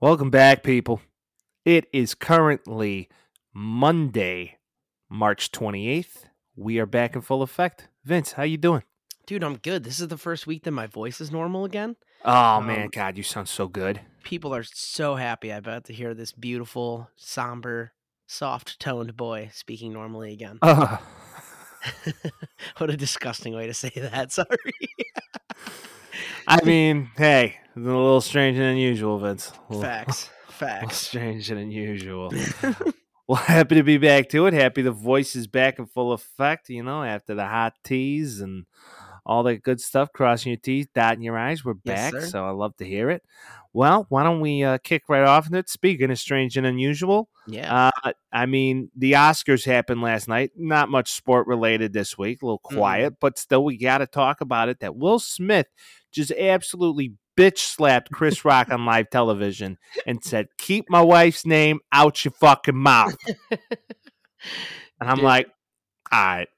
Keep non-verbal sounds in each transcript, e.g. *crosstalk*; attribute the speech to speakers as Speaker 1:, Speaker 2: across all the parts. Speaker 1: Welcome back, people. It is currently Monday, March 28th. We are back in full effect. Vince, how you doing?
Speaker 2: Dude, I'm good. This is the first week that my voice is normal again.
Speaker 1: Oh
Speaker 2: Um,
Speaker 1: man, God, you sound so good. *laughs*
Speaker 2: People are so happy I bet to hear this beautiful, somber, soft toned boy speaking normally again. *laughs*
Speaker 1: Uh,
Speaker 2: what a disgusting way to say that. *laughs* Sorry.
Speaker 1: I mean, hey, a little strange and unusual, Vince. A little-
Speaker 2: Facts.
Speaker 1: a little
Speaker 2: Facts.
Speaker 1: strange and
Speaker 2: *laughs*
Speaker 1: unusual. well, happy to be back to it. Happy the voice is back in full effect. You know, after the hot teas and all that good stuff, crossing your T's, dotting your I's, we're back.
Speaker 2: Yes, sir.
Speaker 1: so I love to hear it. Well, why don't we uh, kick right off into it? Speaking of strange and unusual,
Speaker 2: yeah.
Speaker 1: uh, I mean, the Oscars happened last night. Not much sport related this week, a little
Speaker 2: Mm.
Speaker 1: quiet, but still, we got to talk about it. That Will Smith just absolutely bitch slapped Chris Rock on live television and said, Keep my wife's name out your fucking mouth. And I'm
Speaker 2: Dude.
Speaker 1: like, All right.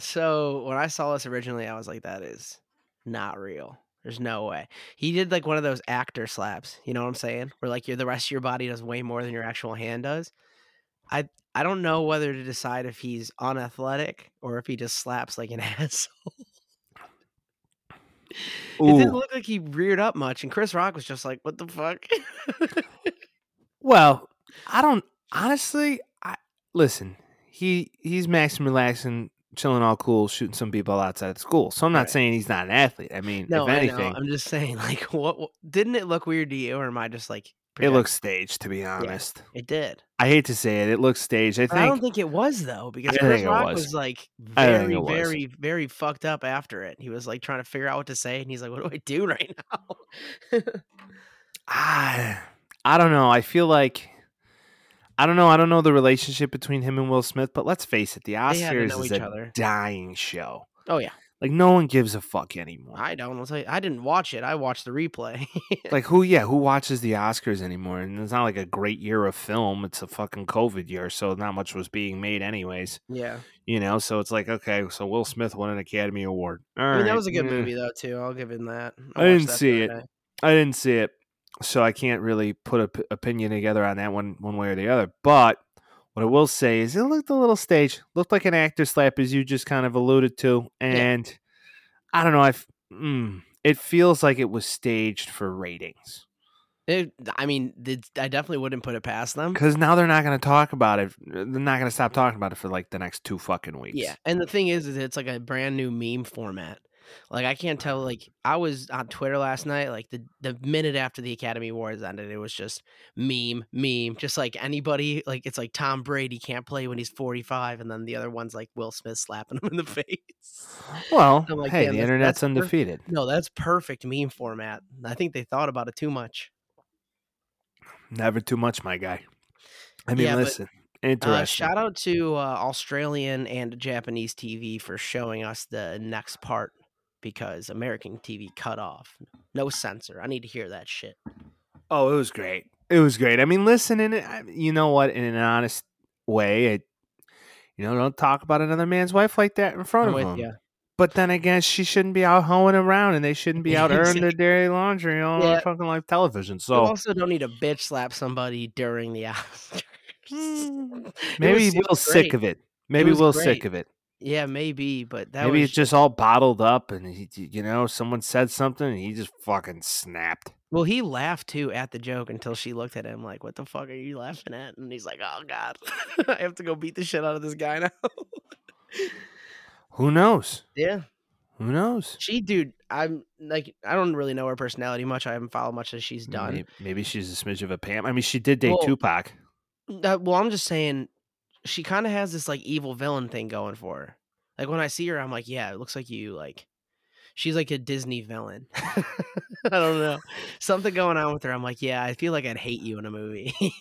Speaker 2: So when I saw this originally, I was like, that is not real. There's no way. He did like one of those actor slaps. You know what I'm saying? Where like your the rest of your body does way more than your actual hand does. I I don't know whether to decide if he's unathletic or if he just slaps like an *laughs* ass. It didn't
Speaker 1: Ooh.
Speaker 2: look like he reared up much, and Chris Rock was just like, "What the fuck?" *laughs*
Speaker 1: Well, I don't honestly. I listen. He he's maxing, relaxing, chilling, all cool, shooting some people outside of school. So I'm not
Speaker 2: Right.
Speaker 1: saying he's not an athlete. I mean,
Speaker 2: no,
Speaker 1: if
Speaker 2: I
Speaker 1: anything,
Speaker 2: know. I'm just saying, *laughs* like, what, what? Didn't it look weird to you, or am I just like?
Speaker 1: It
Speaker 2: project-
Speaker 1: looks staged, to be honest.
Speaker 2: It did.
Speaker 1: I hate to say it. It looks staged. I
Speaker 2: But I don't
Speaker 1: think.
Speaker 2: think it was though, because
Speaker 1: I
Speaker 2: Chris
Speaker 1: think it
Speaker 2: Rock
Speaker 1: was.
Speaker 2: was. like
Speaker 1: I think
Speaker 2: very,
Speaker 1: it was.
Speaker 2: very, very fucked up after it. He was like trying to figure out what to say, and he's like, "What do I do right *laughs* now?"
Speaker 1: I, I don't know. I feel like. I don't know. I don't know the relationship between him and Will Smith, but let's face it, the
Speaker 2: They had to
Speaker 1: Oscars
Speaker 2: know
Speaker 1: is
Speaker 2: each
Speaker 1: a
Speaker 2: other.
Speaker 1: dying show.
Speaker 2: Oh yeah,
Speaker 1: Like no one gives a fuck anymore.
Speaker 2: I don't. I'll tell you, I didn't watch it. I watched the replay. *laughs*
Speaker 1: like who? Yeah, who watches the Oscars anymore? And it's not like a great year of film. It's a fucking COVID year, so not much was being made, anyways.
Speaker 2: yeah,
Speaker 1: You know, so it's like okay, so Will Smith won an Academy Award. All
Speaker 2: I mean that
Speaker 1: right,
Speaker 2: was a good
Speaker 1: eh.
Speaker 2: movie though too. I'll give him that.
Speaker 1: I
Speaker 2: watched
Speaker 1: didn't
Speaker 2: that the
Speaker 1: see
Speaker 2: other
Speaker 1: it.
Speaker 2: day.
Speaker 1: I didn't see it, so I can't really put a p- opinion together on that one, one way or the other. But what I will say is, it looked a little staged. Looked like an actor slap, as you just kind of alluded to, and I don't know. I f- mm, it feels like it was staged for ratings
Speaker 2: It, I mean, did, I definitely wouldn't put it past them.
Speaker 1: because now they're not going to talk about it. They're not going to stop talking about it for like the next two fucking weeks.
Speaker 2: Yeah, and the thing is, is it's like a brand new meme format. Like I can't tell. Like I was on Twitter last night. Like the the minute after the Academy Awards ended, it was just meme, meme. Just like anybody. Like it's like Tom Brady can't play when he's forty five, and then the other one's like Will Smith slapping *laughs* him in the face.
Speaker 1: Well,
Speaker 2: I'm like,
Speaker 1: hey,
Speaker 2: damn,
Speaker 1: the
Speaker 2: that's-
Speaker 1: internet's
Speaker 2: that's perfect.
Speaker 1: undefeated.
Speaker 2: No, that's perfect meme format. I think they thought about it too much.
Speaker 1: Never too much, my guy. I mean,
Speaker 2: Yeah, but,
Speaker 1: listen,
Speaker 2: Uh,
Speaker 1: interesting.
Speaker 2: shout out to uh, Australian and Japanese TV for showing us the next part because American TV cut off. No censor. I need to hear that shit.
Speaker 1: Oh, it was great. It was great. I mean, listen, and it- I- you know what? In an honest way, it, you know, don't talk about another man's wife like that in front of
Speaker 2: I'm with
Speaker 1: him.
Speaker 2: ya.
Speaker 1: But then again, she shouldn't be out hoeing around, and they shouldn't be out airing their
Speaker 2: *laughs* Exactly.
Speaker 1: dirty laundry on
Speaker 2: Yeah.
Speaker 1: fucking live television.
Speaker 2: You
Speaker 1: So
Speaker 2: also don't need to bitch slap somebody during the *laughs* Oscars.
Speaker 1: Mm,
Speaker 2: *laughs* It
Speaker 1: maybe
Speaker 2: was- it
Speaker 1: Will's
Speaker 2: was
Speaker 1: sick
Speaker 2: great.
Speaker 1: of it. Maybe
Speaker 2: was
Speaker 1: Will's sick
Speaker 2: great.
Speaker 1: of it.
Speaker 2: Yeah, maybe, but that
Speaker 1: maybe
Speaker 2: was
Speaker 1: it's just all bottled up, and he, you know, someone said something, and he just fucking snapped.
Speaker 2: well. He laughed too at the joke until she looked at him like, "What the fuck are you laughing at?" And he's like, "Oh God, *laughs* I have to go beat the shit out of this guy now."
Speaker 1: Who knows?
Speaker 2: yeah,
Speaker 1: Who knows?
Speaker 2: She, dude, I'm like, I don't really know her personality much. I haven't followed much that she's done.
Speaker 1: Maybe, maybe she's a smidge of a pam. I mean, she did date
Speaker 2: Well,
Speaker 1: Tupac.
Speaker 2: Uh, well, I'm just saying, she kind of has this like evil villain thing going for her. Like when I see her, I'm like, yeah, it looks like you. Like, she's like a Disney villain. *laughs* I don't know, something going on with her. I'm like, yeah, I feel like I'd hate you in a movie. *laughs* she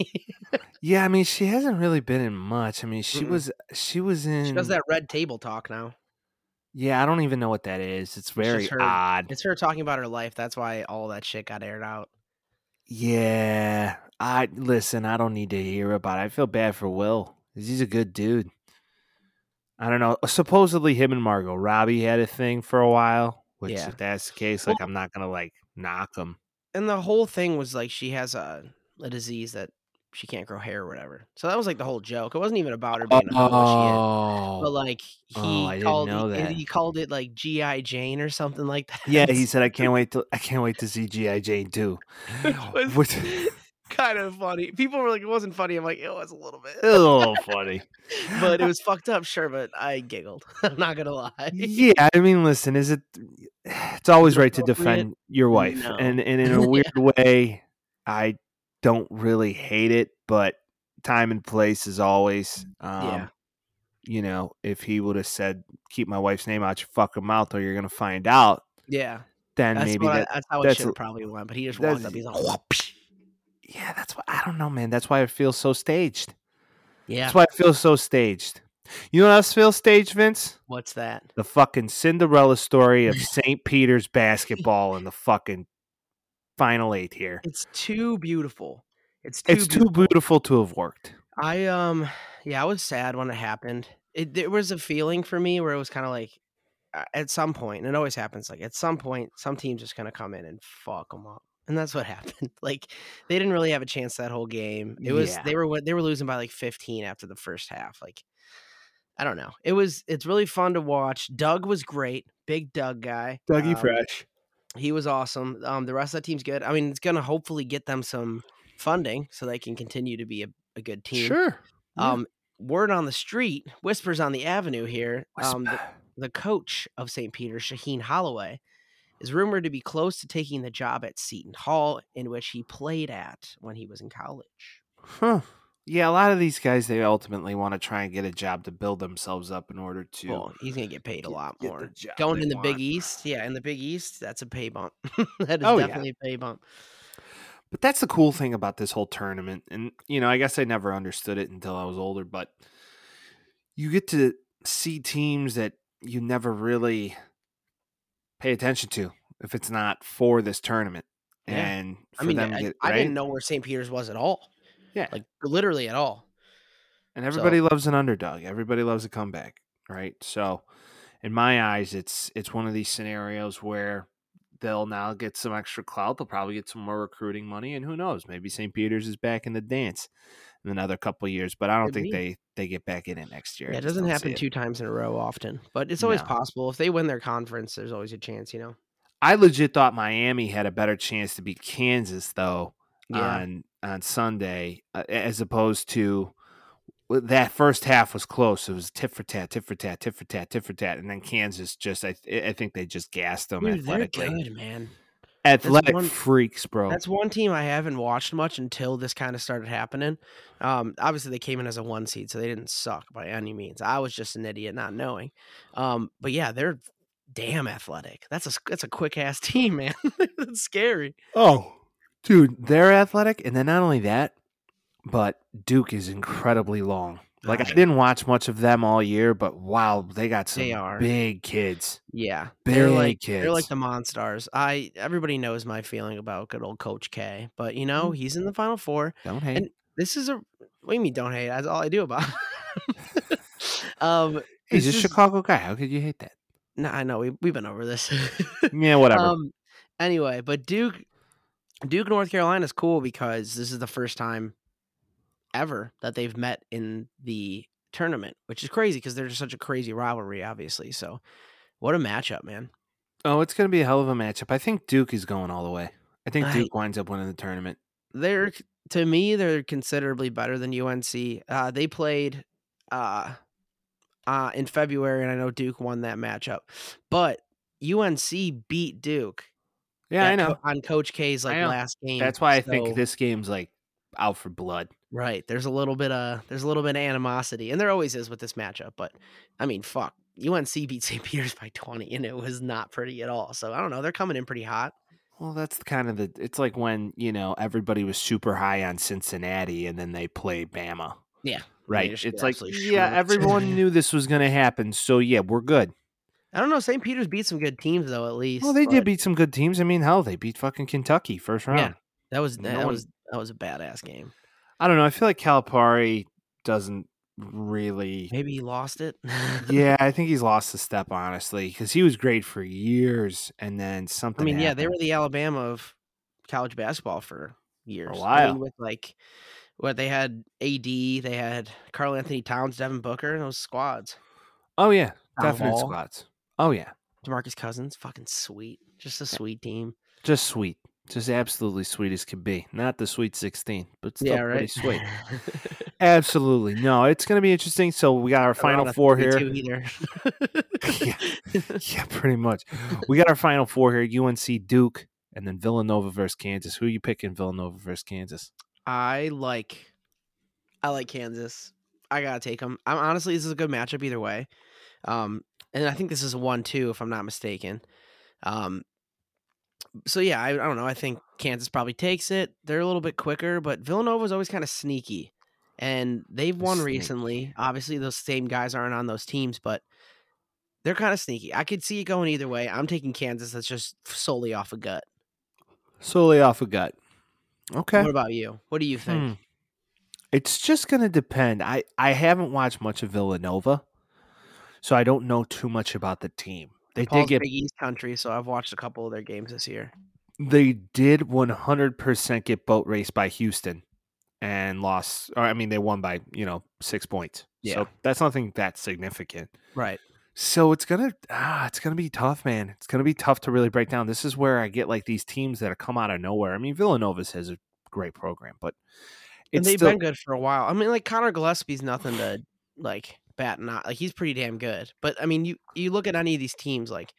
Speaker 1: Yeah, I mean, she hasn't really been in much. I mean, she
Speaker 2: Mm-mm.
Speaker 1: was she was in.
Speaker 2: does that red table talk now.
Speaker 1: Yeah, I don't even know what that is. It's very
Speaker 2: her-
Speaker 1: odd.
Speaker 2: It's her talking about her life. That's why all that shit got aired out.
Speaker 1: Yeah, I listen. I don't need to hear about. it. I feel bad for Will. 'cause He's a good dude. I don't know. Supposedly, him and Margot Robbie had a thing for a while. Which,
Speaker 2: Yeah.
Speaker 1: if that's the case,
Speaker 2: Well-
Speaker 1: like, I'm not gonna like knock him.
Speaker 2: and the whole thing was like she has a a disease that she can't grow hair or whatever. So that was like the whole joke. It wasn't even about her being a hoe. she had- But like he
Speaker 1: Oh, I didn't
Speaker 2: called
Speaker 1: know
Speaker 2: he,
Speaker 1: that.
Speaker 2: he called it like GI Jane or something like that. *laughs*
Speaker 1: yeah, he said, "I can't wait to I can't wait to see GI Jane *laughs* too."
Speaker 2: which was
Speaker 1: *laughs* Which-
Speaker 2: *laughs* kind of funny. People were like, it wasn't funny. I'm like, it was a little
Speaker 1: *laughs*
Speaker 2: bit,
Speaker 1: Oh, funny.
Speaker 2: but it was fucked up, sure. But I giggled. *laughs* I'm not gonna *laughs* lie.
Speaker 1: yeah, I mean, listen, is it? *sighs* It's always right to
Speaker 2: appropriate?
Speaker 1: defend your wife,
Speaker 2: No.
Speaker 1: and and in a
Speaker 2: *laughs* Yeah.
Speaker 1: weird way, I don't really hate it, but time and place is always. Um,
Speaker 2: Mm, Yeah.
Speaker 1: You know, if he would have said, "Keep my wife's name out your fucking mouth, or you're gonna find out,"
Speaker 2: Yeah,
Speaker 1: then
Speaker 2: that's
Speaker 1: maybe
Speaker 2: what
Speaker 1: that.
Speaker 2: I, that's how
Speaker 1: that's
Speaker 2: it should
Speaker 1: a-
Speaker 2: have probably went. But he just walked
Speaker 1: that's-
Speaker 2: up. He's like, "Whoop."
Speaker 1: yeah, that's why I don't know, man. That's why it feels so staged.
Speaker 2: yeah,
Speaker 1: That's why it feels so staged. You know what else feels staged, Vince?
Speaker 2: what's that?
Speaker 1: the fucking Cinderella story *laughs* of St. Peter's basketball in the fucking final eight here.
Speaker 2: It's too beautiful. It's too
Speaker 1: It's too beautiful to have worked.
Speaker 2: I um yeah, I was sad when it happened. It there was a feeling for me where it was kind of like uh, at some point, and it always happens like at some point some team's just going to come in and fuck them up. And that's what *laughs* happened. Like they didn't really have a chance that whole game. It was
Speaker 1: Yeah.
Speaker 2: they were wi- they were losing by like 15 after the first half. Like I don't know. It was it's really fun to watch. Doug was great. Big Doug guy. Um,
Speaker 1: Fresh.
Speaker 2: he was awesome. Um, the rest of that team's good. I mean, it's going to hopefully get them some funding so they can continue to be a, a good team.
Speaker 1: Sure. Yeah.
Speaker 2: Um, word on the street, whispers on the avenue here. Um, the, the coach of St. Peter's, Shaheen Holloway, is rumored to be close to taking the job at Seton Hall, in which he played at when he was in college.
Speaker 1: Huh. Yeah, a lot of these guys they ultimately want to try and get a job to build themselves up in order to
Speaker 2: Well, he's gonna get paid a
Speaker 1: get-
Speaker 2: lot
Speaker 1: get the
Speaker 2: more.
Speaker 1: job
Speaker 2: Going
Speaker 1: they
Speaker 2: in the Big
Speaker 1: want.
Speaker 2: East, yeah, in the Big East, that's a pay bump. *laughs* that is
Speaker 1: Oh, yeah.
Speaker 2: definitely a pay bump.
Speaker 1: But that's the cool thing about this whole tournament. And, you know, I guess I never understood it until I was older, but you get to see teams that you never really pay attention to if it's not for this tournament.
Speaker 2: Yeah.
Speaker 1: And for
Speaker 2: I mean,
Speaker 1: them
Speaker 2: I,
Speaker 1: to get,
Speaker 2: I
Speaker 1: right?
Speaker 2: didn't know where St. Peter's was at all.
Speaker 1: Yeah.
Speaker 2: like literally at all.
Speaker 1: and everybody loves an underdog. Everybody loves a comeback, right? So, in my eyes, it's it's one of these scenarios where they'll now get some extra clout. They'll probably get some more recruiting money, and who knows? Maybe St. Peter's is back in the dance in another couple of years. But I don't
Speaker 2: Could
Speaker 1: think
Speaker 2: be.
Speaker 1: they they get back in it next year.
Speaker 2: Yeah,
Speaker 1: I
Speaker 2: it
Speaker 1: just
Speaker 2: doesn't
Speaker 1: don't see
Speaker 2: happen
Speaker 1: it.
Speaker 2: two times in a row often, but it's always
Speaker 1: No.
Speaker 2: possible. If they win their conference, there's always a chance, you know.
Speaker 1: I legit thought Miami had a better chance to beat Kansas though on on Sunday uh, as opposed to well, that first half was close. It was tit for tat, tit for tat, tit for tat, tit for tat, and then Kansas just I th- I think they just gassed them
Speaker 2: Dude, they're
Speaker 1: athletically.
Speaker 2: good, man.
Speaker 1: Athletic
Speaker 2: one-
Speaker 1: freaks, bro.
Speaker 2: That's one team I haven't watched much until this kind of started happening. Um, obviously, they came in as a one seed, so they didn't suck by any means. I was just an idiot not knowing. Um, but yeah, they're damn athletic. That's a that's a quick ass *laughs* team, man. that's scary.
Speaker 1: oh, dude, they're athletic, and then not only that, but Duke is incredibly long. Like I
Speaker 2: Oh.
Speaker 1: didn't watch much of them all year, but wow, they got some
Speaker 2: They are.
Speaker 1: big kids.
Speaker 2: Yeah, they're
Speaker 1: Big
Speaker 2: like they're like
Speaker 1: kids.
Speaker 2: the Monstars. I everybody knows my feeling about good old Coach K, but you know he's in the Final Four.
Speaker 1: Don't hate.
Speaker 2: And- this is a what do you mean don't hate that's all i do about *laughs* it. um
Speaker 1: He's a
Speaker 2: it's just-
Speaker 1: Chicago guy. How could you hate that?
Speaker 2: no i know we, we've been over this *laughs*
Speaker 1: Yeah, whatever.
Speaker 2: um anyway but duke duke north carolina is cool because this is the first time ever that they've met in the tournament which is crazy because they're just such a crazy rivalry obviously so what a matchup man
Speaker 1: oh, it's going to be a hell of a matchup. I think Duke is going all the way. I think
Speaker 2: I-
Speaker 1: Duke winds up winning the tournament.
Speaker 2: they're to me they're considerably better than UNC. Uh, they played uh, uh, in February, and I know Duke won that matchup, but UNC beat Duke.
Speaker 1: Yeah, I
Speaker 2: that
Speaker 1: know.
Speaker 2: co- on Coach K's like
Speaker 1: know.
Speaker 2: last game.
Speaker 1: That's why I think
Speaker 2: so-
Speaker 1: this game's like out for blood.
Speaker 2: Right, there's a little bit of there's a little bit of animosity, and there always is with this matchup. But I mean, fuck, UNC *laughs* beat St. Peter's by 20, and it was not pretty at all. So I don't know. They're coming in pretty hot.
Speaker 1: Well, that's kind of the. It's like when you know everybody was super high on Cincinnati, and then they play Bama.
Speaker 2: Yeah, and they
Speaker 1: Right.
Speaker 2: just get
Speaker 1: It's like
Speaker 2: absolutely
Speaker 1: yeah,
Speaker 2: smoked.
Speaker 1: everyone knew this was going to happen, so yeah, we're *laughs* good.
Speaker 2: I don't know. St. Peter's beat some good teams though. At least.
Speaker 1: Well, they
Speaker 2: but-
Speaker 1: did beat some good teams. I mean, hell, they beat fucking Kentucky first round.
Speaker 2: That was
Speaker 1: No
Speaker 2: that
Speaker 1: one-
Speaker 2: was that was a badass game.
Speaker 1: I don't know. I feel like Calipari doesn't really
Speaker 2: Maybe he lost it. *laughs*
Speaker 1: yeah, I think he's lost a step honestly because he was great for years, and then
Speaker 2: I
Speaker 1: something.
Speaker 2: mean, yeah, they
Speaker 1: happened.
Speaker 2: were the Alabama of college basketball for years. I
Speaker 1: while.
Speaker 2: mean, with like what they had AD, they had Carl Anthony Towns, Devin Booker, and those squads.
Speaker 1: Oh yeah, definite
Speaker 2: Ball.
Speaker 1: squats. Oh yeah,
Speaker 2: Demarcus Cousins, fucking sweet.
Speaker 1: Eh,
Speaker 2: Just a sweet team.
Speaker 1: just sweet, just absolutely sweet as can be. Not the sweet sixteen, but still
Speaker 2: yeah, right.
Speaker 1: pretty *laughs*
Speaker 2: *laughs*
Speaker 1: sweet. absolutely, no, it's gonna be interesting. So we got our final four here.
Speaker 2: Either.
Speaker 1: Yeah. *laughs*
Speaker 2: *laughs*
Speaker 1: yeah, pretty much. We got our final four here: UNC, Duke, and then Villanova versus Kansas. Who are you picking? Villanova versus Kansas.
Speaker 2: I like, I like Kansas. I gotta take them. I'm honestly, this is a good matchup either way. Um, and I think this is a one two, if I'm not mistaken. Um, so yeah, I, I don't know. I think Kansas probably takes it. They're a little bit quicker, but Villanova's always kind of sneaky, and they've won
Speaker 1: Sneaky.
Speaker 2: recently. Obviously, those same guys aren't on those teams, but they're kind of sneaky. I could see it going either way. I'm taking Kansas. That's just solely off a gut.
Speaker 1: Solely off a gut. Okay.
Speaker 2: What about you? What do you think?
Speaker 1: Hmm. It's just going to depend. I, I haven't watched much of Villanova, so I don't know too much about the team. They
Speaker 2: Paul's
Speaker 1: did get
Speaker 2: Big East country, so I've watched a couple of their games this year.
Speaker 1: they did 100% get boat raced by Houston and lost or I mean they won by, you know, 6 points.
Speaker 2: Yeah.
Speaker 1: So that's nothing that significant.
Speaker 2: Right.
Speaker 1: So it's gonna ah, it's gonna be tough, man. It's gonna be tough to really break down. This is where I get like these teams that have come out of nowhere. I mean, Villanova's has a great program, but
Speaker 2: And
Speaker 1: it's
Speaker 2: they've
Speaker 1: still,
Speaker 2: been good for a while. I mean, like Connor Gillespie's nothing to like bat not like he's pretty damn good. But I mean, you you look at any of these teams, like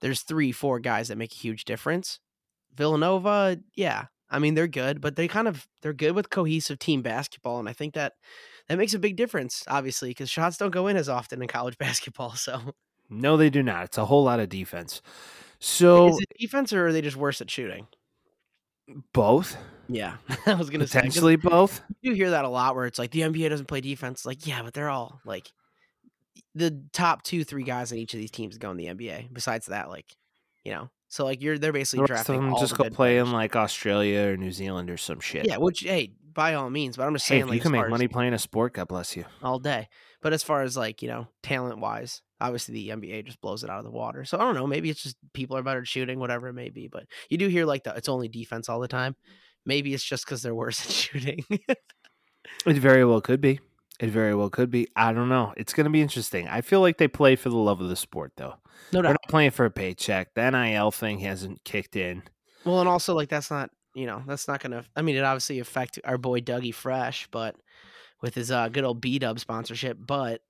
Speaker 2: there's three, four guys that make a huge difference. Villanova, yeah. I mean, they're good, but they kind of they're good with cohesive team basketball, and I think that that makes a big difference, obviously, because shots don't go in as often in college *laughs* basketball. So,
Speaker 1: No, they do not. It's a whole lot of defense. So
Speaker 2: is it defense or are they just worse at shooting?
Speaker 1: both,
Speaker 2: Yeah, *laughs* I was gonna say 'cause
Speaker 1: potentially both.
Speaker 2: you hear that a lot where it's like the NBA doesn't play defense. Like, yeah, but they're all like the top two, three guys on each of these teams go in the NBA. Besides that, like, you know, so like you're they're basically
Speaker 1: The rest
Speaker 2: drafting
Speaker 1: of them
Speaker 2: all
Speaker 1: just
Speaker 2: the
Speaker 1: go
Speaker 2: good
Speaker 1: play in
Speaker 2: players.
Speaker 1: like Australia or New Zealand or some shit.
Speaker 2: yeah, which hey, by all means, but I'm just
Speaker 1: Hey,
Speaker 2: saying
Speaker 1: if
Speaker 2: like
Speaker 1: you can
Speaker 2: as
Speaker 1: make
Speaker 2: far as-
Speaker 1: money playing a sport, God bless you.
Speaker 2: all day. But as far as like you know, talent wise, obviously the NBA just blows it out of the water. So I don't know, maybe it's just people are better at shooting, whatever it may be. But you do hear like the it's only defense all the time. Maybe it's just because they're worse *laughs* at shooting.
Speaker 1: It very well could be. It very well could be. I don't know. It's going to be interesting. I feel like they play for the love of the sport, though. They're
Speaker 2: no doubt.
Speaker 1: not playing for a paycheck. The NIL thing hasn't kicked in.
Speaker 2: Well, and also like that's not you know that's not gonna. I mean, it obviously affect our boy Dougie Fresh, but with his uh, good old B Dub sponsorship. But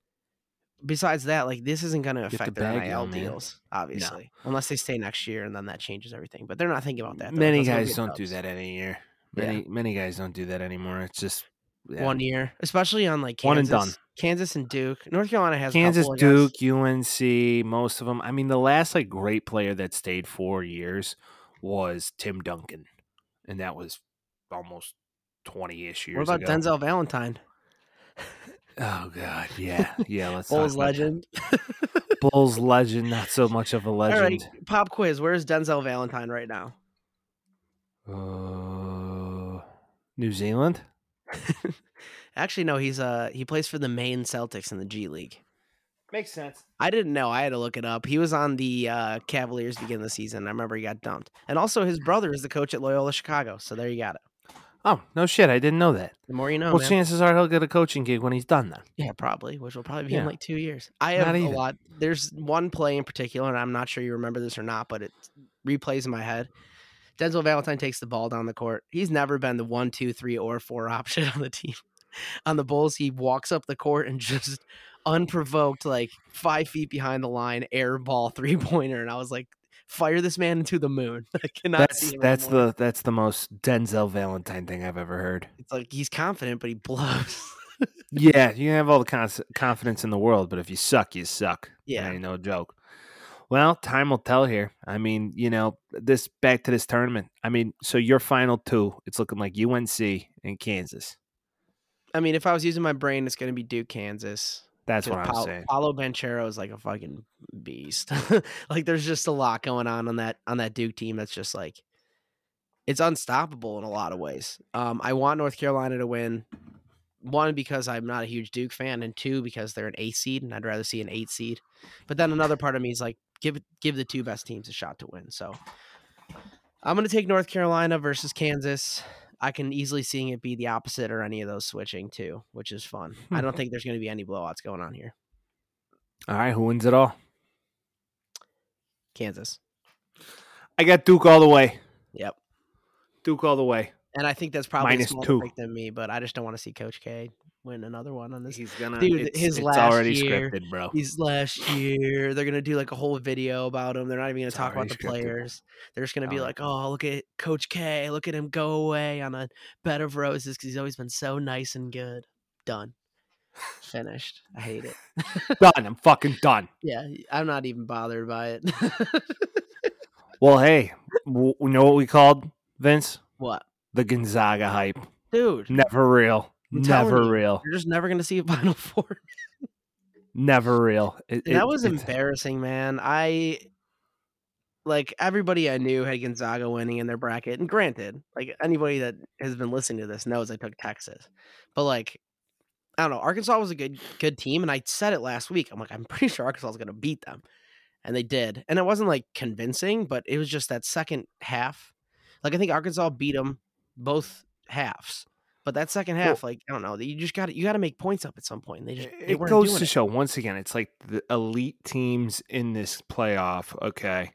Speaker 2: besides that, like this isn't gonna
Speaker 1: Get the
Speaker 2: affect their
Speaker 1: bag
Speaker 2: NIL
Speaker 1: on, man.
Speaker 2: deals, obviously, unless they stay next year and then that changes everything. But they're not thinking about that. They're like,
Speaker 1: Many
Speaker 2: "Let's go
Speaker 1: guys
Speaker 2: get
Speaker 1: don't do
Speaker 2: dubs."
Speaker 1: that any year.
Speaker 2: Yeah.
Speaker 1: Many many guys don't do that anymore. It's just yeah.
Speaker 2: One year, especially on like Kansas,
Speaker 1: One and done.
Speaker 2: Kansas and Duke, North Carolina has a
Speaker 1: Kansas,
Speaker 2: couple, I guess.
Speaker 1: Duke, UNC, most of them. I mean, the last like great player that stayed four years was Tim Duncan, and that was almost twenty ish years.
Speaker 2: What about
Speaker 1: ago.
Speaker 2: Denzel Valentine,
Speaker 1: Oh
Speaker 2: *laughs*
Speaker 1: God, yeah, yeah. Let's talk
Speaker 2: Bulls
Speaker 1: about that.
Speaker 2: legend? *laughs*
Speaker 1: Bulls legend, not so much of a
Speaker 2: All
Speaker 1: legend.
Speaker 2: right, pop quiz. Where is Denzel Valentine right now?
Speaker 1: Uh, New Zealand.
Speaker 2: Actually, no, he's uh he plays for the Maine Celtics in the G League.
Speaker 1: Makes sense.
Speaker 2: I didn't know. I had to look it up. He was on the uh, Cavaliers to begin the season. I remember he got dumped. And also, his brother is the coach at Loyola Chicago. So there you got it.
Speaker 1: Oh no, shit! I didn't know that.
Speaker 2: The more you know,
Speaker 1: well,
Speaker 2: man.
Speaker 1: chances are he'll get a coaching gig when he's done. Then
Speaker 2: yeah, probably, which will probably be in
Speaker 1: Yeah.
Speaker 2: like two years. I
Speaker 1: Not
Speaker 2: have a
Speaker 1: even.
Speaker 2: lot. There's one play in particular, and I'm not sure you remember this or not, but it replays in my head. Denzel Valentine takes the ball down the court. He's never been the one, two, three, or four *laughs* option on the team. On the Bulls, he walks up the court and *laughs* just unprovoked, like five feet behind the line, air ball three pointer. And I was like, fire this man into the moon. *laughs* I cannot
Speaker 1: that's
Speaker 2: see him
Speaker 1: that's
Speaker 2: anymore.
Speaker 1: the that's the most Denzel Valentine thing I've ever heard.
Speaker 2: It's like he's confident, but he blows. *laughs*
Speaker 1: Yeah, you can have all the cons- confidence in the world, but if you suck, you suck.
Speaker 2: Yeah.
Speaker 1: That ain't no joke. Well, time will tell here. I mean, you know, this back to this tournament. I mean, so your final two, it's looking like UNC and Kansas.
Speaker 2: I mean, if I was using my brain, it's going to be Duke, Kansas.
Speaker 1: That's what
Speaker 2: Dude,
Speaker 1: I'm
Speaker 2: Paolo-
Speaker 1: saying.
Speaker 2: Paolo Banchero is like a fucking beast. *laughs* like there's just a lot going on on that on that Duke team that's just like it's unstoppable in a lot of ways. Um, I want North Carolina to win. One because I'm not a huge Duke fan, and two because they're an eight seed, and I'd rather see an eight seed. But then another part of me is like, give it- give the two best teams a shot to win. So I'm gonna take North Carolina versus Kansas. I can easily seeing it be the opposite or any of those switching too, which is fun.
Speaker 1: *laughs*
Speaker 2: I don't think there's going to be any blowouts going on here.
Speaker 1: All right, who wins it all?
Speaker 2: Kansas.
Speaker 1: I got Duke all the way.
Speaker 2: Yep.
Speaker 1: Duke all the way.
Speaker 2: And I think that's probably
Speaker 1: Minus
Speaker 2: a smaller
Speaker 1: two.
Speaker 2: pick than me, but I just don't want to see Coach K win another one on this.
Speaker 1: He's gonna.
Speaker 2: Dude,
Speaker 1: it's,
Speaker 2: his
Speaker 1: it's
Speaker 2: last
Speaker 1: already
Speaker 2: year-
Speaker 1: scripted, bro.
Speaker 2: He's last year. They're gonna do like a whole video about him. They're not even gonna
Speaker 1: It's
Speaker 2: talk about
Speaker 1: already scripted.
Speaker 2: the players. They're just gonna be
Speaker 1: Alright.
Speaker 2: like, "Oh, look at Coach K. Look at him go away on a bed of roses because he's always been so nice and good." Done. Finished. I hate it.
Speaker 1: done. I'm fucking done.
Speaker 2: Yeah, I'm not even bothered by it. *laughs*
Speaker 1: Well, hey, w- you know what we called Vince?
Speaker 2: what,
Speaker 1: The Gonzaga hype.
Speaker 2: dude?
Speaker 1: Never real.
Speaker 2: I'm telling
Speaker 1: Never
Speaker 2: you.
Speaker 1: real.
Speaker 2: You're just never gonna see a *laughs* Final Four.
Speaker 1: Never real. It-
Speaker 2: Dude,
Speaker 1: it-
Speaker 2: that was
Speaker 1: it's-
Speaker 2: embarrassing, man. I like everybody I knew had Gonzaga winning in their bracket, and granted, like anybody that has been listening to this knows I took Texas, but like I don't know, Arkansas was a good good team, and I said it last week. I'm like, I'm pretty sure Arkansas is going to beat them, and they did, and it wasn't like convincing, but it was just that second half. Like I think Arkansas beat them both halves. But that second half, like I don't know, you just got to you got to make points up at some point. And they just they
Speaker 1: it
Speaker 2: weren't
Speaker 1: goes
Speaker 2: doing
Speaker 1: to
Speaker 2: it.
Speaker 1: show once again it's like the elite teams in this playoff okay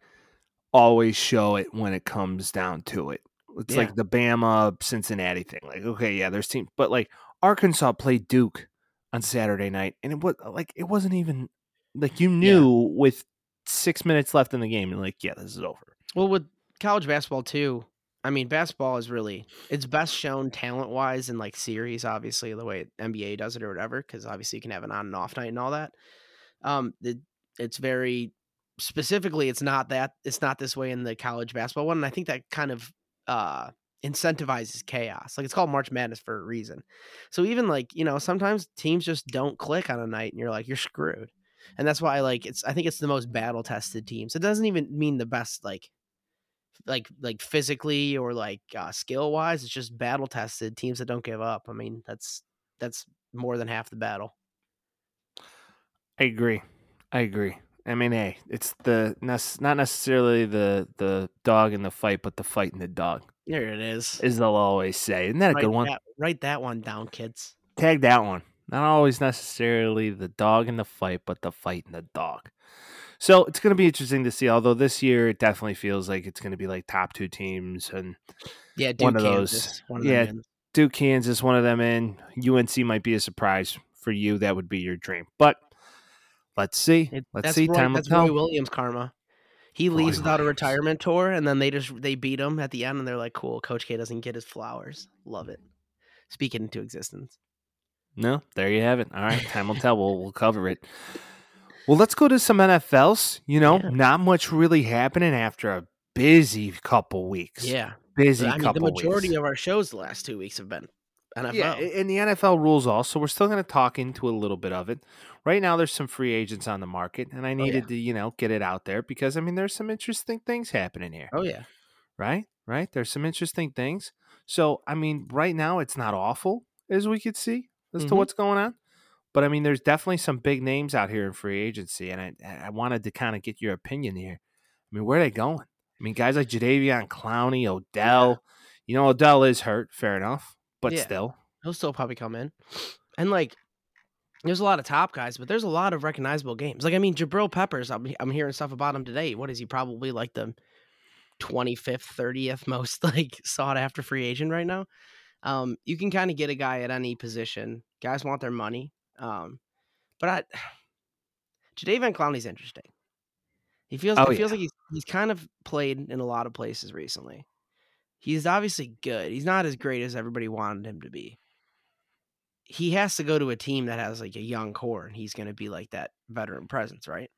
Speaker 1: always show it when it comes down to it it's
Speaker 2: Yeah.
Speaker 1: like the bama cincinnati thing like okay yeah there's team but like arkansas played duke on saturday night and it was like it wasn't even like you knew with six minutes left in the game you're like yeah this is over
Speaker 2: Well, with college basketball too, I mean, basketball is really it's best shown talent wise in like series, obviously the way NBA does it or whatever, because obviously you can have an on and off night and all that. Um, the, it's very specifically, it's not that it's not this way in the college basketball one, and I think that kind of uh incentivizes chaos. Like it's called March Madness for a reason. So even like you know sometimes teams just don't click on a night, and you're like you're screwed. And that's why like it's I think it's the most battle tested teams. It doesn't even mean the best like like like physically or like uh, skill wise. It's just battle tested teams that don't give up. I mean, that's that's more than half the battle.
Speaker 1: i agree i agree i mean hey it's the nec- not necessarily the the dog in the fight but the fight in the dog
Speaker 2: There it is.
Speaker 1: is they'll always say isn't that a
Speaker 2: write
Speaker 1: good one
Speaker 2: That, write that one down, kids.
Speaker 1: tag that one. Not always necessarily the dog in the fight, but the fight in the dog. So it's going to be interesting to see. Although this year it definitely feels like it's going to be like top two teams, and
Speaker 2: Yeah, Duke,
Speaker 1: One of those.
Speaker 2: Kansas, One of them
Speaker 1: Yeah.
Speaker 2: wins.
Speaker 1: Duke, Kansas, one of them in. UNC might be a surprise for you. That would be your dream, but let's see.
Speaker 2: It-
Speaker 1: let's
Speaker 2: that's
Speaker 1: see.
Speaker 2: Roy,
Speaker 1: Time will
Speaker 2: that's
Speaker 1: tell.
Speaker 2: Roy Williams karma. He
Speaker 1: Roy
Speaker 2: leaves without a
Speaker 1: Williams.
Speaker 2: retirement tour, and then they just they beat him at the end, and they're like, "Cool, Coach K doesn't get his flowers." Love it. Speak it into existence.
Speaker 1: No, there you have it. All right, time will tell. We'll we'll cover it. Well, let's go to some NFLs. You know,
Speaker 2: Yeah.
Speaker 1: not much really happening after a busy couple weeks.
Speaker 2: Yeah,
Speaker 1: busy
Speaker 2: I mean, the
Speaker 1: couple
Speaker 2: majority
Speaker 1: weeks.
Speaker 2: of our shows the last two weeks have been NFL.
Speaker 1: Yeah, a- and the NFL rules all, so we're still going to talk into a little bit of it. Right now, there's some free agents on the market, and I
Speaker 2: Oh, yeah.
Speaker 1: needed to, you know, get it out there because I mean, there's some interesting things happening here,
Speaker 2: oh yeah,
Speaker 1: right? Right? There's some interesting things. So, I mean, right now, it's not awful as we could see as to
Speaker 2: Mhm.
Speaker 1: what's going on, but I mean, there's definitely some big names out here in free agency, and I I wanted to kind of get your opinion here. I mean, where are they going? I mean, guys like Jadavion Clowney, Odell. You know, Odell is hurt, fair enough, but
Speaker 2: Yeah.
Speaker 1: still.
Speaker 2: he'll still probably come in. And like, there's a lot of top guys, but there's a lot of recognizable games. Like, I mean, Jabril Peppers, I'm I'm hearing stuff about him today. What is he probably like the 25th, 30th most *laughs* like sought after free agent right now? Um, you can kind of get a guy at any position. Guys want their money. Um, but I, *sighs* Jadavion Clowney's interesting. He feels
Speaker 1: Oh,
Speaker 2: it feels like he's he's kind of played in a lot of places recently. He's obviously good. He's not as great as everybody wanted him to be. He has to go to a team that has like a young core, and he's going to be like that veteran presence, right?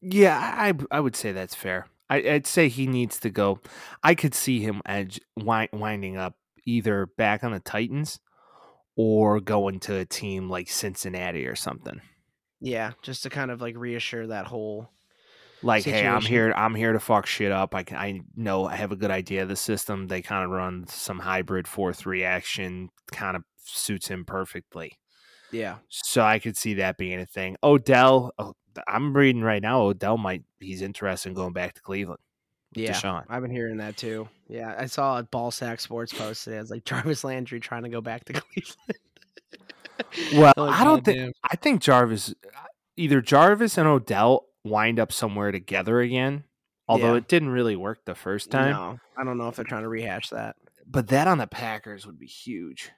Speaker 1: Yeah, I I I would say that's fair. I, I'd say he needs to go. I could see him edge wind, winding up either back on the Titans or going to a team like Cincinnati or something.
Speaker 2: Yeah, just to kind of like reassure that whole
Speaker 1: Like, hey, I'm
Speaker 2: Situation.
Speaker 1: here. I'm here to fuck shit up. I can, I know I have a good idea of the system. They kind of run some hybrid four three action. Kind of suits him perfectly.
Speaker 2: yeah.
Speaker 1: So I could see that being a thing. Odell, oh, I'm reading right now. Odell might he's interested in going back to Cleveland. with
Speaker 2: Yeah.
Speaker 1: Deshaun.
Speaker 2: I've been hearing that too. Yeah, I saw a ball sack sports post today. I was like *laughs* Jarvis Landry trying to go back to *laughs* Cleveland.
Speaker 1: Well,
Speaker 2: I'm like,
Speaker 1: I don't think-
Speaker 2: "Goddamn."
Speaker 1: I think Jarvis, either Jarvis and Odell wind up somewhere together again. Although
Speaker 2: Yeah.
Speaker 1: it didn't really work the first time,
Speaker 2: No, I don't know if they're trying to rehash that.
Speaker 1: but that on the Packers would be huge.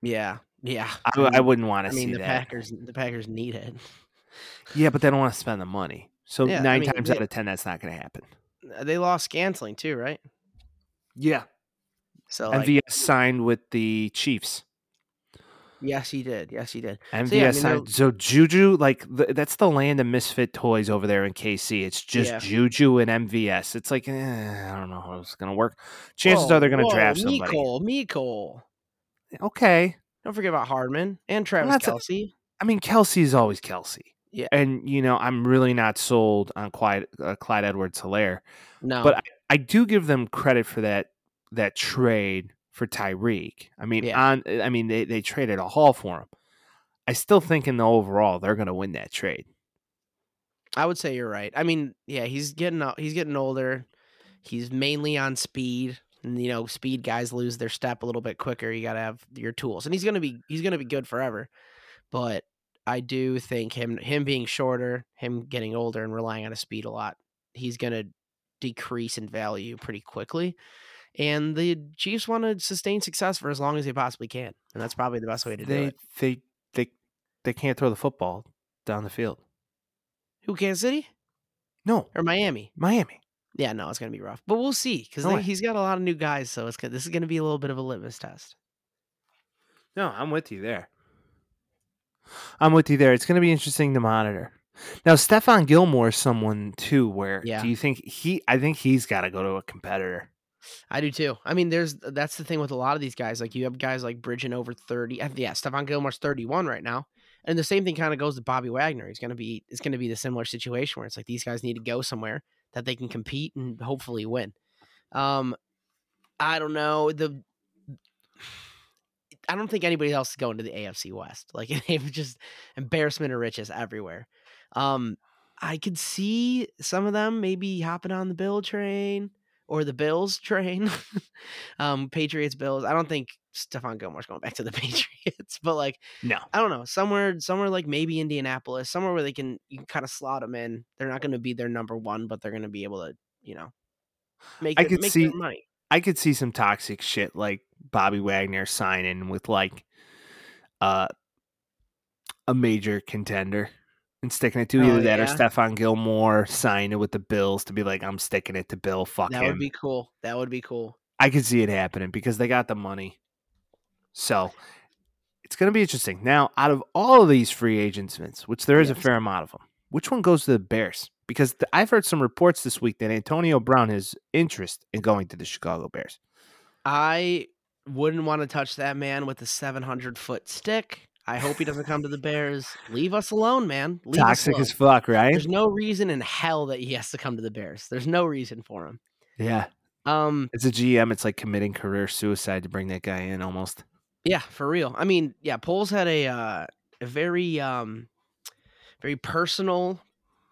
Speaker 2: Yeah, yeah.
Speaker 1: I, I wouldn't want
Speaker 2: I
Speaker 1: to
Speaker 2: mean,
Speaker 1: see
Speaker 2: the
Speaker 1: that.
Speaker 2: Packers, the Packers need it.
Speaker 1: Yeah, but they don't want to spend the money. So
Speaker 2: Yeah, I
Speaker 1: nine
Speaker 2: mean,
Speaker 1: times
Speaker 2: yeah.
Speaker 1: out of ten, that's not going to happen.
Speaker 2: Uh, They lost Scantling too, right?
Speaker 1: Yeah,
Speaker 2: So like,
Speaker 1: MVS signed with the Chiefs.
Speaker 2: yes, he did. Yes, he did.
Speaker 1: MVS
Speaker 2: yeah, I mean,
Speaker 1: signed. So Juju, like th- that's the land of misfit toys over there in KC. It's just
Speaker 2: Yeah.
Speaker 1: Juju and MVS. It's like eh, I don't know how it's going to work. Chances
Speaker 2: Whoa,
Speaker 1: are they're going
Speaker 2: whoa,
Speaker 1: to draft somebody.
Speaker 2: Mecole, Mecole.
Speaker 1: Okay,
Speaker 2: Don't forget about Hardman and Travis
Speaker 1: that's a-
Speaker 2: Kelsey.
Speaker 1: I mean Kelsey is always Kelsey.
Speaker 2: Yeah.
Speaker 1: and you know I'm really not sold on Clyde uh, Clyde Edwards Hilaire.
Speaker 2: No,
Speaker 1: but I do give them credit for that that trade for Tyreek. I mean,
Speaker 2: Yeah.
Speaker 1: on eh, I mean they they traded a haul for him. I still think in the overall they're going to win that trade.
Speaker 2: I would say you're right. I mean, yeah, he's getting o- he's getting older. He's mainly on speed. And, you know, speed guys lose their step a little bit quicker. You got to have your tools. And he's going to be he's going to be good forever. But I do think him him being shorter, him getting older and relying on his speed a lot, he's going to decrease in value pretty quickly. And the Chiefs want to sustain success for as long as they possibly can. And that's probably the best way to do
Speaker 1: They
Speaker 2: it.
Speaker 1: they they they can't throw the football down the field.
Speaker 2: Who Kansas City
Speaker 1: No,
Speaker 2: or Miami?
Speaker 1: Miami.
Speaker 2: Yeah, no, it's gonna be rough, but we'll see because
Speaker 1: No way.
Speaker 2: he's got a lot of new guys, so it's gonna, this is gonna be a little bit of a litmus test.
Speaker 1: No, I'm with you there. I'm with you there. It's going to be interesting to monitor. Now, Stefan Gilmore is someone too. Where
Speaker 2: Yeah.
Speaker 1: do you think he? I think he's got to go to a competitor.
Speaker 2: I do too. I mean, there's that's the thing with a lot of these guys. Like you have guys like bridging over thirty. uh, Yeah, Stephon Gilmore's thirty-one right now, and the same thing kind of goes to Bobby Wagner. He's gonna be it's gonna be the similar situation where it's like these guys need to go somewhere that they can compete and hopefully win. Um, I don't know the. I don't think anybody else is going to the AFC West. Like *laughs* they've just embarrassment of riches everywhere. Um, I could see some of them maybe hopping on the Bill train or the Bills train. *laughs* um, Patriots Bills. I don't think Stephon Gilmore's going back to the *laughs* Patriots, but like
Speaker 1: No,
Speaker 2: I don't know, somewhere somewhere like maybe Indianapolis, somewhere where they can you can kind of slot them in. They're not going to be their number one, but they're going to be able to you know make
Speaker 1: I
Speaker 2: it-
Speaker 1: could
Speaker 2: make
Speaker 1: see-
Speaker 2: their money.
Speaker 1: I could see some toxic shit like Bobby Wagner signing with like uh a major contender and sticking it to
Speaker 2: Oh,
Speaker 1: either that or
Speaker 2: yeah.
Speaker 1: Stefan Gilmore signing it with the Bills to be like, I'm sticking it to Bill. Fuck
Speaker 2: That
Speaker 1: him.
Speaker 2: would be cool. That would be cool.
Speaker 1: I could see it happening because they got the money. So it's gonna be interesting. Now, out of all of these free agents, Vince, which there is a
Speaker 2: Yes.
Speaker 1: fair amount of them, which one goes to the Bears? Because th- I've heard some reports this week that Antonio Brown has interest in going to the Chicago Bears.
Speaker 2: I wouldn't want to touch that man with a 700 foot stick. I hope he
Speaker 1: *laughs*
Speaker 2: doesn't come to the Bears. Leave us alone, man. Leave
Speaker 1: Toxic
Speaker 2: us alone.
Speaker 1: as eh? fuck, right?
Speaker 2: There's no reason in hell that he has to come to the Bears. There's no reason for him.
Speaker 1: Yeah.
Speaker 2: Um,
Speaker 1: As a GM, it's like committing career suicide to bring that guy in almost.
Speaker 2: yeah, for real. I mean, yeah, Poles had a uh, a very um, very personal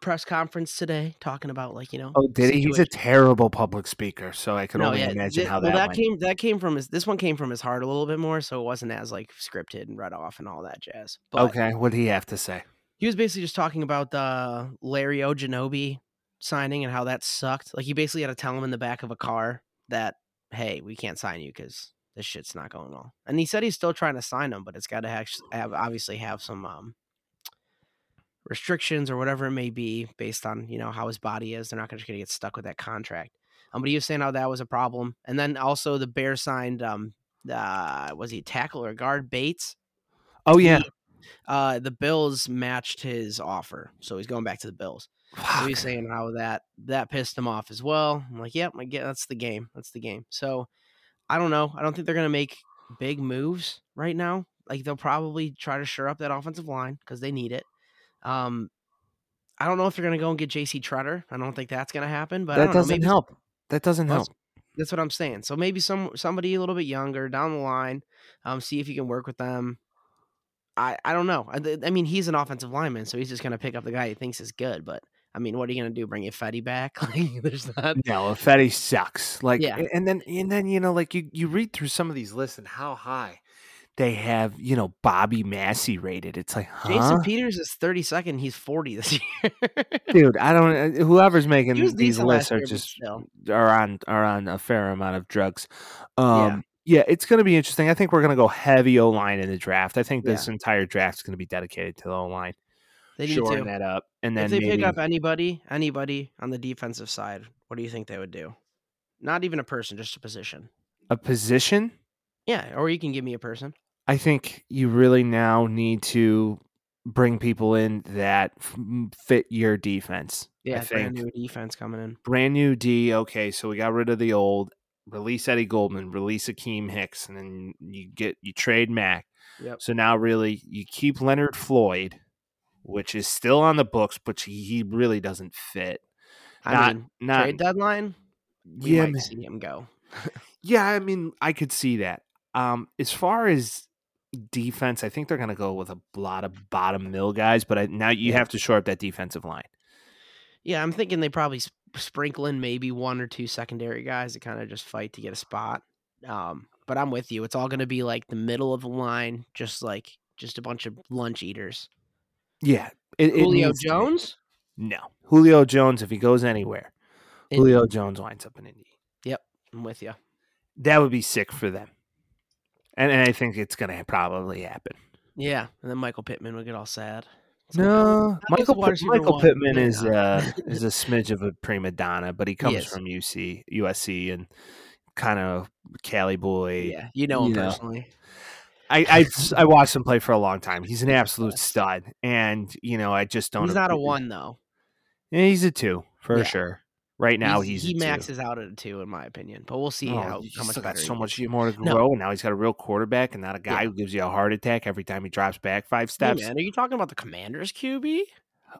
Speaker 2: press conference today, talking about like you know.
Speaker 1: Oh, did he? He's a
Speaker 2: situation.
Speaker 1: terrible public speaker, so I could
Speaker 2: No,
Speaker 1: only
Speaker 2: yeah,
Speaker 1: imagine
Speaker 2: thi-
Speaker 1: how
Speaker 2: well,
Speaker 1: that, went.
Speaker 2: came that came from his. This one came from his heart a little bit more, so it wasn't as like scripted and read off and all that jazz. But
Speaker 1: okay, what did he have to say?
Speaker 2: he was basically just talking about the Larry Oginobi signing and how that sucked. Like he basically had to tell him in the back of a car that, hey, we can't sign you because this shit's not going well. And he said he's still trying to sign him, but it's got to have obviously have some um, restrictions or whatever it may be based on you know how his body is. They're not just going to get stuck with that contract. Um, but he was saying how that was a problem. And then also the Bears signed um, uh, was he tackle or guard Bates?
Speaker 1: Oh yeah,
Speaker 2: uh, the Bills matched his offer, so he's going back to the Bills. So he's
Speaker 1: Fuck.
Speaker 2: saying how that that pissed him off as well. I'm like, yep, I get that's the game. That's the game. So I don't know. I don't think they're gonna make big moves right now. Like they'll probably try to shore up that offensive line because they need it. Um, I don't know if they're gonna go and get J.C. Treader. I don't think that's gonna happen. But I
Speaker 1: that
Speaker 2: don't know,
Speaker 1: doesn't
Speaker 2: maybe-
Speaker 1: help. That doesn't
Speaker 2: Well,
Speaker 1: help.
Speaker 2: that's what I'm saying. So maybe some somebody a little bit younger down the line, um, see if you can work with them. I I don't know. I, th- I mean, he's an offensive lineman, so he's just gonna pick up the guy he thinks is good. But I mean, what are you gonna do? Bring your fatty back? *laughs* Like, there's not.
Speaker 1: No, Fetty sucks. Like,
Speaker 2: Yeah.
Speaker 1: a- and then and then you know, like you you read through some of these lists and how high they have, you know, Bobby Massey rated. It's like, huh?
Speaker 2: Jason Peters is 32nd. He's 40 this *laughs* year.
Speaker 1: dude, I don't. uh, Whoever's making
Speaker 2: He was
Speaker 1: these
Speaker 2: decent
Speaker 1: lists
Speaker 2: last
Speaker 1: are
Speaker 2: year, but
Speaker 1: just
Speaker 2: still.
Speaker 1: are on are on a fair amount of drugs.
Speaker 2: Yeah.
Speaker 1: Um, yeah. it's going to be interesting. I think we're going to go heavy O line in the draft. I think
Speaker 2: Yeah.
Speaker 1: this entire draft's going to be dedicated to the O line,
Speaker 2: They need
Speaker 1: shoring
Speaker 2: to.
Speaker 1: that up, and
Speaker 2: If
Speaker 1: then
Speaker 2: they
Speaker 1: maybe
Speaker 2: pick up anybody, anybody on the defensive side, what do you think they would do? Not even a person, just a position.
Speaker 1: a position.
Speaker 2: Yeah, or you can give me a person.
Speaker 1: I think you really now need to bring people in that f- m- fit your defense. I
Speaker 2: Yeah, brand
Speaker 1: think
Speaker 2: new defense coming in.
Speaker 1: brand new D. Okay, so we got rid of the old. Release Eddie Goldman, release Akeem Hicks, and then you get you trade Mac.
Speaker 2: Yep.
Speaker 1: So now really you keep Leonard Floyd, which is still on the books, but he- he really doesn't fit.
Speaker 2: I
Speaker 1: Not-
Speaker 2: mean,
Speaker 1: Not
Speaker 2: trade deadline. We
Speaker 1: yeah,
Speaker 2: might
Speaker 1: man.
Speaker 2: see him go.
Speaker 1: yeah, I mean, I could see that. Um, as far as defense, I think they're gonna go with a lot of bottom mill guys, but I, now you
Speaker 2: Yeah.
Speaker 1: have to shore up that defensive line.
Speaker 2: Yeah, I'm thinking they probably s- sprinkle in maybe one or two secondary guys to kind of just fight to get a spot. Um, but I'm with you. It's all going to be like the middle of the line, just like just a bunch of lunch eaters.
Speaker 1: Yeah, it, it
Speaker 2: Julio
Speaker 1: needs to be-
Speaker 2: Jones.
Speaker 1: No, Julio Jones. If he goes anywhere,
Speaker 2: Indy.
Speaker 1: Julio Jones winds up in Indy.
Speaker 2: I'm with you.
Speaker 1: That would be sick for them, and, and I think it's gonna probably happen.
Speaker 2: Yeah, and then Michael Pittman would get all sad. It's like,
Speaker 1: No,
Speaker 2: was
Speaker 1: Michael,
Speaker 2: wide
Speaker 1: Pitt-
Speaker 2: receiver
Speaker 1: Michael
Speaker 2: one,
Speaker 1: Pittman
Speaker 2: really
Speaker 1: is
Speaker 2: not. *laughs*
Speaker 1: uh, is a smidge of a prima donna, but he comes
Speaker 2: is.
Speaker 1: from UC USC and kind of Cali boy.
Speaker 2: yeah, you know him
Speaker 1: you know.
Speaker 2: personally.
Speaker 1: I I s- I watched him play for a long time. He's an absolute stud, and you know I just don't.
Speaker 2: He's not a
Speaker 1: approve-
Speaker 2: one though.
Speaker 1: Yeah, he's a two for
Speaker 2: Yeah.
Speaker 1: sure. Right now he's,
Speaker 2: he
Speaker 1: a two.
Speaker 2: maxes out at a two, in my opinion. But we'll see
Speaker 1: Oh,
Speaker 2: how,
Speaker 1: he's
Speaker 2: how much
Speaker 1: still got
Speaker 2: better.
Speaker 1: so
Speaker 2: he
Speaker 1: much
Speaker 2: gets.
Speaker 1: more to grow,
Speaker 2: No.
Speaker 1: and now he's got a real quarterback and not a guy
Speaker 2: Yeah.
Speaker 1: who gives you a heart attack every time he drops back five
Speaker 2: Hey,
Speaker 1: steps.
Speaker 2: man, are you talking about the Commanders QB?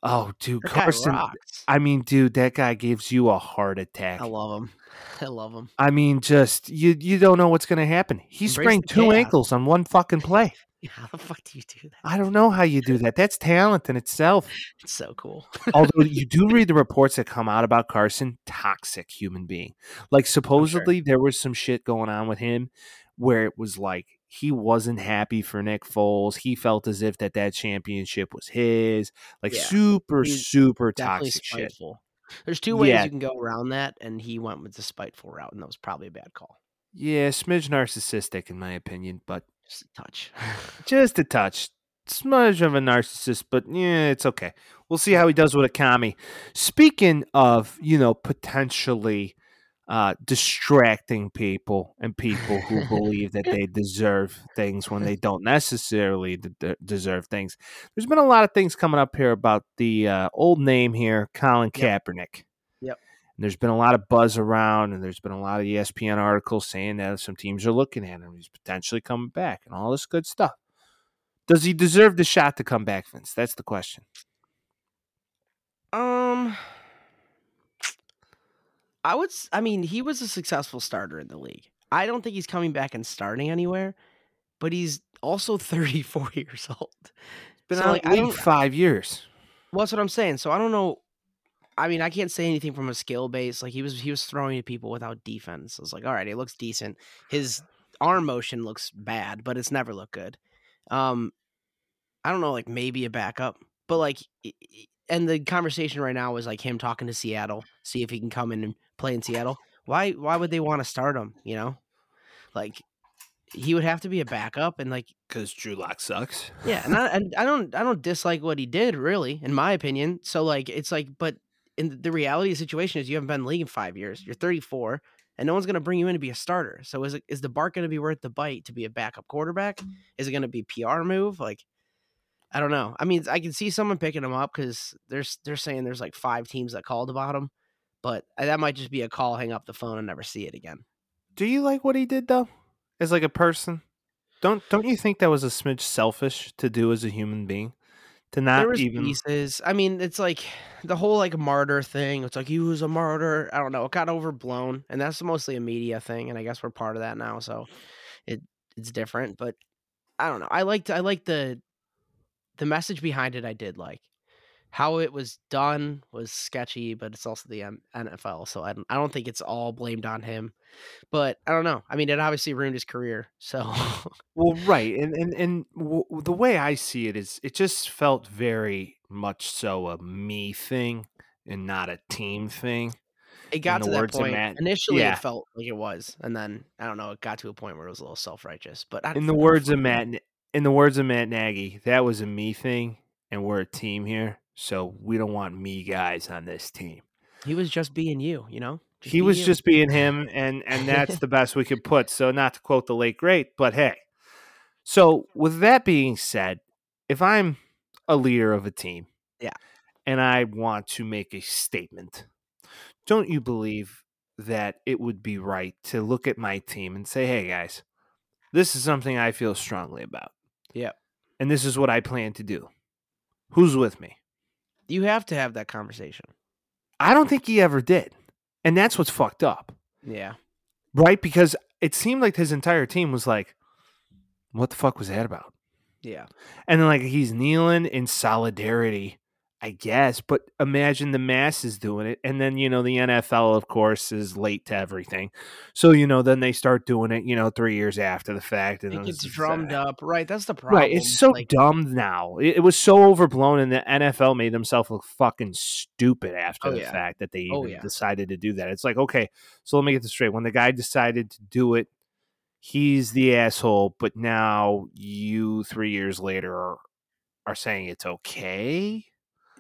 Speaker 1: oh, dude,
Speaker 2: That guy
Speaker 1: Carson.
Speaker 2: rocks.
Speaker 1: I mean, dude, that guy gives you a heart attack.
Speaker 2: I love him. *laughs* I love him.
Speaker 1: I mean, just you you don't know what's gonna happen. He
Speaker 2: Embrace
Speaker 1: sprained
Speaker 2: the
Speaker 1: two
Speaker 2: chaos.
Speaker 1: ankles on one fucking play.
Speaker 2: How the fuck do you do that?
Speaker 1: I don't know how you do that. That's talent in itself.
Speaker 2: It's so cool.
Speaker 1: Although you do read the reports that come out about Carson, toxic human being. Like supposedly there was some shit going on with him where it was like he wasn't happy for Nick Foles. He felt as if that that championship was his. Like
Speaker 2: Yeah.
Speaker 1: super
Speaker 2: He's
Speaker 1: super
Speaker 2: Definitely
Speaker 1: toxic shit.
Speaker 2: spiteful. There's two ways
Speaker 1: Yeah.
Speaker 2: you can go around that, and he went with the spiteful route, and that was probably a bad call.
Speaker 1: Yeah, smidge narcissistic in my opinion, but
Speaker 2: Just a touch.
Speaker 1: just a touch smudge of a narcissist but yeah it's okay we'll see how he does with a commie speaking of you know potentially uh distracting people and people
Speaker 2: *laughs*
Speaker 1: who believe that they deserve things when they don't necessarily de- de- deserve things there's been a lot of things coming up here about the uh, old name here colin
Speaker 2: Yep.
Speaker 1: kaepernick
Speaker 2: Yep.
Speaker 1: and there's been a lot of buzz around, and there's been a lot of E ESPN articles saying that some teams are looking at him. He's potentially coming back, and all this good stuff. Does he deserve the shot to come back, Vince? That's the question.
Speaker 2: *sighs* um, I would. s- I mean, he was a successful starter in the league. I don't think he's coming back and starting anywhere, but he's also *laughs* 34 years old.
Speaker 1: Been
Speaker 2: So,
Speaker 1: out
Speaker 2: like,
Speaker 1: of
Speaker 2: I
Speaker 1: the league
Speaker 2: don't-
Speaker 1: five years.
Speaker 2: Well, that's what I'm saying. So I don't know. I mean, I can't say anything from a skill base. Like he was, he was throwing at people without defense. I was like, all right, it looks decent. His arm motion looks bad, but it's never looked good. Um, I don't know, like maybe a backup, but like, i- i- and the conversation right now is like him talking to Seattle, see if he can come in and play in Seattle. Why? Why would they want to start him? You know, like he would have to be a backup, and like
Speaker 1: Because Drew Lock sucks.
Speaker 2: yeah, and I, and I don't I don't dislike what he did really, in my opinion. So like it's like, but in the reality of the situation is you haven't been in the league in five years. You're 34, and no one's gonna bring you in to be a starter. So is it, is the bark gonna be worth the bite to be a backup quarterback? Is it gonna be PR move? Like I don't know. I mean, I can see someone picking him up because there's they're saying there's like five teams that called about him, but uh, that might just be a call, hang up the phone, and never see it again.
Speaker 1: Do you like what he did though? As like a person? Don't don't you think that was a smidge selfish to do as a human being? To
Speaker 2: there
Speaker 1: not
Speaker 2: was
Speaker 1: even
Speaker 2: pieces. I mean, it's like *sighs* the whole like martyr thing. It's like he was a martyr. I don't know. It got overblown, and that's mostly a media thing. And I guess we're part of that now, so it it's different. But I don't know. I liked I liked the the message behind it. I did like. how it was done was sketchy, but it's also the um, NFL, so I don't, I don't think it's all blamed on him. But I don't know. I mean, it obviously ruined his career. So *laughs*
Speaker 1: Well, right, and and and w- w- the way I see it is, it just felt very much so a me thing and not a team thing.
Speaker 2: it got
Speaker 1: the
Speaker 2: to that
Speaker 1: words of
Speaker 2: point.
Speaker 1: Matt-
Speaker 2: Initially,
Speaker 1: yeah.
Speaker 2: it felt like it was, and then I don't know. It got to a point where it was a little self righteous. But I,
Speaker 1: In the
Speaker 2: I don't
Speaker 1: words of
Speaker 2: fucking know.
Speaker 1: Matt, Na- in the words of Matt Nagy, that was a me thing, and we're a team here, so we don't want me guys on this team.
Speaker 2: he was just being you. You know, Just
Speaker 1: he
Speaker 2: be
Speaker 1: was
Speaker 2: you.
Speaker 1: just being him, and and
Speaker 2: *laughs*
Speaker 1: that's the best we could put. So, not to quote the late great, but hey. So, with that being said, if I'm a leader of a team,
Speaker 2: Yeah.
Speaker 1: and I want to make a statement, don't you believe that it would be right to look at my team and say, "Hey, guys, this is something I feel strongly about."
Speaker 2: Yep.
Speaker 1: and this is what I plan to do. Who's with me?
Speaker 2: you have to have that conversation.
Speaker 1: I don't think he ever did, and that's what's fucked up.
Speaker 2: Yeah,
Speaker 1: right? Because it seemed like his entire team was like, "What the fuck was that about?"
Speaker 2: yeah.
Speaker 1: And then like he's kneeling in solidarity, I guess. But imagine the masses doing it, and then you know the NFL, of course, is late to everything, so you know then they start doing it, you know, three years after the fact, and
Speaker 2: It gets
Speaker 1: it's- it's,
Speaker 2: drummed
Speaker 1: uh,
Speaker 2: up, right? That's the problem.
Speaker 1: Right, it's so
Speaker 2: like,
Speaker 1: dumb now. It, it was so overblown, and the NFL made themselves look fucking stupid after
Speaker 2: Oh,
Speaker 1: the
Speaker 2: yeah.
Speaker 1: fact that they even
Speaker 2: Oh, yeah.
Speaker 1: decided to do that. It's like, okay, so let me get this straight. When the guy decided to do it, he's the asshole, but now you three years later are, are saying it's okay.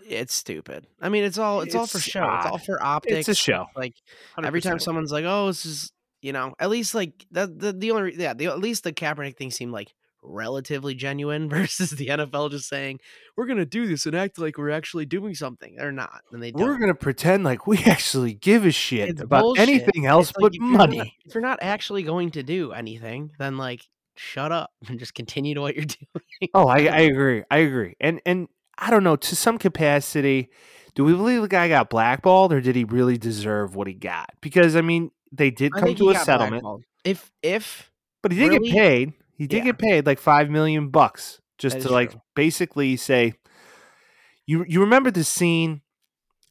Speaker 2: it's stupid. I mean, it's all it's, all for
Speaker 1: It's
Speaker 2: show. It's all
Speaker 1: odd.
Speaker 2: for
Speaker 1: It's
Speaker 2: optics.
Speaker 1: a show.
Speaker 2: Like every time
Speaker 1: 100%.
Speaker 2: someone's like, "Oh, this is," you know, at least like the the, the only re- yeah, the, at least the Kaepernick thing seemed like relatively genuine *laughs* versus the NFL just saying we're gonna do this and act like we're actually doing something. They're not, and they
Speaker 1: we're
Speaker 2: don't.
Speaker 1: gonna pretend like we *laughs* actually give a shit
Speaker 2: It's
Speaker 1: about
Speaker 2: bullshit.
Speaker 1: anything else
Speaker 2: It's like,
Speaker 1: but
Speaker 2: if you're not-
Speaker 1: money.
Speaker 2: if you're not actually going to do anything, then like shut up and just continue to what you're *laughs* doing.
Speaker 1: Oh, I, I agree. I agree. And and I don't know, to some capacity, do we believe the guy got blackballed or did he really deserve what he got? Because I mean, they did
Speaker 2: I
Speaker 1: come
Speaker 2: think
Speaker 1: to
Speaker 2: he
Speaker 1: a
Speaker 2: got
Speaker 1: settlement,
Speaker 2: blackballed. If if
Speaker 1: but he did
Speaker 2: Really?
Speaker 1: get paid. He did
Speaker 2: Yeah.
Speaker 1: get paid like 5 million bucks just
Speaker 2: That
Speaker 1: to
Speaker 2: is
Speaker 1: like
Speaker 2: true.
Speaker 1: basically say you you remember the scene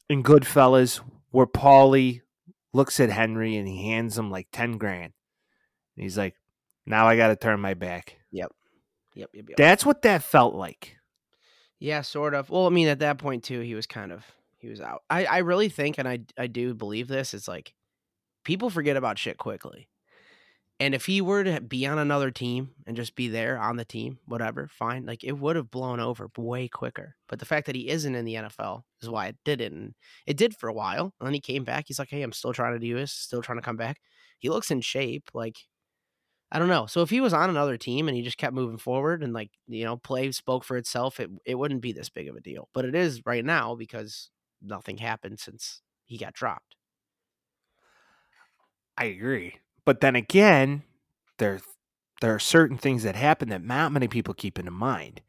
Speaker 1: in Goodfellas where Paulie looks at Henry and he hands him like 10 grand. And he's like, "Now I got to turn my back."
Speaker 2: yep yep yep
Speaker 1: That's what that felt like.
Speaker 2: Yeah, sort of. Well, I mean, at that point too, he was kind of he was out. I I really think, and I I do believe this. It's like people forget about shit quickly. And if he were to be on another team and just be there on the team, whatever, fine. Like it would have blown over way quicker. But the fact that he isn't in the NFL is why it didn't. And It did for a while, and then he came back. He's like, "Hey, I'm still trying to do this. Still trying to come back." He looks in shape. Like I don't know. So if he was on another team and he just kept moving forward and like you know play spoke for itself, it it wouldn't be this big of a deal. But it is right now because nothing happened since he got dropped.
Speaker 1: I agree. But then again, there there are certain things that happen that not many people keep in mind.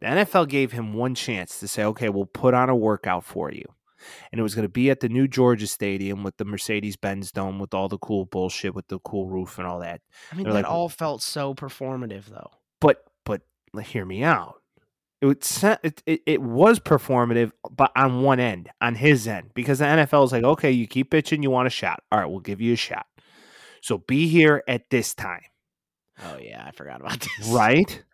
Speaker 1: The NFL gave him one chance to say, "Okay, we'll put on a workout for you." And it was going to be at the new Georgia Stadium with the Mercedes-Benz dome with all the cool bullshit with the cool roof and all that.
Speaker 2: I mean,
Speaker 1: They're
Speaker 2: that
Speaker 1: like-
Speaker 2: all felt so performative though.
Speaker 1: But but l- hear me out. It, would, se- it, it it was performative, but on one end, on his end, because the NFL is like, okay, you keep bitching, you want a shot. All right, we'll give you a shot. So be here at this time.
Speaker 2: Oh yeah, I forgot about *laughs* this.
Speaker 1: Right?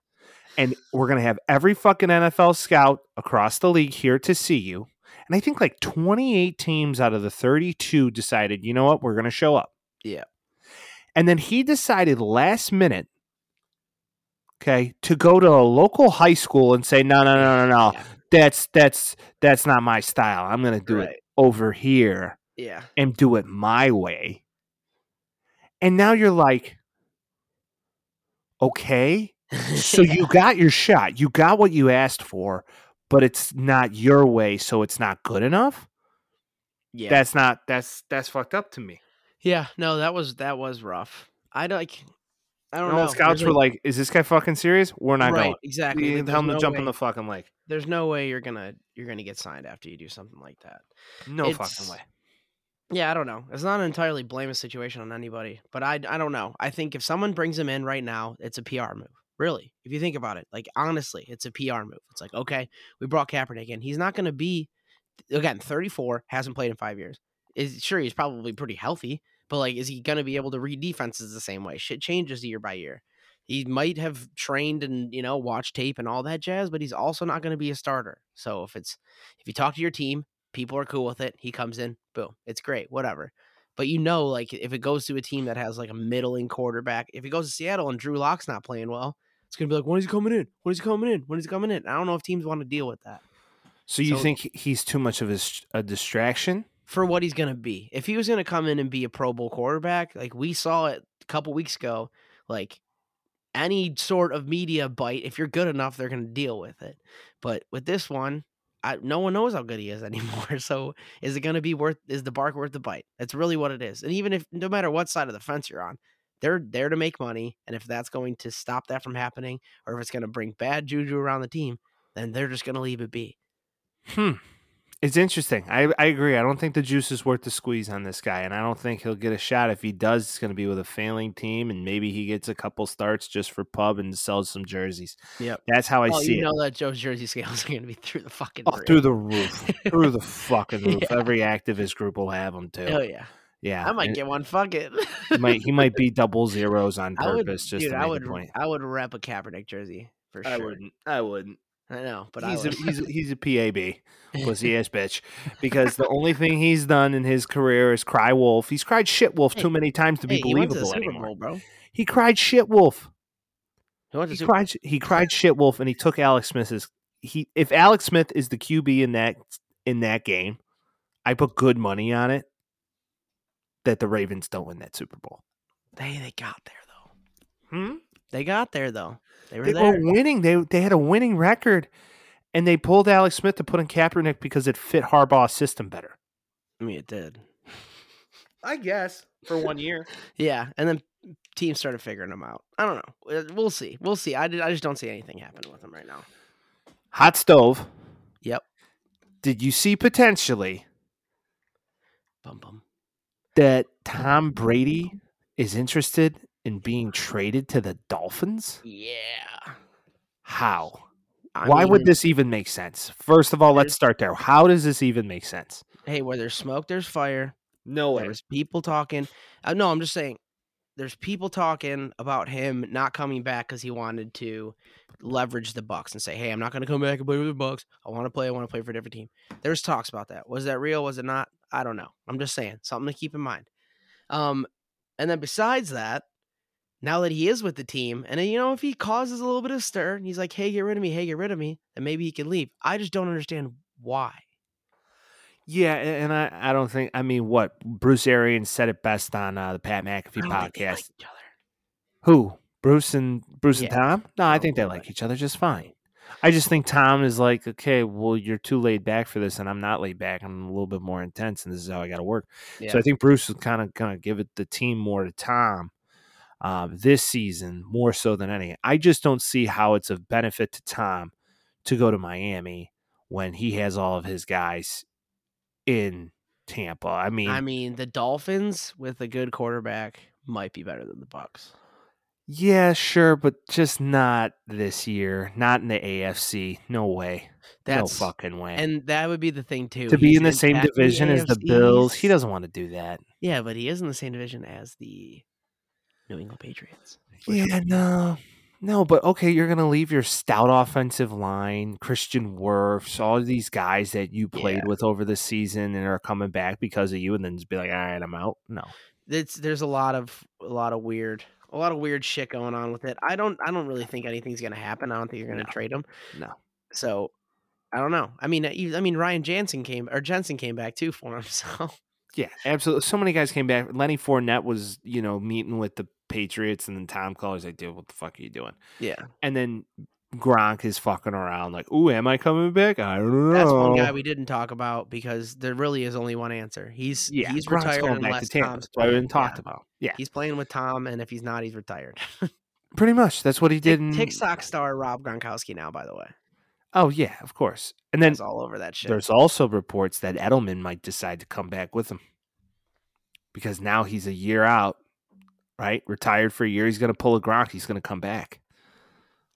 Speaker 1: And we're going to have every fucking NFL scout across the league here to see you. And I think like 28 teams out of the 32 decided, you know what, we're going to show up.
Speaker 2: Yeah.
Speaker 1: And then he decided last minute, okay, to go to a local high school and say, no, no, no, no, no,
Speaker 2: Yeah.
Speaker 1: that's that's that's not my style. I'm going to do
Speaker 2: Right.
Speaker 1: it over here
Speaker 2: Yeah.
Speaker 1: and do it my way. And now you're like, okay,
Speaker 2: *laughs*
Speaker 1: so you got your shot. You got what you asked for, but it's not your way, so it's not good enough.
Speaker 2: yeah.
Speaker 1: That's not that's that's fucked up to me.
Speaker 2: yeah. No, that was that was rough. I like. I don't
Speaker 1: And all
Speaker 2: know.
Speaker 1: the
Speaker 2: There's,
Speaker 1: scouts were like, "Is this guy fucking serious? We're not
Speaker 2: right,
Speaker 1: going."
Speaker 2: exactly.
Speaker 1: We
Speaker 2: like,
Speaker 1: tell
Speaker 2: there's
Speaker 1: him
Speaker 2: no
Speaker 1: to jump
Speaker 2: way-
Speaker 1: on the fucking lake.
Speaker 2: There's no way you're gonna you're gonna get signed after you do something like that.
Speaker 1: No
Speaker 2: It's-
Speaker 1: fucking way.
Speaker 2: Yeah, I don't know. It's not an entirely blame a situation on anybody, but I, I don't know. I think if someone brings him in right now, it's a PR move. Really, if you think about it, like honestly, it's a PR move. It's like, okay, we brought Kaepernick in. He's not going to be again 34, hasn't played in five years. Is sure he's probably pretty healthy, but like, is he going to be able to read defenses the same way? Shit changes year by year. He might have trained and you know watched tape and all that jazz, but he's also not going to be a starter. So if it's if you talk to your team, people are cool with it. He comes in, boom, it's great, whatever. But you know, like if it goes to a team that has like a middling quarterback, if it goes to Seattle and Drew Locke's not playing well, it's gonna be like, when is he coming in? When is he coming in? When is he coming in? I don't know if teams want to deal with that
Speaker 1: So you
Speaker 2: So-
Speaker 1: think he's too much of a, s- a distraction?
Speaker 2: for what he's gonna be. If he was gonna come in and be a Pro Bowl quarterback, like we saw it a couple weeks ago, like any sort of media bite, if you're good enough, they're gonna deal with it. But with this one, I, no one knows how good he is *laughs* anymore. So is it gonna be worth? Is the bark worth the bite? That's really what it is. And even if no matter what side of the fence you're on. They're there to make money, and if that's going to stop that from happening, or if it's going to bring bad juju around the team, then they're just going to leave it be.
Speaker 1: Hmm. It's interesting. I, I agree. I don't think the juice is worth the squeeze on this guy, and I don't think he'll get a shot. If he does, it's going to be with a failing team, and maybe he gets a couple starts just for pub and sells some jerseys.
Speaker 2: Yep.
Speaker 1: That's how I
Speaker 2: oh,
Speaker 1: see
Speaker 2: you
Speaker 1: it.
Speaker 2: know that Joe's jersey *laughs* scales are going to be through the fucking
Speaker 1: Oh,
Speaker 2: roof.
Speaker 1: through the roof, through
Speaker 2: *laughs*
Speaker 1: the fucking roof.
Speaker 2: Yeah.
Speaker 1: Every activist group will have him too.
Speaker 2: Oh yeah,
Speaker 1: yeah,
Speaker 2: I might
Speaker 1: and
Speaker 2: get one. Fuck it.
Speaker 1: he might he might be double zeros on
Speaker 2: *laughs* I
Speaker 1: purpose just
Speaker 2: would, dude.
Speaker 1: to
Speaker 2: I
Speaker 1: make
Speaker 2: would.
Speaker 1: a point.
Speaker 2: I would rep a Kaepernick jersey for sure.
Speaker 1: I wouldn't. I wouldn't.
Speaker 2: I know, but
Speaker 1: he's
Speaker 2: I would.
Speaker 1: a he's a, he's a PAB
Speaker 2: *laughs*
Speaker 1: pussy ass bitch because the only thing he's done in his career is cry wolf. He's cried shit wolf
Speaker 2: Hey,
Speaker 1: too many times to
Speaker 2: hey,
Speaker 1: be
Speaker 2: he went to the
Speaker 1: believable
Speaker 2: Super
Speaker 1: anymore.
Speaker 2: Bowl, bro.
Speaker 1: He cried shit wolf.
Speaker 2: He went to
Speaker 1: He
Speaker 2: Super.
Speaker 1: cried he cried shit wolf and he took Alex Smith's he if Alex Smith is the QB in that in that game, I put good money on it that the Ravens don't win that Super Bowl.
Speaker 2: Hey, they got there though.
Speaker 1: Hmm?
Speaker 2: They got there though. They were
Speaker 1: They oh
Speaker 2: there.
Speaker 1: were winning. They they had a winning record and they pulled Alex Smith to put in Kaepernick because it fit Harbaugh's system better.
Speaker 2: I mean, it did.
Speaker 1: I guess for one year.
Speaker 2: Yeah, and then teams started figuring him out. I don't know. Uh, We'll see. We'll see. I did. I just don't see anything happening with him right now.
Speaker 1: Hot stove.
Speaker 2: Yep.
Speaker 1: Did you see potentially
Speaker 2: Bum bum.
Speaker 1: that Tom Brady is interested in being traded to the Dolphins?
Speaker 2: Yeah.
Speaker 1: How?
Speaker 2: I
Speaker 1: Why would
Speaker 2: mean,
Speaker 1: this even make sense? First of all, let's
Speaker 2: There's-
Speaker 1: start there. How does this even make sense?
Speaker 2: Hey, where there's smoke, there's fire.
Speaker 1: No
Speaker 2: There was people talking. Uh, no, I'm just saying. There's people talking about him not coming back because he wanted to leverage the Bucks and say, "Hey, I'm not going to come back and play with the Bucks. I want to play. I want to play for a different team." There's talks about that. Was that real? Was it not? I don't know. I'm just saying something to keep in mind. Um, and then besides that, now that he is with the team, and then, you know, if he causes a little bit of stir, and he's like, "Hey, get rid of me. Hey, get rid of me," then maybe he can leave. I just don't understand why.
Speaker 1: Yeah, a- and I, I don't think I mean what Bruce Arians said it best on uh, the Pat
Speaker 2: I
Speaker 1: McAfee
Speaker 2: don't think they
Speaker 1: podcast.
Speaker 2: like each other.
Speaker 1: Who? Bruce and Bruce and
Speaker 2: Yeah,
Speaker 1: Tom? No, I think they
Speaker 2: probably.
Speaker 1: like each other just fine. I just think Tom is like, okay, well, you're too laid back for this, and I'm not laid back. I'm a little bit more intense, and this is how I got to work.
Speaker 2: Yeah.
Speaker 1: So I think Bruce is kind of going to give it the team more to Tom um, this season, more so than any. I just don't see how it's of benefit to Tom to go to Miami when he has all of his guys in Tampa. I mean,
Speaker 2: I mean, the Dolphins with a good quarterback might be better than the Bucks.
Speaker 1: yeah, sure, but just not this year. Not in the AFC. No way.
Speaker 2: That's
Speaker 1: no fucking way.
Speaker 2: and that would be the thing too.
Speaker 1: to be
Speaker 2: He's
Speaker 1: in the same
Speaker 2: at
Speaker 1: division as the
Speaker 2: AFCs.
Speaker 1: Bills, he doesn't want to do that.
Speaker 2: Yeah, but he is in the same division as the New England Patriots. Which-
Speaker 1: Yeah, no. No, but okay, you're gonna leave your stout offensive line, Christian Wirfs, all of these guys that you played
Speaker 2: Yeah.
Speaker 1: with over the season and are coming back because of you, and then just be like, all right, I'm out. No,
Speaker 2: It's there's a lot of a lot of weird a lot of weird shit going on with it. I don't I don't really think anything's gonna happen. I don't think you're gonna
Speaker 1: No.
Speaker 2: trade him.
Speaker 1: no.
Speaker 2: So I don't know. I mean, I I mean Ryan Jansen came or Jensen came back too for him. *laughs* So
Speaker 1: Yeah, absolutely. So many guys came back. Lenny Fournette was, you know, meeting with the Patriots, and then Tom Caller's like, dude, what the fuck are you doing?
Speaker 2: yeah,
Speaker 1: And then Gronk is fucking around, like, ooh, am I coming back? I don't know.
Speaker 2: That's one
Speaker 1: Oh.
Speaker 2: guy we didn't talk about because there really is only one answer. He's
Speaker 1: yeah,
Speaker 2: he's
Speaker 1: Gronk's
Speaker 2: retired
Speaker 1: going back to
Speaker 2: unless
Speaker 1: Tampa.
Speaker 2: Tom's
Speaker 1: That's why we
Speaker 2: playing.
Speaker 1: haven't talked about. Yeah,
Speaker 2: He's playing with Tom, and if he's not, he's retired.
Speaker 1: pretty much. That's what he did. in-
Speaker 2: TikTok star Rob Gronkowski now, by the way,
Speaker 1: Oh yeah, of course. And then
Speaker 2: is all over that shit.
Speaker 1: there's also reports that Edelman might decide to come back with him because now he's a year out, right? Retired for a year. He's going to pull a Gronk. He's going to come back.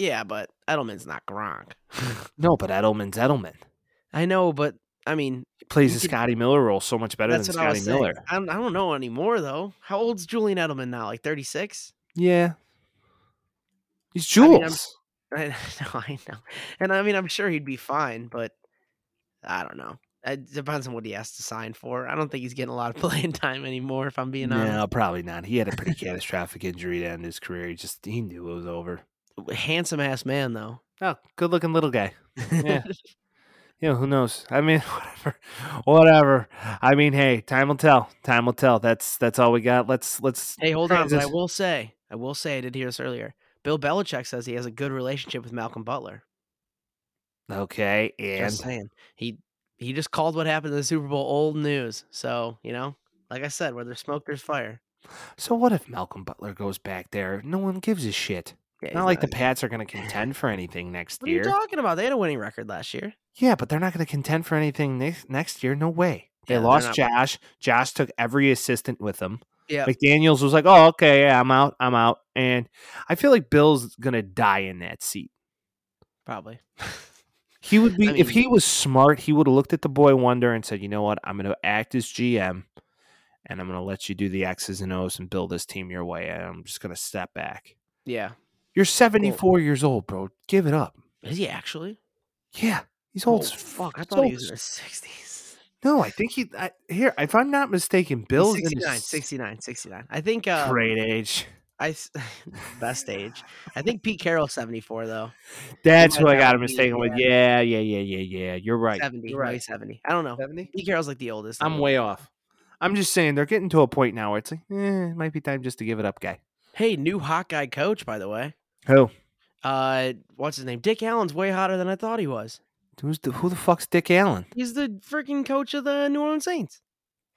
Speaker 2: Yeah, but Edelman's not
Speaker 1: *laughs*
Speaker 2: Gronk.
Speaker 1: No, but Edelman's Edelman.
Speaker 2: I know, but I mean,
Speaker 1: He plays the
Speaker 2: could-
Speaker 1: Scotty Miller role so much better than
Speaker 2: that's what I
Speaker 1: Scotty
Speaker 2: was saying.
Speaker 1: Miller.
Speaker 2: I don't, I don't know anymore though. How old's Julian Edelman now? Like thirty six.
Speaker 1: Yeah. He's
Speaker 2: I
Speaker 1: Jules.
Speaker 2: mean, I'm- I *laughs* know, I know, and I mean, I'm sure he'd be fine, but I don't know. It depends on what he has to sign for. I don't think he's getting a lot of *laughs* playing time anymore. If I'm being um, honest,
Speaker 1: No, probably not. He had a
Speaker 2: *laughs*
Speaker 1: pretty catastrophic injury to end his career. He just he knew it was over.
Speaker 2: handsome ass man though.
Speaker 1: Oh, good looking little guy.
Speaker 2: *laughs*
Speaker 1: Yeah. You know, who knows? I mean, *laughs* whatever. Whatever. I mean, hey, time will tell. Time will tell. That's that's all we got. Let's let's
Speaker 2: Hey, hold on. But I
Speaker 1: Francis.
Speaker 2: will say, I will say, I did hear this earlier. Bill Belichick says he has a good relationship with Malcolm Butler.
Speaker 1: Okay,
Speaker 2: Just
Speaker 1: and
Speaker 2: saying, he he just called what happened in the Super Bowl old news. So you know, like I said, where there's smoke, there's fire.
Speaker 1: so what if Malcolm Butler goes back there? No one gives a shit.
Speaker 2: Yeah, he's
Speaker 1: Not like the
Speaker 2: a-
Speaker 1: Pats are going to contend for anything next
Speaker 2: What are you
Speaker 1: year.
Speaker 2: talking about? They had a winning record last year.
Speaker 1: Yeah, but they're not going to contend for anything next next year. No way. They
Speaker 2: Yeah, they're
Speaker 1: lost
Speaker 2: not-
Speaker 1: Josh. Josh took every assistant with him.
Speaker 2: Yeah,
Speaker 1: McDaniels was like, "Oh, okay, yeah, I'm out. I'm out." And I feel like Bill's going to die in that seat.
Speaker 2: *laughs* probably.
Speaker 1: He would be
Speaker 2: I
Speaker 1: if
Speaker 2: mean-
Speaker 1: he was smart, he would have looked at the boy wonder and said, "You know what? I'm going to act as GM and I'm going to let you do the X's and O's and build this team your way. And I'm just going to step back."
Speaker 2: yeah.
Speaker 1: You're 74 years old, bro. Give it up.
Speaker 2: Is he actually?
Speaker 1: Yeah, he's old. as
Speaker 2: Oh, fuck! I
Speaker 1: he's
Speaker 2: thought he
Speaker 1: old
Speaker 2: was in
Speaker 1: as-
Speaker 2: his sixties. *laughs*
Speaker 1: No, I think he I, here. If I'm not mistaken, Bill's in his
Speaker 2: 69, 69, 69. I think uh,
Speaker 1: great age.
Speaker 2: I s- *laughs*
Speaker 1: *laughs*
Speaker 2: best age. I think Pete Carroll's seventy four though.
Speaker 1: That's
Speaker 2: might
Speaker 1: who I
Speaker 2: not
Speaker 1: got him
Speaker 2: be,
Speaker 1: mistaken with. Yeah, yeah, yeah, yeah, yeah. You're right.
Speaker 2: seventy,
Speaker 1: You're
Speaker 2: no,
Speaker 1: right.
Speaker 2: he's seventy. I don't know.
Speaker 1: Seventy.
Speaker 2: Pete Carroll's like the oldest.
Speaker 1: I'm
Speaker 2: though.
Speaker 1: way off. I'm just saying they're getting to a point now where it's like, eh, it might be time just to give it up, guy.
Speaker 2: Hey, new hot guy coach, by the way.
Speaker 1: Who?
Speaker 2: Uh, what's his name? Dick Allen's way hotter than I thought he was.
Speaker 1: Who's the, who the fuck's Dick Allen?
Speaker 2: He's the freaking coach of the New Orleans Saints.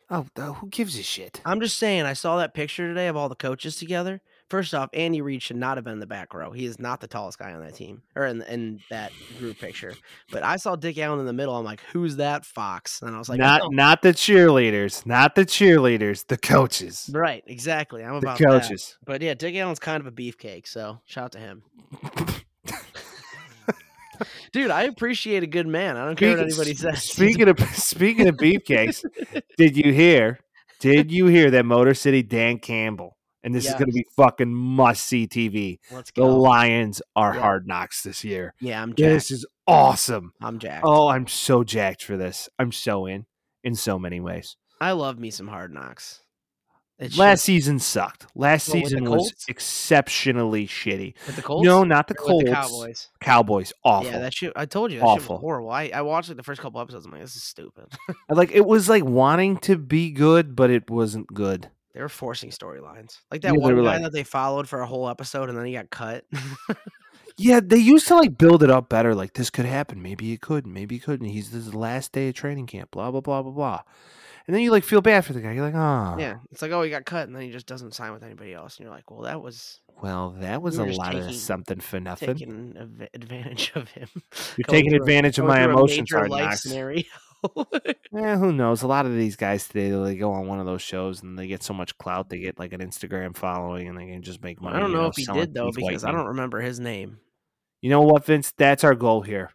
Speaker 1: Oh, th- who gives a shit?
Speaker 2: I'm just saying, I saw that picture today of all the coaches together. First off, Andy Reid should not have been in the back row. He is not the tallest guy on that team or in, in that group picture. But I saw Dick Allen in the middle. I'm like, who's that Fox? And I was like,
Speaker 1: not
Speaker 2: "Oh."
Speaker 1: not the cheerleaders, not the cheerleaders, the coaches,
Speaker 2: right, exactly. I'm
Speaker 1: the
Speaker 2: about that.
Speaker 1: coaches.
Speaker 2: But yeah, Dick Allen's kind of a beefcake. So shout out to him, *laughs* dude. I appreciate a good man. I don't care what anybody
Speaker 1: Speaking-
Speaker 2: says. *laughs*
Speaker 1: Speaking of *laughs* speaking of beefcakes, did you hear? Did you hear that Motor City Dan Campbell? And this is going to be fucking must see TV.
Speaker 2: let's
Speaker 1: The
Speaker 2: go.
Speaker 1: Lions are
Speaker 2: Oh. Yeah.
Speaker 1: hard knocks this year.
Speaker 2: yeah, I'm jacked.
Speaker 1: This is awesome.
Speaker 2: I'm jacked.
Speaker 1: Oh, I'm so jacked for this. I'm so in in so many ways.
Speaker 2: I love me some hard knocks. It's
Speaker 1: Last season sucked. Last
Speaker 2: Well, with the
Speaker 1: season was
Speaker 2: Colts?
Speaker 1: exceptionally shitty.
Speaker 2: with the Colts.
Speaker 1: No, not the
Speaker 2: or
Speaker 1: Colts.
Speaker 2: with the Cowboys.
Speaker 1: Cowboys, awful.
Speaker 2: Yeah, that shit. I told you that shit
Speaker 1: Awful.
Speaker 2: was horrible. I, I watched like the first couple episodes. I'm like, this is stupid. *laughs*
Speaker 1: like it was like wanting to be good, but it wasn't good.
Speaker 2: they were forcing storylines. Like that
Speaker 1: Yeah, they
Speaker 2: one
Speaker 1: were
Speaker 2: guy
Speaker 1: like- Uh-huh.
Speaker 2: that they followed for a whole episode and then he got cut. *laughs*
Speaker 1: Yeah, they used to like build it up better. Like this could happen, maybe it could, maybe it couldn't. He's this is the last day of training camp. Blah blah blah blah blah. And then you like feel bad for the guy. You're like, ah,
Speaker 2: yeah, it's like, oh, he got cut and then he just doesn't sign with anybody else. And you're like, well, that was
Speaker 1: Well, that was
Speaker 2: were
Speaker 1: a
Speaker 2: just
Speaker 1: lot
Speaker 2: taking-
Speaker 1: of something for nothing.
Speaker 2: taking av- advantage *laughs* of him.
Speaker 1: You're
Speaker 2: going
Speaker 1: taking
Speaker 2: through a-
Speaker 1: advantage of
Speaker 2: going
Speaker 1: my
Speaker 2: through a
Speaker 1: emotions,
Speaker 2: major
Speaker 1: hard
Speaker 2: life
Speaker 1: knocks.
Speaker 2: scenario. *laughs*
Speaker 1: Yeah, Eh, who knows? A lot of these guys today, they go on one of those shows and they get so much clout, they get like an Instagram following, and they can just make money.
Speaker 2: I don't
Speaker 1: you
Speaker 2: know if he
Speaker 1: selling
Speaker 2: did though
Speaker 1: teeth
Speaker 2: because I
Speaker 1: whitening.
Speaker 2: don't remember his name.
Speaker 1: You know what, Vince? That's our goal here.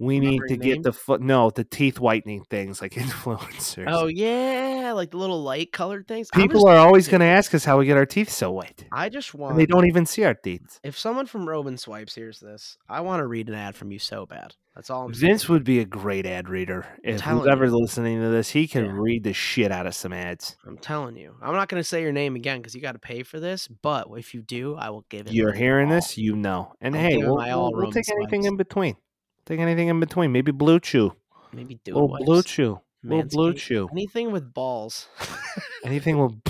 Speaker 1: We need
Speaker 2: Remember
Speaker 1: to
Speaker 2: his name?
Speaker 1: get the foot. No, the teeth whitening things like *laughs* influencers.
Speaker 2: Oh yeah, like the little light colored things. I'm
Speaker 1: people
Speaker 2: just-
Speaker 1: are always going to ask us how we get our teeth so white.
Speaker 2: I just want.
Speaker 1: And they don't even see our teeth.
Speaker 2: If someone from Robin Swipes hears this, I want to read an ad from you so bad. That's all I'm saying.
Speaker 1: Vince would be a great ad reader. If
Speaker 2: telling
Speaker 1: who's
Speaker 2: you.
Speaker 1: ever listening to this, he can
Speaker 2: Yeah.
Speaker 1: read the shit out of some ads.
Speaker 2: I'm telling you. I'm not going to say your name again because you got to pay for this. But if you do, I will give it.
Speaker 1: You're
Speaker 2: my
Speaker 1: hearing
Speaker 2: all.
Speaker 1: this, you know. And
Speaker 2: I'll
Speaker 1: hey,
Speaker 2: give it
Speaker 1: we'll,
Speaker 2: my all,
Speaker 1: we'll- we'll
Speaker 2: Roman
Speaker 1: take anything
Speaker 2: Slimes.
Speaker 1: in between. Take anything in between. Maybe Blue Chew.
Speaker 2: Maybe do
Speaker 1: little Blue Chew. Little Blue
Speaker 2: Manscaped. *laughs*
Speaker 1: Chew.
Speaker 2: Anything with balls. *laughs*
Speaker 1: Anything will. *laughs*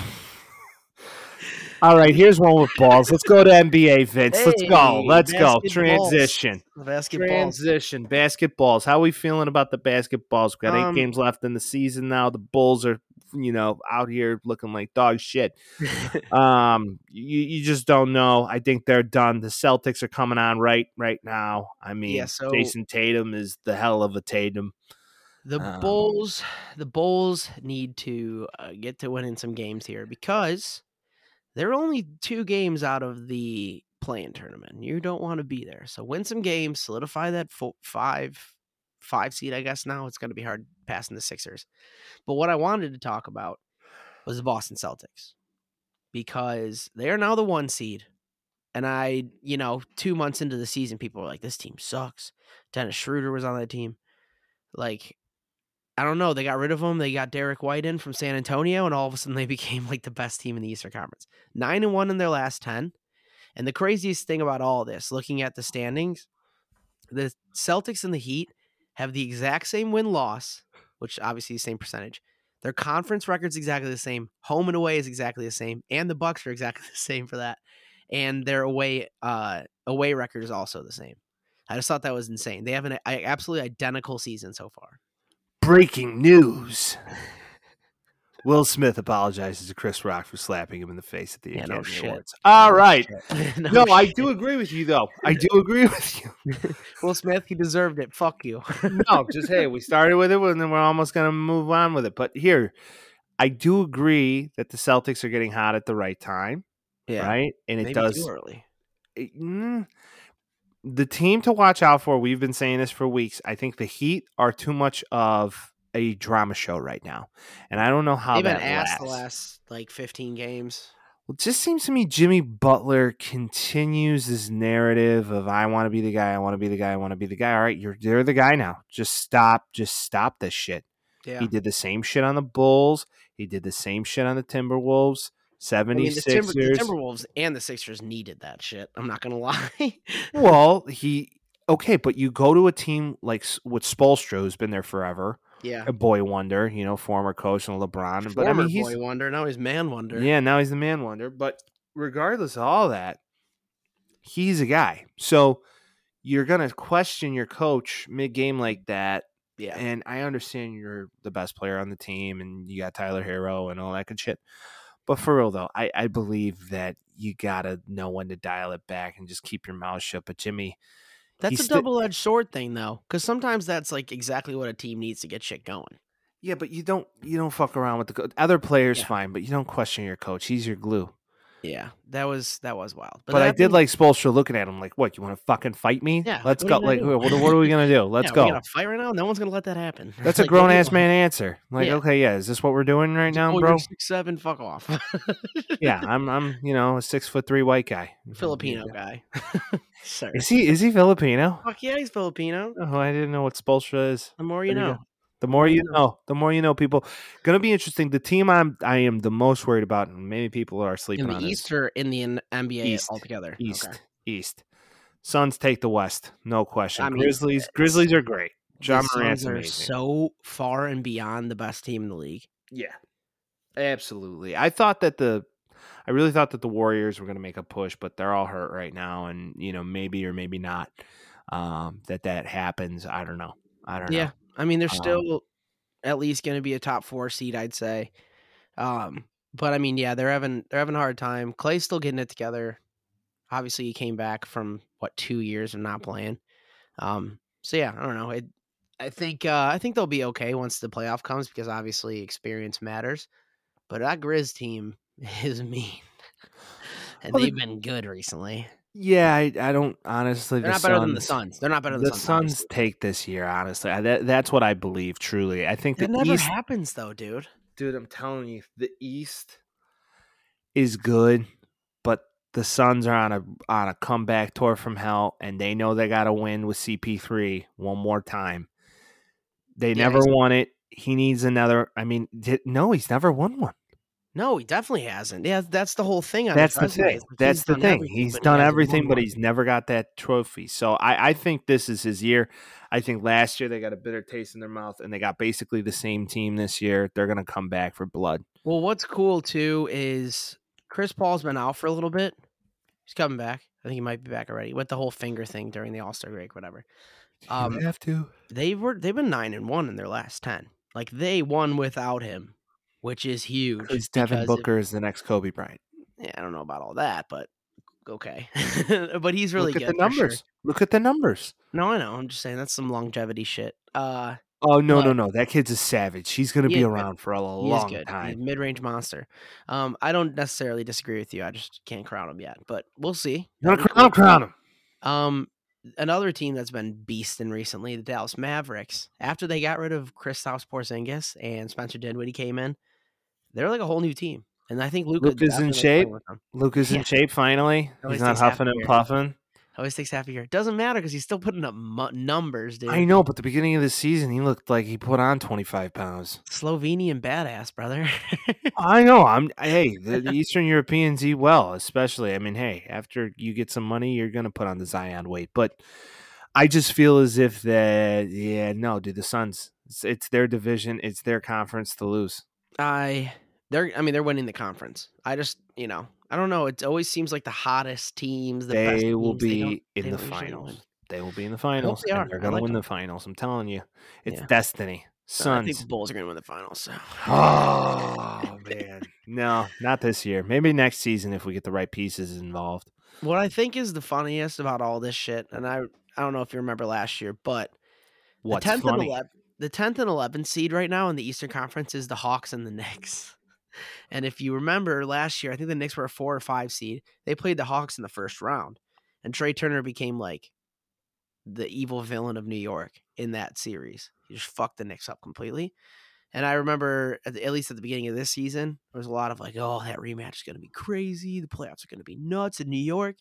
Speaker 1: All right, here's one with balls. Let's go to NBA, Vince. Let's go.
Speaker 2: Hey,
Speaker 1: Let's go.
Speaker 2: basketballs.
Speaker 1: Transition.
Speaker 2: Basketballs.
Speaker 1: Transition. Basketballs. How we feeling about the basketballs? We got eight
Speaker 2: Um,
Speaker 1: games left in the season now. The Bulls are, you know, out here looking like dog shit. Um, you, you just don't know. I think they're done. The Celtics are coming on right right now. I mean,
Speaker 2: so-
Speaker 1: Jason Tatum is the hell of a Tatum.
Speaker 2: The
Speaker 1: Um,
Speaker 2: Bulls, *sighs* the Bulls need to uh, get to winning some games here because they're only two games out of the playing tournament. You don't want to be there. So win some games, solidify that fo- five five seed. I guess now it's going to be hard passing the Sixers. But what I wanted to talk about was the Boston Celtics because they are now the one seed. And I, you know, two months into the season, people were like, "This team sucks." Dennis Schroeder was on that team. Like, I don't know. They got rid of him. They got Derek White in from San Antonio, and all of a sudden they *laughs* became like the best team in the Eastern Conference. Nine and one in their last ten. And the craziest thing about all this, looking at the standings, the Celtics and the Heat have the exact same win loss, which obviously is the same percentage. Their conference record's exactly the same. Home and away is exactly the same, and the Bucks are exactly *laughs* the same for that. And their away uh, away record is also the same. I just thought that was insane. They have an a- absolutely identical season so far.
Speaker 1: Breaking news. Will Smith apologizes to Chris Rock for slapping him in the face at the
Speaker 2: Yeah, no
Speaker 1: Academy
Speaker 2: shit.
Speaker 1: Awards. All right.
Speaker 2: no,
Speaker 1: *laughs* No, I
Speaker 2: shit. *laughs*
Speaker 1: do agree with you, though. I *laughs* do agree with you.
Speaker 2: Will Smith, he deserved it. Fuck you.
Speaker 1: no, just hey, we started with it, and then we're almost going to move on with it. But here, I do agree that the Celtics are getting hot at the right time,
Speaker 2: *laughs* Yeah,
Speaker 1: right? And it
Speaker 2: maybe
Speaker 1: does.
Speaker 2: too early.
Speaker 1: it- mm, the team to watch out for. We've been saying this for weeks. I think the Heat are too much of a drama show right now, and I don't know how
Speaker 2: They've been
Speaker 1: that
Speaker 2: asked the
Speaker 1: lasts.
Speaker 2: last like 15 games.
Speaker 1: Well, it just seems to me Jimmy Butler continues this narrative of I want to be the guy, I want to be the guy, I want to be the guy. All right, you're you're the guy now. Just stop, just stop this shit.
Speaker 2: Yeah,
Speaker 1: He did the same shit on the Bulls. He did the same shit on the Timberwolves,
Speaker 2: I
Speaker 1: 76ers.
Speaker 2: mean the, Timber, the Timberwolves and the Sixers needed that shit. I'm not gonna *laughs* lie.
Speaker 1: well, he okay, but you go to a team like S- with Spolstra, who's been there forever,
Speaker 2: yeah,
Speaker 1: a boy wonder, you know, former coach and LeBron. but I
Speaker 2: former
Speaker 1: mean, he's
Speaker 2: boy wonder. Now he's man wonder.
Speaker 1: yeah, now he's the man wonder. But regardless of all that, he's a guy. So you're gonna question your coach mid game like that.
Speaker 2: yeah.
Speaker 1: And I understand you're the best player on the team and you got Tyler Hero and all that good shit. But for real though, I, I believe that you gotta know when to dial it back and just keep your mouth shut. But Jimmy,
Speaker 2: That's
Speaker 1: he's
Speaker 2: a
Speaker 1: sti-
Speaker 2: double edged sword thing though, because sometimes that's like exactly what a team needs to get shit going.
Speaker 1: yeah, but you don't you don't fuck around with the co- other players
Speaker 2: Yeah.
Speaker 1: fine, but you don't question your coach. He's your glue.
Speaker 2: Yeah, that was that was wild.
Speaker 1: But,
Speaker 2: that
Speaker 1: I did
Speaker 2: happened-
Speaker 1: like Spolstra looking at him like, what, you wanna fucking fight me?
Speaker 2: Yeah,
Speaker 1: Let's
Speaker 2: what
Speaker 1: go.
Speaker 2: are you
Speaker 1: Like
Speaker 2: gonna do?
Speaker 1: what, what are we
Speaker 2: *laughs*
Speaker 1: gonna do? Let's
Speaker 2: Yeah,
Speaker 1: go.
Speaker 2: We got a fight right now. No one's gonna let that happen. *laughs*
Speaker 1: That's a
Speaker 2: Like, what do you
Speaker 1: grown ass
Speaker 2: want?
Speaker 1: man answer. Like,
Speaker 2: Yeah.
Speaker 1: okay, yeah, is this what we're doing right now,
Speaker 2: oh,
Speaker 1: bro?
Speaker 2: You're six seven. Fuck off.
Speaker 1: yeah, I'm I'm you know a six foot three white guy.
Speaker 2: Filipino guy. *laughs* Sorry.
Speaker 1: Is he is he
Speaker 2: *laughs*
Speaker 1: Filipino?
Speaker 2: Fuck yeah, he's Filipino.
Speaker 1: Oh, I didn't know what Spolstra is.
Speaker 2: The more you
Speaker 1: There you
Speaker 2: know.
Speaker 1: The more you
Speaker 2: you know.
Speaker 1: know, the more you know. People, gonna be interesting. The team I'm I am the most worried about, and maybe people are
Speaker 2: In
Speaker 1: sleeping
Speaker 2: the
Speaker 1: on
Speaker 2: East or in the N- NBA
Speaker 1: East.
Speaker 2: altogether?
Speaker 1: is East.
Speaker 2: Okay.
Speaker 1: East. Suns take the West, no question.
Speaker 2: I mean, eh,
Speaker 1: Grizzlies, Grizzlies are great. John
Speaker 2: the
Speaker 1: Morant's
Speaker 2: Suns are
Speaker 1: amazing.
Speaker 2: so far and beyond the best team in the league.
Speaker 1: Yeah, absolutely. I thought that the, I really thought that the Warriors were going to make a push, but they're all hurt right now, and you know maybe or maybe not um, that that happens. I don't know. I don't
Speaker 2: Yeah.
Speaker 1: know.
Speaker 2: I mean, they're
Speaker 1: Um,
Speaker 2: still at least going to be a top four seed, I'd say. Um, but I mean, yeah, they're having they're having a hard time. Clay's still getting it together. Obviously, he came back from what two years of not playing. Um, so yeah, I don't know. It, I think uh, I think they'll be okay once the playoff comes because obviously experience matters. But that Grizz team *laughs* is mean, and
Speaker 1: Well, the-
Speaker 2: they've been good recently.
Speaker 1: Yeah, I, I don't honestly.
Speaker 2: They're
Speaker 1: the
Speaker 2: not better than the
Speaker 1: Suns-
Speaker 2: Suns. They're not better than
Speaker 1: The
Speaker 2: the Suns.
Speaker 1: Suns take this year, honestly. I, that, that's what I believe truly. I think
Speaker 2: That
Speaker 1: the
Speaker 2: never
Speaker 1: East,
Speaker 2: happens though, dude.
Speaker 1: dude. I'm telling you, the East is good, but the Suns are on a on a comeback tour from hell, and they know they got to win with CP3 one more time. They
Speaker 2: Yeah,
Speaker 1: never
Speaker 2: he's-
Speaker 1: won it. He needs another. I mean, di- no, he's never won one.
Speaker 2: No, he definitely hasn't. Yeah, that's the whole thing. On
Speaker 1: That's
Speaker 2: his
Speaker 1: the
Speaker 2: resume,
Speaker 1: thing.
Speaker 2: is like,
Speaker 1: That's
Speaker 2: he's
Speaker 1: the
Speaker 2: done
Speaker 1: thing.
Speaker 2: everything,
Speaker 1: He's
Speaker 2: but he
Speaker 1: done
Speaker 2: hasn't won
Speaker 1: everything, but
Speaker 2: one.
Speaker 1: he's never got that trophy. So I, I think this is his year. I think last year they got a bitter taste in their mouth, and they got basically the same team this year. They're going to come back for blood.
Speaker 2: Well, what's cool too is Chris Paul's been out for a little bit. He's coming back. I think he might be back already with the whole finger thing during the All Star break, whatever. Um,
Speaker 1: have to.
Speaker 2: they were they've been nine and one in their last ten. Like they won without him, which is huge.
Speaker 1: Because Devin
Speaker 2: because if-
Speaker 1: Booker is the next Kobe Bryant.
Speaker 2: yeah, I don't know about all that, but okay. *laughs* but he's really
Speaker 1: Look
Speaker 2: good.
Speaker 1: at the
Speaker 2: for sure.
Speaker 1: numbers. Look at the numbers.
Speaker 2: No, I know. I'm just saying that's some longevity shit. Uh,
Speaker 1: Oh no,
Speaker 2: But-
Speaker 1: no, no! That kid's a savage. He's gonna
Speaker 2: He
Speaker 1: be
Speaker 2: is good.
Speaker 1: around for a
Speaker 2: He is
Speaker 1: long
Speaker 2: good. He's
Speaker 1: time.
Speaker 2: mid range monster. Um, I don't necessarily disagree with you. I just can't crown him yet, but we'll see.
Speaker 1: You want to
Speaker 2: That'd be
Speaker 1: crown him? Crown him.
Speaker 2: cool. Um, another team that's been beasting recently, the Dallas Mavericks. After they got rid of Kristaps Porzingis and Spencer Dinwiddie came in, they're like a whole new team. And I think Luka
Speaker 1: Luka's in shape. Luca's
Speaker 2: Yeah.
Speaker 1: in shape finally.
Speaker 2: Oh,
Speaker 1: He's
Speaker 2: he's
Speaker 1: not
Speaker 2: just half
Speaker 1: huffing and
Speaker 2: there.
Speaker 1: puffing.
Speaker 2: Always takes half a year. Doesn't matter because he's still putting up mu- numbers, dude.
Speaker 1: I know, but the beginning of the season, he looked like he put on twenty five pounds.
Speaker 2: Slovenian badass, brother. *laughs*
Speaker 1: I know. I'm hey, the, the Eastern Europeans eat well, especially. I mean, hey, after you get some money, you're gonna put on the Zion weight. But I just feel as if that yeah, no, dude, the Suns. It's, it's their division, it's their conference to lose.
Speaker 2: I they're I mean they're winning the conference. I just you know I don't know. It always seems like the hottest teams, the best
Speaker 1: They will
Speaker 2: teams, they don't-
Speaker 1: be in
Speaker 2: they
Speaker 1: the
Speaker 2: don't usually win.
Speaker 1: finals. They will be in the finals.
Speaker 2: they
Speaker 1: and
Speaker 2: are.
Speaker 1: they're
Speaker 2: I
Speaker 1: gonna
Speaker 2: like
Speaker 1: win
Speaker 2: them.
Speaker 1: the finals. I'm telling you. It's
Speaker 2: Yeah.
Speaker 1: destiny.
Speaker 2: So I think
Speaker 1: Suns.
Speaker 2: the Bulls are gonna win the finals. So
Speaker 1: *gasps* Oh man. No, not this year. Maybe next season if we get the right pieces involved.
Speaker 2: what I think is the funniest about all this shit, and I I don't know if you remember last year, but
Speaker 1: What's
Speaker 2: the tenth and
Speaker 1: funny?
Speaker 2: eleven the tenth and eleventh seed right now in the Eastern Conference is the Hawks and the Knicks. *laughs* And if you remember last year, I think the Knicks were a four or five seed. They played the Hawks in the first round, and Trey Turner became like the evil villain of New York in that series. He just fucked the Knicks up completely. And I remember, at, the, at least at the beginning of this season, there was a lot of like, "Oh, that rematch is going to be crazy. The playoffs are going to be nuts in New York."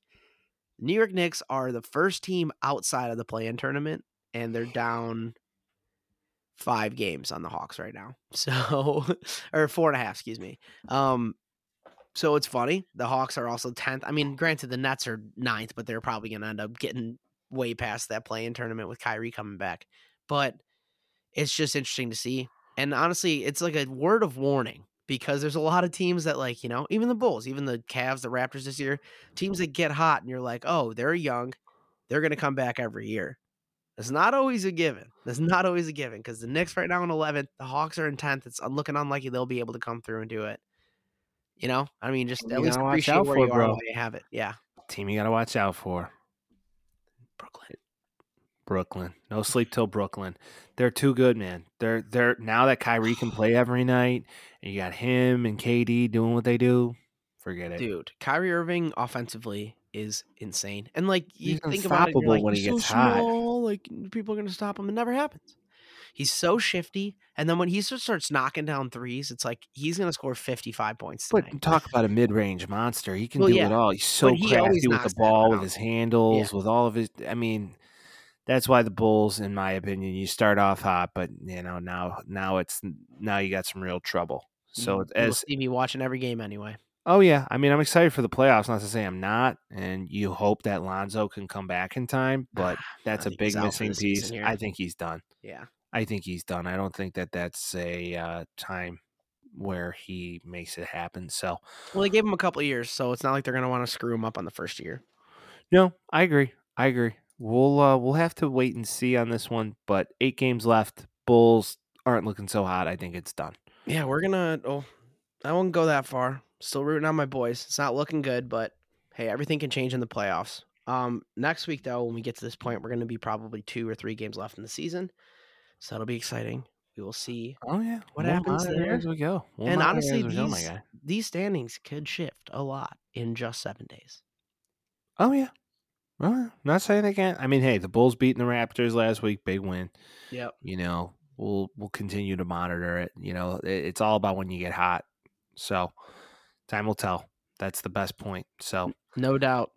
Speaker 2: The New York Knicks are the first team outside of the play-in tournament, and they're down five games on the Hawks right now. *laughs* So, or four and a half, excuse me. Um, so it's funny. The Hawks are also tenth. I mean, granted, the Nets are ninth, but they're probably going to end up getting way past that play-in tournament with Kyrie coming back. But it's just interesting to see. And honestly, it's like a word of warning because there's a lot of teams that like, you know, even the Bulls, even the Cavs, the Raptors this year, teams that get hot and you're like, "Oh, they're young. They're going to come back every year." It's not always a given. It's not always a given because the Knicks right now in 11th, the Hawks are in 10th. It's looking unlikely they'll be able to come through and do it. You know, I mean, just
Speaker 1: You
Speaker 2: at least
Speaker 1: gotta watch
Speaker 2: appreciate
Speaker 1: out
Speaker 2: where
Speaker 1: for it,
Speaker 2: you are
Speaker 1: bro.
Speaker 2: while you have it. Yeah,
Speaker 1: Team you gotta watch out for.
Speaker 2: Brooklyn.
Speaker 1: Brooklyn. No sleep till Brooklyn. They're too good, man. They're they're now that Kyrie can
Speaker 2: *sighs*
Speaker 1: play every night and you got him and KD doing what they do, forget it.
Speaker 2: Dude, Kyrie Irving offensively is insane. And like you
Speaker 1: He's
Speaker 2: think about it, and
Speaker 1: unstoppable
Speaker 2: you're like,
Speaker 1: when
Speaker 2: he's
Speaker 1: he
Speaker 2: so
Speaker 1: gets hot."
Speaker 2: small, like people are gonna stop him. It never happens. He's so shifty, and then when he just starts knocking down threes, it's like he's gonna score fifty five points
Speaker 1: But
Speaker 2: tonight.
Speaker 1: talk about a mid-range monster. He can
Speaker 2: Well,
Speaker 1: do
Speaker 2: yeah,
Speaker 1: it all. He's so
Speaker 2: but he always
Speaker 1: crafty with
Speaker 2: knocks
Speaker 1: the
Speaker 2: that
Speaker 1: ball, with
Speaker 2: down.
Speaker 1: his handles, with all of his. I mean, that's why the Bulls, in my opinion, you start off hot, but you know now now it's now you got some real trouble. So
Speaker 2: you,
Speaker 1: it's
Speaker 2: you'll
Speaker 1: as
Speaker 2: see me watching every game anyway.
Speaker 1: oh yeah, I mean I'm excited for the playoffs. Not to say I'm not, and you hope that Lonzo can come back in time, but that's a
Speaker 2: think he's
Speaker 1: big
Speaker 2: out for
Speaker 1: missing
Speaker 2: the season
Speaker 1: piece.
Speaker 2: here.
Speaker 1: I think he's done.
Speaker 2: Yeah.
Speaker 1: I think he's done. I don't think that that's a uh, time where he makes it happen. So
Speaker 2: *sighs* Well, they gave him a couple of years, so it's not like they're gonna want to screw him up on the first year.
Speaker 1: No, I agree. I agree. We'll uh, we'll have to wait and see on this one, but eight games left. Bulls aren't looking so hot. I think it's done.
Speaker 2: Yeah, we're gonna. Oh, I won't go that far. Still rooting on my boys. It's not looking good, but hey, everything can change in the playoffs. Um, next week though, when we get to this point, we're gonna be probably two or three games left in the season, so that'll be exciting. We will see.
Speaker 1: Oh yeah.
Speaker 2: What happens
Speaker 1: monitor
Speaker 2: there?
Speaker 1: as we go? We'll
Speaker 2: And
Speaker 1: monitor
Speaker 2: honestly,
Speaker 1: as we go, my
Speaker 2: these-
Speaker 1: guy.
Speaker 2: These standings could shift a lot in just seven days.
Speaker 1: Oh yeah. Well, yeah. not saying they can't. I mean, hey, the Bulls beating the Raptors last week, big win.
Speaker 2: Yep.
Speaker 1: You know, we'll we'll continue to monitor it. You know, it, it's all about when you get hot. So, time will tell. That's the best point. So,
Speaker 2: No doubt.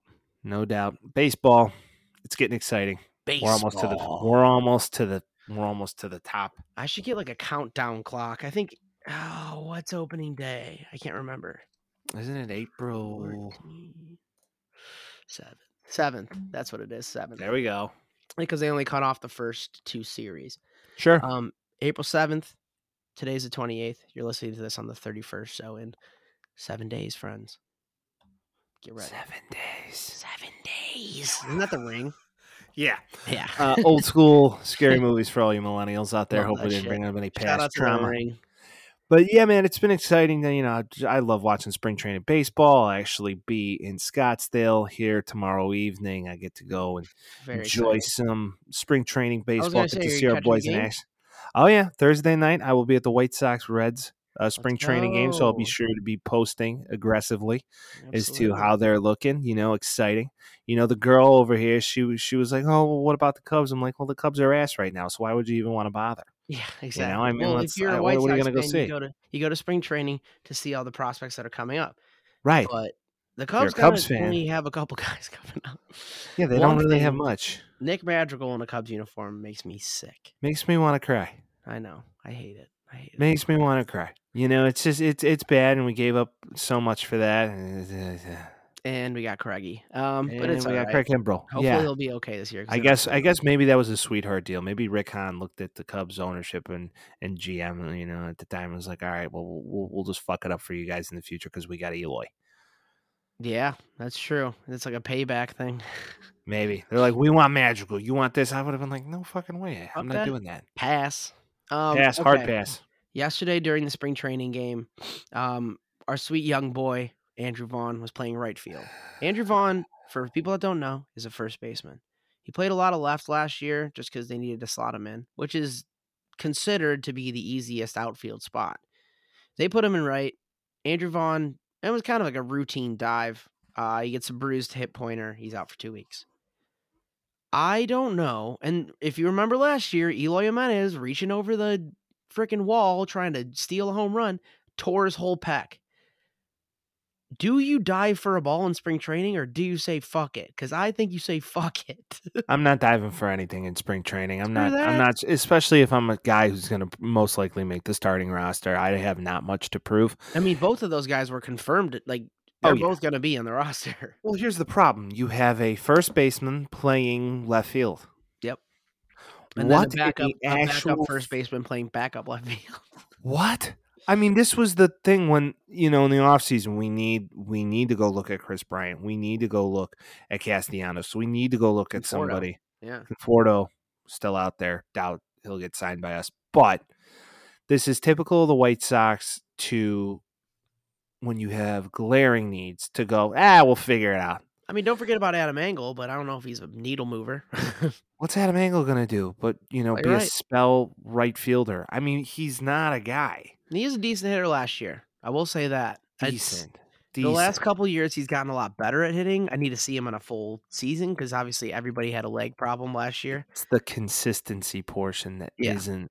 Speaker 1: no doubt, baseball, it's getting exciting.
Speaker 2: Baseball.
Speaker 1: We're almost to the we're almost to the we're almost to the top.
Speaker 2: I should get like a countdown clock. I think. Oh, what's opening day? I can't remember.
Speaker 1: Isn't it April?
Speaker 2: 14, Seventh. Seventh. That's what it is. Seventh.
Speaker 1: There we go.
Speaker 2: because they only cut off the first two series.
Speaker 1: Sure.
Speaker 2: Um, April seventh. Today's the twenty eighth. You're listening to this on the thirty first. So in seven days, friends, get ready.
Speaker 1: Seven days.
Speaker 2: Seven days. Isn't that the ring?
Speaker 1: *laughs* Yeah.
Speaker 2: Yeah.
Speaker 1: Uh, old
Speaker 2: *laughs*
Speaker 1: school scary movies for all you millennials out there.
Speaker 2: Love
Speaker 1: Hope we
Speaker 2: that
Speaker 1: didn't
Speaker 2: shit.
Speaker 1: bring up any past
Speaker 2: Shout out to the
Speaker 1: trauma.
Speaker 2: ring.
Speaker 1: But yeah, man, it's been exciting. You know, I love watching spring training baseball. I'll actually be in Scottsdale here tomorrow evening. I get to go and
Speaker 2: Very
Speaker 1: enjoy
Speaker 2: exciting.
Speaker 1: some spring training
Speaker 2: was
Speaker 1: baseball.
Speaker 2: gonna
Speaker 1: Get
Speaker 2: say,
Speaker 1: to
Speaker 2: are you
Speaker 1: see our
Speaker 2: catching the
Speaker 1: boys in
Speaker 2: game?
Speaker 1: action. Oh yeah, Thursday night I will be at the White Sox Reds uh, spring training game, so I'll be
Speaker 2: go.
Speaker 1: sure to be posting aggressively as to
Speaker 2: Absolutely.
Speaker 1: how they're looking. You know, exciting. You know, the girl over here, she was she was like, "Oh, well, what about the Cubs?" I'm like, "Well, the Cubs are ass right now, so why would you even want to bother?"
Speaker 2: Yeah, exactly.
Speaker 1: I mean,
Speaker 2: well,
Speaker 1: let's-
Speaker 2: if you're
Speaker 1: I-
Speaker 2: a
Speaker 1: what-
Speaker 2: White
Speaker 1: what are you
Speaker 2: Sox
Speaker 1: gonna go
Speaker 2: fan,
Speaker 1: see?
Speaker 2: You go to you go to spring training to see all the prospects that are coming up.
Speaker 1: Right?
Speaker 2: But the
Speaker 1: you're a Cubs
Speaker 2: Cubs, Cubs
Speaker 1: fan-
Speaker 2: only have a couple *laughs* guys coming up.
Speaker 1: Yeah, they
Speaker 2: One
Speaker 1: don't really have
Speaker 2: thing-
Speaker 1: much.
Speaker 2: Nick Madrigal in a Cubs uniform makes me sick.
Speaker 1: Makes me want to cry.
Speaker 2: I know. I hate it. I hate it.
Speaker 1: Makes me want to cry. You know, it's just it's it's bad, and we gave up so much for that.
Speaker 2: And we got Craigie. Um, but
Speaker 1: uh, And
Speaker 2: it's
Speaker 1: we
Speaker 2: all
Speaker 1: got
Speaker 2: right.
Speaker 1: Craig Kimbrell.
Speaker 2: Hopefully
Speaker 1: yeah,
Speaker 2: he'll be okay this year. 'cause
Speaker 1: I
Speaker 2: they're
Speaker 1: guess I
Speaker 2: upset.
Speaker 1: guess maybe that was a sweetheart deal. Maybe Rick Hahn looked at the Cubs ownership and and GM, you know, at the time was like, all right, well we'll, we'll- we'll just fuck it up for you guys in the future because we got Eloy.
Speaker 2: Yeah, that's true. It's like a payback thing.
Speaker 1: Maybe they're like, we want magical. You want this? I would have been like, no fucking way. I'm
Speaker 2: Fuck
Speaker 1: not
Speaker 2: that.
Speaker 1: doing that.
Speaker 2: Pass. Um,
Speaker 1: pass, hard
Speaker 2: okay.
Speaker 1: pass.
Speaker 2: Yesterday during the spring training game, um, our sweet young boy Andrew Vaughn was playing right field. Andrew Vaughn, for people that don't know, is a first baseman. He played a lot of left last year just because they needed to slot him in, which is considered to be the easiest outfield spot. They put him in right. Andrew Vaughn, it was kind of like a routine dive. Uh, he gets a bruised hip pointer. He's out for two weeks. I don't know. And if you remember last year, Eloy Jimenez reaching over the freaking wall trying to steal a home run tore his whole pec. Do you dive for a ball in spring training or do you say fuck it? Because I think you say fuck it.
Speaker 1: I'm not diving for anything in spring training. I'm
Speaker 2: Screw
Speaker 1: not. I'm
Speaker 2: that.
Speaker 1: not. Especially if I'm a guy who's going to most likely make the starting roster. I have not much to prove.
Speaker 2: I mean, both of those guys were confirmed. Like,
Speaker 1: Oh,
Speaker 2: they're
Speaker 1: yeah.
Speaker 2: both going to be on the roster.
Speaker 1: Well, here's the problem. You have a first baseman playing left field.
Speaker 2: Yep. *laughs* And
Speaker 1: What
Speaker 2: then a backup,
Speaker 1: in the
Speaker 2: a
Speaker 1: actual
Speaker 2: backup first baseman playing backup left field. *laughs*
Speaker 1: What? I mean, this was the thing when you know in the offseason we need we need to go look at Chris Bryant. We need to go look at Castellanos. We need to go look at
Speaker 2: Conforto.
Speaker 1: somebody.
Speaker 2: Yeah.
Speaker 1: Conforto still out there. Doubt he'll get signed by us. But this is typical of the White Sox to when you have glaring needs to go, ah, we'll figure it out.
Speaker 2: I mean, don't forget about Adam Angle, but I don't know if he's a needle mover. *laughs*
Speaker 1: What's Adam Angle gonna do? But you know,
Speaker 2: Play
Speaker 1: be a
Speaker 2: right.
Speaker 1: spell right fielder. I mean, he's not a guy.
Speaker 2: he is a decent hitter last year. I will say that. It's-
Speaker 1: Decent.
Speaker 2: The last
Speaker 1: Decent.
Speaker 2: couple years, he's gotten a lot better at hitting. I need to see him in a full season because obviously everybody had a leg problem last year,
Speaker 1: It's the consistency portion that
Speaker 2: Yeah.
Speaker 1: not
Speaker 2: and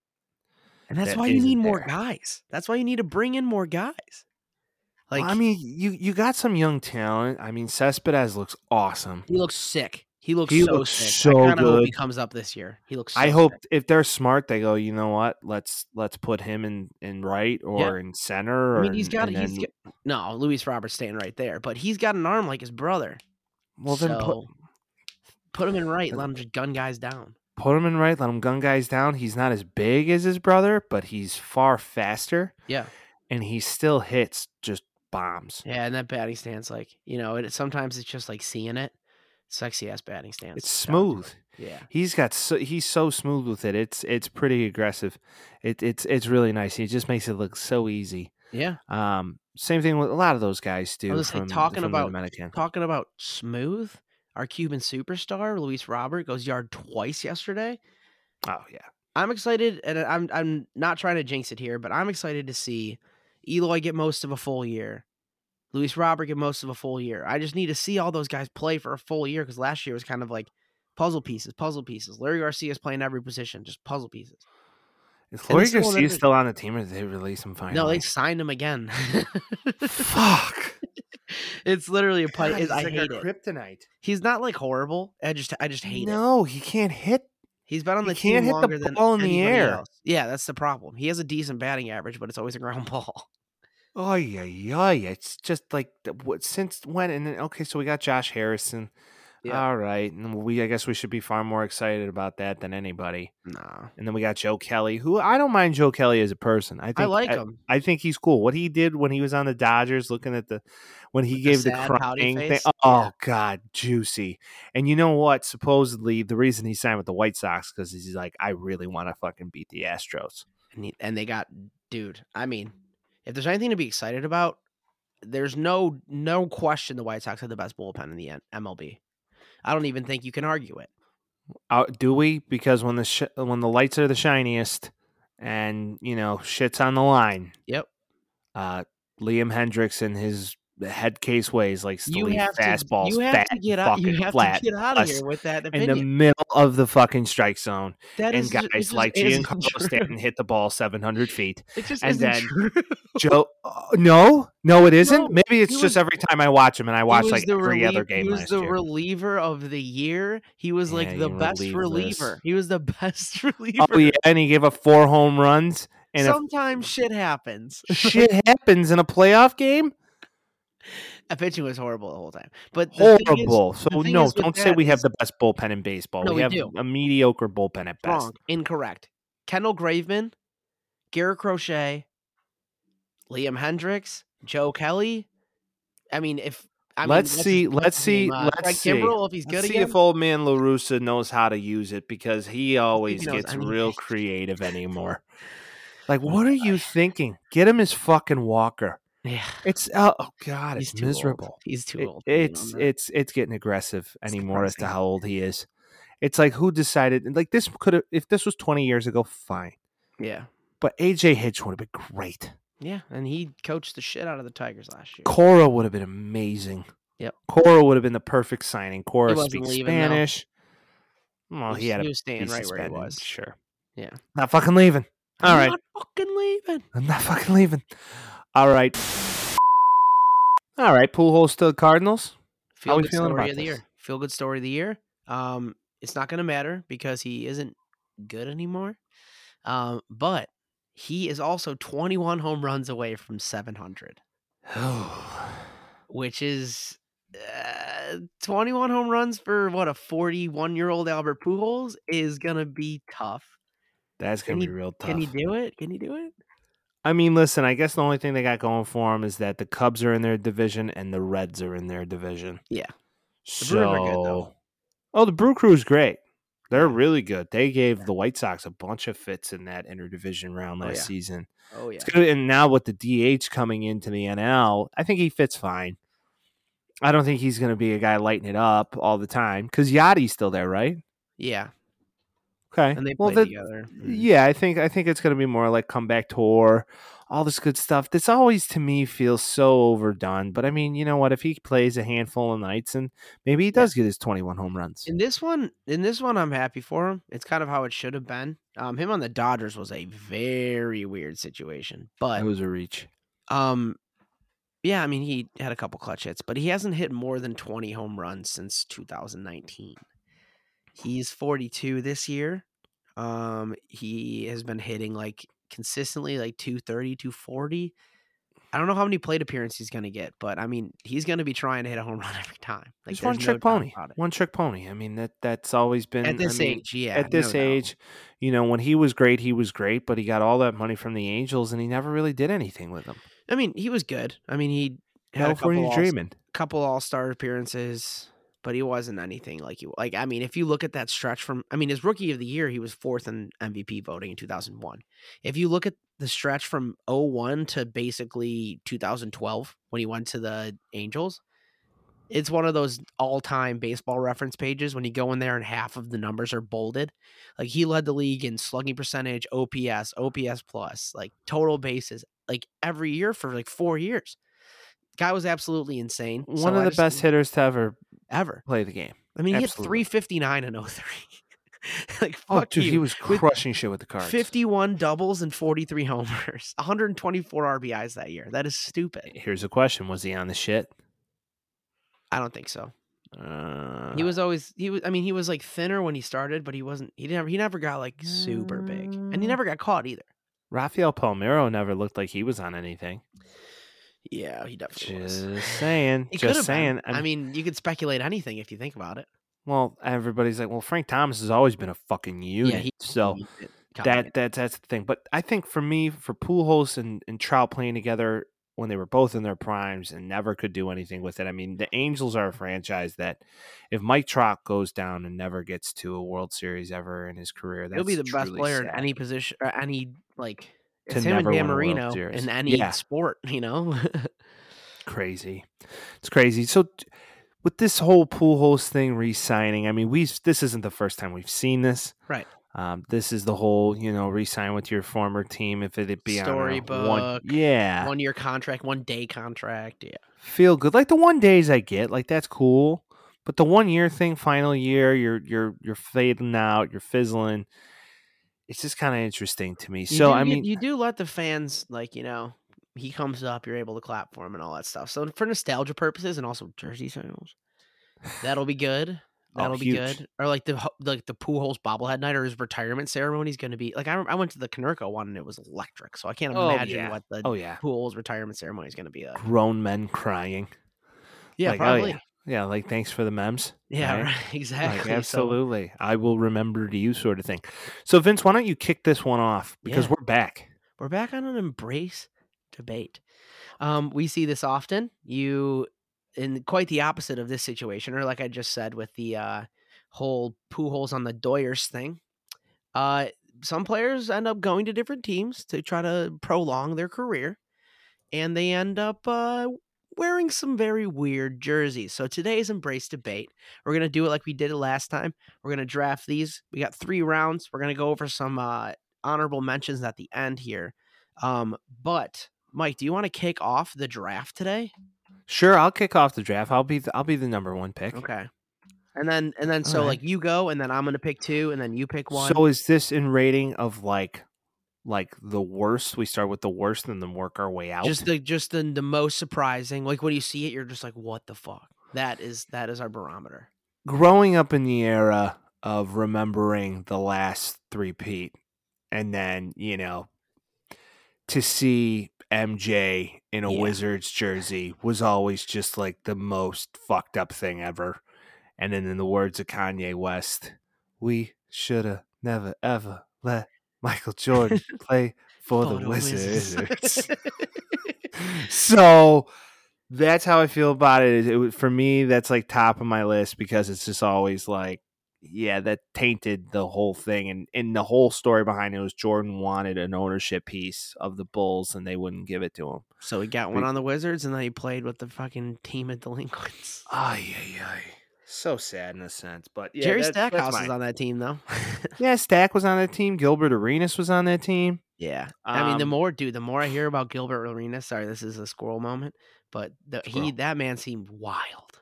Speaker 2: that's
Speaker 1: That
Speaker 2: why you need
Speaker 1: isn't
Speaker 2: more
Speaker 1: there.
Speaker 2: guys. That's why you need to bring in more guys. Like
Speaker 1: I mean, you you got some young talent. I mean, Cespedes looks awesome.
Speaker 2: he looks sick. He looks
Speaker 1: He
Speaker 2: so
Speaker 1: looks
Speaker 2: sick.
Speaker 1: so
Speaker 2: I kinda Hope he
Speaker 1: good.
Speaker 2: comes up this year. He looks. So
Speaker 1: I hope
Speaker 2: sick.
Speaker 1: if they're smart, they go. You know what? Let's let's put him in in right or in center. Or
Speaker 2: I mean, he's
Speaker 1: in-
Speaker 2: got.
Speaker 1: and
Speaker 2: He's
Speaker 1: then-
Speaker 2: got, no Luis Roberts staying right there, but he's got an arm like his brother.
Speaker 1: well, then put,
Speaker 2: So, put him in right.
Speaker 1: then-
Speaker 2: Let him just gun guys down.
Speaker 1: put him in right. Let him gun guys down. He's not as big as his brother, but he's far faster,
Speaker 2: Yeah.
Speaker 1: and he still hits just bombs.
Speaker 2: Yeah, and that batting stance, like you know, it sometimes it's just like seeing it. Sexy ass batting stance.
Speaker 1: It's
Speaker 2: I'm telling you.
Speaker 1: smooth.
Speaker 2: Yeah.
Speaker 1: He's got so, he's so smooth with it. It's it's pretty aggressive. It, it's it's really nice. He just makes it look so easy.
Speaker 2: Yeah.
Speaker 1: Um, same thing with a lot of those guys do.
Speaker 2: I was like
Speaker 1: from-
Speaker 2: talking
Speaker 1: from the
Speaker 2: about
Speaker 1: Dominican.
Speaker 2: talking about smooth. Our Cuban superstar Luis Robert goes yard twice yesterday.
Speaker 1: Oh yeah,
Speaker 2: I'm excited, and I'm I'm not trying to jinx it here, but I'm excited to see Eloy get most of a full year, Luis Robert get most of a full year. I just need to see all those guys play for a full year because last year was kind of like puzzle pieces, puzzle pieces. Larry Garcia's playing every position, just puzzle pieces.
Speaker 1: is
Speaker 2: they
Speaker 1: Lori
Speaker 2: still
Speaker 1: Garcia
Speaker 2: never-
Speaker 1: still on the team, or did they release him finally?
Speaker 2: No, they *laughs* signed him again.
Speaker 1: fuck.
Speaker 2: it's literally a pipe.
Speaker 1: God, he's
Speaker 2: I
Speaker 1: like
Speaker 2: hate
Speaker 1: our
Speaker 2: it.
Speaker 1: kryptonite.
Speaker 2: He's not like horrible. I just I just hate it.
Speaker 1: no, he can't hit.
Speaker 2: He's been on
Speaker 1: He
Speaker 2: the
Speaker 1: can't
Speaker 2: team
Speaker 1: hit the
Speaker 2: longer than
Speaker 1: ball in the
Speaker 2: anybody
Speaker 1: air.
Speaker 2: Else. Yeah, that's the problem. He has a decent batting average, but it's always a ground *laughs* ball.
Speaker 1: Oh yeah, yeah. It's just like the- what since when? And then okay, so we got Josh Harrison.
Speaker 2: Yeah.
Speaker 1: All right, and we I guess we should be far more excited about that than anybody.
Speaker 2: No,
Speaker 1: And then we got Joe Kelly, who I don't mind Joe Kelly as a person. I think
Speaker 2: I, like
Speaker 1: I,
Speaker 2: him.
Speaker 1: I think he's cool. What he did when he was on the Dodgers, looking at the when he
Speaker 2: With the
Speaker 1: gave the,
Speaker 2: sad pouty
Speaker 1: crying thing.
Speaker 2: face?
Speaker 1: Oh God, juicy! And you know what? Supposedly the reason he signed with the White Sox because he's like, I really want to fucking beat the Astros.
Speaker 2: And, he- and they got dude. I mean, if there's anything to be excited about, there's no no question the White Sox had the best bullpen in the N- MLB. I don't even think you can argue it.
Speaker 1: Uh, do we? Because when the sh- when the lights are the shiniest, and you know shit's on the line.
Speaker 2: Yep.
Speaker 1: Uh, Liam Hendricks and his head case ways like
Speaker 2: You
Speaker 1: still
Speaker 2: have
Speaker 1: fastballs
Speaker 2: to, you have
Speaker 1: fat
Speaker 2: to get out. You
Speaker 1: fucking
Speaker 2: have
Speaker 1: flat
Speaker 2: to get out of
Speaker 1: us
Speaker 2: here with that
Speaker 1: in the
Speaker 2: opinion.
Speaker 1: middle of the fucking strike zone,
Speaker 2: that
Speaker 1: and
Speaker 2: is
Speaker 1: guys
Speaker 2: ju- it just
Speaker 1: like
Speaker 2: isn't *laughs*
Speaker 1: Giancarlo
Speaker 2: true.
Speaker 1: Stanton hit the ball seven hundred feet.
Speaker 2: It just
Speaker 1: and
Speaker 2: isn't
Speaker 1: then
Speaker 2: true.
Speaker 1: Joe, uh, no, no, it isn't.
Speaker 2: No,
Speaker 1: Maybe it's
Speaker 2: he
Speaker 1: just
Speaker 2: was-
Speaker 1: every time I watch him, and I
Speaker 2: He
Speaker 1: watch
Speaker 2: was
Speaker 1: like
Speaker 2: the
Speaker 1: every
Speaker 2: relief-
Speaker 1: other game
Speaker 2: He was
Speaker 1: last
Speaker 2: the
Speaker 1: year.
Speaker 2: reliever of the year. He was like
Speaker 1: Yeah,
Speaker 2: the
Speaker 1: you
Speaker 2: best
Speaker 1: relieve this.
Speaker 2: reliever. He was the *laughs* best reliever.
Speaker 1: oh yeah, and he gave up four home runs, and if
Speaker 2: Sometimes shit happens.
Speaker 1: *laughs* shit happens in a playoff game,
Speaker 2: The pitching was horrible the whole time. But the thing is-
Speaker 1: horrible.
Speaker 2: the
Speaker 1: So
Speaker 2: thing
Speaker 1: no,
Speaker 2: is with
Speaker 1: don't say
Speaker 2: that
Speaker 1: we have
Speaker 2: is-
Speaker 1: the best bullpen in baseball.
Speaker 2: No,
Speaker 1: we,
Speaker 2: we
Speaker 1: have
Speaker 2: do.
Speaker 1: a mediocre bullpen at best.
Speaker 2: Wrong. Incorrect. Kendall Graveman, Garrett Crochet, Liam Hendricks, Joe Kelly. I mean, if I
Speaker 1: Let's
Speaker 2: mean,
Speaker 1: see- let's see-
Speaker 2: Greg
Speaker 1: let's see.
Speaker 2: Kimbrell, if he's good
Speaker 1: Let's see
Speaker 2: again,
Speaker 1: if old man Larusa knows how to use it because he always
Speaker 2: knows.
Speaker 1: gets
Speaker 2: I mean-
Speaker 1: real creative anymore. Like,
Speaker 2: Oh
Speaker 1: what are you thinking? Get him his fucking walker.
Speaker 2: yeah,
Speaker 1: It's oh, oh, god,
Speaker 2: he's
Speaker 1: it's
Speaker 2: too old.
Speaker 1: miserable.
Speaker 2: He's too
Speaker 1: It-
Speaker 2: old. to be doing
Speaker 1: it's
Speaker 2: that.
Speaker 1: it's it's getting aggressive anymore as to
Speaker 2: depressing.
Speaker 1: how old he is. It's like who decided? and, Like this could have if this was twenty years ago, fine.
Speaker 2: yeah,
Speaker 1: But AJ Hitch would have been great.
Speaker 2: yeah, and he coached the shit out of the Tigers last year.
Speaker 1: Cora would have been amazing.
Speaker 2: Yep.
Speaker 1: Cora would have been the perfect signing. Cora
Speaker 2: wasn't
Speaker 1: speaks
Speaker 2: leaving, though.
Speaker 1: Spanish. Well, Oh, he had a
Speaker 2: was
Speaker 1: be
Speaker 2: staying right where he
Speaker 1: suspended,
Speaker 2: was.
Speaker 1: Sure.
Speaker 2: Yeah.
Speaker 1: Not fucking leaving. All
Speaker 2: I'm
Speaker 1: right.
Speaker 2: not fucking leaving.
Speaker 1: I'm not fucking leaving. All right. All right. Pool hole still
Speaker 2: *sighs*
Speaker 1: Cardinals.
Speaker 2: Feel
Speaker 1: we
Speaker 2: good
Speaker 1: feeling
Speaker 2: story
Speaker 1: about
Speaker 2: of the
Speaker 1: this?
Speaker 2: year. Feel good story of the year. Um, it's not going to matter because he isn't good anymore. Um, but he is also 21 home runs away from 700, which is uh, 21 home runs for what a 41 year old Albert Pujols is going to be tough.
Speaker 1: That's
Speaker 2: Can
Speaker 1: gonna
Speaker 2: he-
Speaker 1: be real tough.
Speaker 2: Can he do it? Can he do it?
Speaker 1: I mean, listen. I guess the only thing they got going for them is that the Cubs are in their division and the Reds are in their division.
Speaker 2: Yeah. The
Speaker 1: So,
Speaker 2: Brewers are good, though.
Speaker 1: oh, the Brew Crew's great. They're really good. They gave the White Sox a bunch of fits in that interdivision round
Speaker 2: Oh,
Speaker 1: last
Speaker 2: yeah.
Speaker 1: season.
Speaker 2: Oh yeah.
Speaker 1: It's good. And now with the DH coming into the NL, I think he fits fine. I don't think he's going to be a guy lighting it up all the time because Yachty's still there, right?
Speaker 2: Yeah.
Speaker 1: Okay.
Speaker 2: And they
Speaker 1: well,
Speaker 2: play
Speaker 1: that-
Speaker 2: together. Mm-hmm.
Speaker 1: yeah, I think I think it's going to be more like comeback tour, all this good stuff. This always to me feels so overdone. But I mean, you know what? If he plays a handful of nights and maybe he does get his twenty-one home runs.
Speaker 2: In this one, in this one, I'm happy for him. It's kind of how it should have been. Um, him on the Dodgers was a very weird situation,
Speaker 1: It
Speaker 2: but
Speaker 1: was a reach.
Speaker 2: um, yeah, I mean he had a couple clutch hits, but he hasn't hit more than 20 home runs since 2019. He's 42 this year. Um, he has been hitting like consistently like 230, 240. I don't know how many plate appearances he's gonna get, but I mean he's gonna be trying to hit a home run *laughs* every time. Like
Speaker 1: He's one
Speaker 2: there's no
Speaker 1: trick
Speaker 2: doubt
Speaker 1: pony.
Speaker 2: about it.
Speaker 1: One trick pony. I mean that that's always been
Speaker 2: At this
Speaker 1: I mean,
Speaker 2: age, yeah.
Speaker 1: at this
Speaker 2: no doubt.
Speaker 1: age, you know, when he was great, he was great, but he got all that money from the Angels and he never really did anything with them.
Speaker 2: I mean, he was good. I mean, he had a couple
Speaker 1: California
Speaker 2: all,
Speaker 1: dreaming.
Speaker 2: couple all-star appearances, but he wasn't anything like you. Like I mean, if you look at that stretch from I mean, his rookie of the year, he was fourth in MVP voting in 2001. If you look at the stretch from 01 to basically 2012 when he went to the Angels, it's one of those all-time baseball reference pages when you go in there and half of the numbers are bolded. Like he led the league in slugging percentage, OPS, OPS plus, like total bases, like every year for like 4 years. Guy was absolutely insane.
Speaker 1: One
Speaker 2: So
Speaker 1: of
Speaker 2: I
Speaker 1: the
Speaker 2: just-
Speaker 1: best hitters to ever
Speaker 2: ever.
Speaker 1: play the game.
Speaker 2: I mean,
Speaker 1: Absolutely.
Speaker 2: he hit 359 and 03. *laughs* like
Speaker 1: Oh,
Speaker 2: fuck
Speaker 1: dude,
Speaker 2: you.
Speaker 1: he was crushing shit with the cards.
Speaker 2: 51 doubles and 43 homers, *laughs* 124 RBIs that year. That is stupid.
Speaker 1: Here's a question: Was he on the shit?
Speaker 2: I don't think so.
Speaker 1: Uh,
Speaker 2: He was always he was I mean, he was like thinner when he started, but he wasn't he never he never got like super big. And he
Speaker 1: Mm.
Speaker 2: never got caught either.
Speaker 1: Rafael Palmero never looked like he was on anything.
Speaker 2: Yeah, he definitely was.
Speaker 1: Just saying.
Speaker 2: He could
Speaker 1: just
Speaker 2: have
Speaker 1: saying.
Speaker 2: been. I mean, you could speculate anything if you think about it.
Speaker 1: well, everybody's like, well, Frank Thomas has always been a fucking unit.
Speaker 2: yeah, he Oh
Speaker 1: so
Speaker 2: he did cut
Speaker 1: that
Speaker 2: it.
Speaker 1: that's that's the thing. But I think for me, for Pujols and and Trout playing together when they were both in their primes and never could do anything with it. I mean, the Angels are a franchise that if Mike Trout goes down and never gets to a World Series ever in his career, that's
Speaker 2: He'll be the best
Speaker 1: truly
Speaker 2: player
Speaker 1: sad.
Speaker 2: in any position or any like
Speaker 1: To
Speaker 2: it's him and
Speaker 1: never
Speaker 2: Dan
Speaker 1: win a World
Speaker 2: Marino
Speaker 1: Series.
Speaker 2: in any
Speaker 1: Yeah.
Speaker 2: sport, you know? *laughs*
Speaker 1: crazy. It's crazy. So t- with this whole Pujols thing re-signing, I mean, we've this isn't the first time we've seen this.
Speaker 2: Right.
Speaker 1: Um, this is the whole, you know, resign with your former team if it be on a one,
Speaker 2: Storybook,
Speaker 1: yeah,
Speaker 2: One year contract, one day contract. Yeah.
Speaker 1: feel good. Like the one days I get, like that's cool. But the one year thing, final year, you're you're you're fading out, you're fizzling. It's just kind of interesting to me.
Speaker 2: You
Speaker 1: so
Speaker 2: do
Speaker 1: I
Speaker 2: get-
Speaker 1: mean,
Speaker 2: you do let the fans like you know he comes up, you're able to clap for him and all that stuff. So for nostalgia purposes and also jersey sales, that'll be good.
Speaker 1: *laughs* Oh,
Speaker 2: That'll be
Speaker 1: huge.
Speaker 2: good. Or like the ho- like the Pujols bobblehead night or his retirement ceremony is going to be like I, rem- I went to the Canerco one and it was electric. So I can't
Speaker 1: Oh,
Speaker 2: imagine
Speaker 1: yeah.
Speaker 2: what the
Speaker 1: oh yeah,
Speaker 2: Pujols retirement ceremony is going to be like.
Speaker 1: grown men crying.
Speaker 2: Yeah,
Speaker 1: Like, oh,
Speaker 2: probably.
Speaker 1: Yeah, like thanks for the memes.
Speaker 2: yeah,
Speaker 1: right?
Speaker 2: right. *laughs*
Speaker 1: Like,
Speaker 2: exactly. So
Speaker 1: absolutely, I will remember you, sort of thing. So Vince, why don't you kick this one off because
Speaker 2: Yeah.
Speaker 1: we're back.
Speaker 2: we're back on an embrace debate. Um, we see this often. You in quite the opposite of this situation, or like I just said with the uh, whole poo holes on the Doyers thing. Uh, some players end up going to different teams to try to prolong their career, and they end up uh, wearing some very weird jerseys. So today's embrace debate, we're gonna do it like we did it last time. We're gonna draft these. We got three rounds. We're gonna go over some uh, honorable mentions at the end here. Um, but Mike, do you want to kick off the draft today?
Speaker 1: Sure, I'll kick off the draft. I'll be the, I'll be the number one pick.
Speaker 2: Okay. And then and then so
Speaker 1: Alright.
Speaker 2: like you go and then I'm gonna pick two and then you pick one.
Speaker 1: So is this in rating of like like the worst? We start with the worst and then work our way out.
Speaker 2: just the just the, the most surprising. Like when you see it, you're just like, what the fuck? That is that is our barometer.
Speaker 1: growing up in the era of remembering the last three Pete and then, you know, to see MJ in a
Speaker 2: Yeah.
Speaker 1: Wizards jersey was always just like the most fucked up thing ever. And then in the words of Kanye West, we shoulda never ever let Michael *laughs* Jordan play for
Speaker 2: Photo
Speaker 1: the
Speaker 2: Wizards. *laughs*
Speaker 1: Wizards. *laughs* so that's how I feel about it. it. was- For me, that's like top of my list because it's just always like, yeah, that tainted the whole thing. And, and the whole story behind it was Jordan wanted an ownership piece of the Bulls and they wouldn't give it to him.
Speaker 2: so he got one on the Wizards and then he played with the fucking team of delinquents.
Speaker 1: Ay, ay, ay. So sad in a sense. But yeah,
Speaker 2: Jerry
Speaker 1: that's- that's
Speaker 2: Stackhouse is
Speaker 1: mine.
Speaker 2: on that team though. *laughs*
Speaker 1: Yeah, Stack was on that team. Gilbert Arenas was on that team.
Speaker 2: yeah. I mean, the
Speaker 1: Um,
Speaker 2: more dude, the more I hear about Gilbert Arenas. Sorry, this is a squirrel moment, but the, he
Speaker 1: Squirrel.
Speaker 2: that man seemed wild.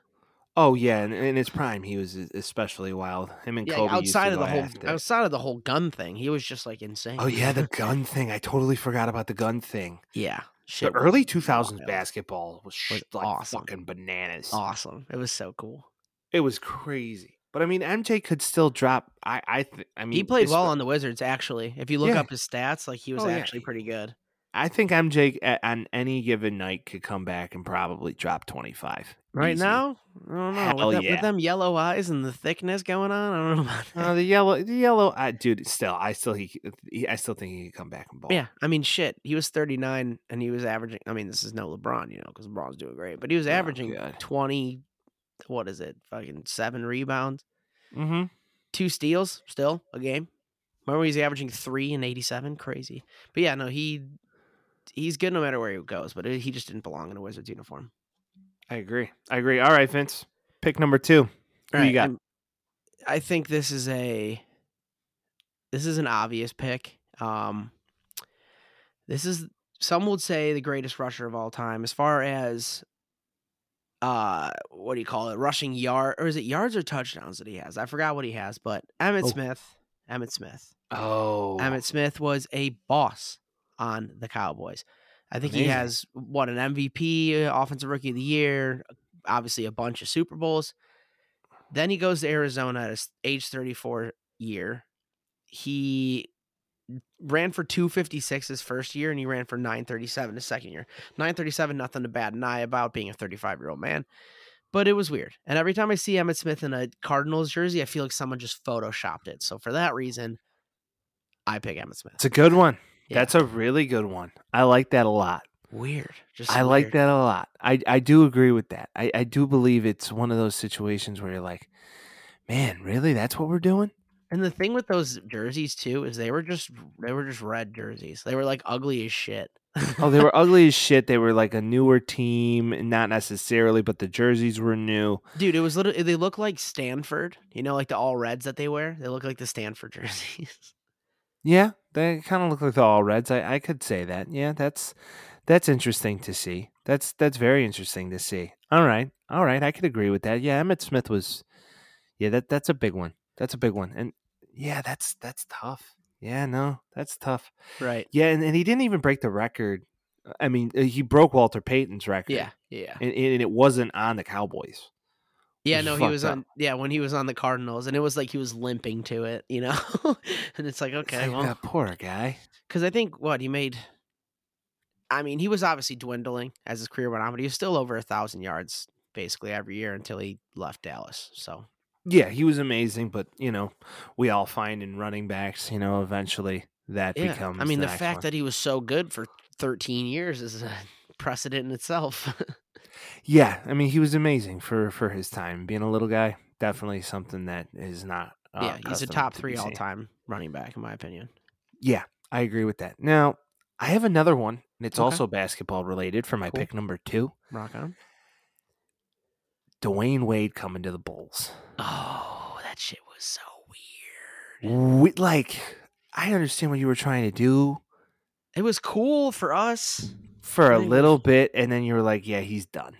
Speaker 1: Oh yeah, and in his prime, he was e, especially wild. Him and
Speaker 2: Yeah,
Speaker 1: Kobe used to
Speaker 2: outside of
Speaker 1: go
Speaker 2: the whole
Speaker 1: at it.
Speaker 2: outside of the whole gun thing, he was just like insane.
Speaker 1: Oh yeah, the gun thing. I totally forgot about the gun thing.
Speaker 2: *laughs* yeah. Shit
Speaker 1: The
Speaker 2: was
Speaker 1: early 2000s
Speaker 2: wild.
Speaker 1: basketball was, sh-
Speaker 2: Was
Speaker 1: like
Speaker 2: awesome.
Speaker 1: fucking bananas.
Speaker 2: Awesome. It was so cool.
Speaker 1: It was crazy. But I mean, MJ could still drop. I I th- I mean,
Speaker 2: He played
Speaker 1: espe-
Speaker 2: well on the Wizards, actually. If you look
Speaker 1: Yeah.
Speaker 2: up his stats, like he was
Speaker 1: Oh, yeah.
Speaker 2: actually pretty good.
Speaker 1: I think MJ a- on any given night could come back and probably drop 25
Speaker 2: Right
Speaker 1: Easy.
Speaker 2: now, I don't know.
Speaker 1: Hell
Speaker 2: with, that,
Speaker 1: yeah.
Speaker 2: with them yellow eyes and the thickness going on, I don't know about *laughs* that.
Speaker 1: *laughs* Uh, the yellow, the yellow, I, dude. Still, I still, he, he- I still think he could come back and ball.
Speaker 2: Yeah, I mean, shit. He was 39 and he was averaging. I mean, this is no LeBron, you know, because LeBron's doing great, but he was
Speaker 1: Oh,
Speaker 2: averaging
Speaker 1: God.
Speaker 2: 20, what is it, fucking seven rebounds,
Speaker 1: Mm-hmm.
Speaker 2: two steals still a game. Remember, he's averaging three and 87. Crazy. But yeah, no, he he's good no matter where he goes, but he just didn't belong in a Wizards uniform.
Speaker 1: I agree. I agree. All right, Vince. Pick number two. Who you got?
Speaker 2: and I think this is a this is an obvious pick. Um this is some would say the greatest rusher of all time as far as uh what do you call it? Rushing yard or is it yards or touchdowns that he has? I forgot what he has, but Emmett
Speaker 1: Oh.
Speaker 2: Smith. Emmett Smith.
Speaker 1: Oh,
Speaker 2: Emmett Smith was a boss on the Cowboys. I think he
Speaker 1: Amazing.
Speaker 2: has what an MVP, uh, offensive rookie of the year, obviously a bunch of Super Bowls. Then he goes to Arizona at his age 34 year. He ran for 256 his first year and he ran for 937 his second year. 937 nothing to bat an eye about being a 35-year-old man. But it was weird. And every time I see Emmett Smith in a Cardinals jersey, I feel like someone just photoshopped it. So for that reason, I pick Emmett Smith.
Speaker 1: it's a good one.
Speaker 2: Yeah.
Speaker 1: That's a really good one. I like that a lot.
Speaker 2: Weird. Just
Speaker 1: I like
Speaker 2: weird.
Speaker 1: that a lot. I, I do agree with that. I, I do believe it's one of those situations where you're like, man, really? That's what we're doing?
Speaker 2: And the thing with those jerseys too is they were just they were just red jerseys. They were like ugly as shit.
Speaker 1: oh,
Speaker 2: *laughs*
Speaker 1: they were ugly as shit. They were like a newer team, not necessarily, but the jerseys were new.
Speaker 2: Dude, it was literally they look like Stanford. You know, like the all reds that they wear. They look like the Stanford jerseys. *laughs*
Speaker 1: Yeah, they kind of look like the all reds. I, I could say that. Yeah, that's that's interesting to see. That's that's very interesting to see. All right, all right, I could agree with that. Yeah, Emmett Smith was. Yeah, that that's a big one. That's a big one, and yeah, that's that's tough. Yeah, no, that's tough.
Speaker 2: Right.
Speaker 1: Yeah, and, and he didn't even break the record. I mean, uh, he broke Walter Payton's record.
Speaker 2: Yeah. Yeah.
Speaker 1: and, and it wasn't on the Cowboys.
Speaker 2: Yeah,
Speaker 1: was
Speaker 2: no, he
Speaker 1: fucked
Speaker 2: was
Speaker 1: up.
Speaker 2: on. Yeah, when he was on the Cardinals, and it was like he was limping to it, you know. *laughs* and it's like,
Speaker 1: It's
Speaker 2: okay,
Speaker 1: like,
Speaker 2: well,
Speaker 1: ah, poor guy.
Speaker 2: because I think what he made. I mean, he was obviously dwindling as his career went on, but he was still over a thousand yards basically every year until he left Dallas. So
Speaker 1: Yeah, he was amazing, but you know, we all find in running backs, you know, eventually that
Speaker 2: yeah,
Speaker 1: becomes.
Speaker 2: I mean, the,
Speaker 1: next
Speaker 2: fact
Speaker 1: one.
Speaker 2: that he was so good for thirteen years is a *laughs* precedent in itself. *laughs*
Speaker 1: yeah, I mean, he was amazing for for his time. Being a little guy, definitely something that is not. Uh,
Speaker 2: yeah, he's a
Speaker 1: custom
Speaker 2: top
Speaker 1: to be
Speaker 2: three all
Speaker 1: seen.
Speaker 2: time running back, in my opinion.
Speaker 1: Yeah, I agree with that. Now, I have another one, and it's
Speaker 2: Okay.
Speaker 1: also basketball related for my
Speaker 2: Cool.
Speaker 1: pick number two.
Speaker 2: Rock on.
Speaker 1: Dwayne Wade coming to the Bulls.
Speaker 2: Oh, that shit was so weird.
Speaker 1: We, like, I understand what you were trying to do
Speaker 2: It was cool for us.
Speaker 1: for a
Speaker 2: Pretty much.
Speaker 1: little bit, and then you were like, "Yeah, he's done."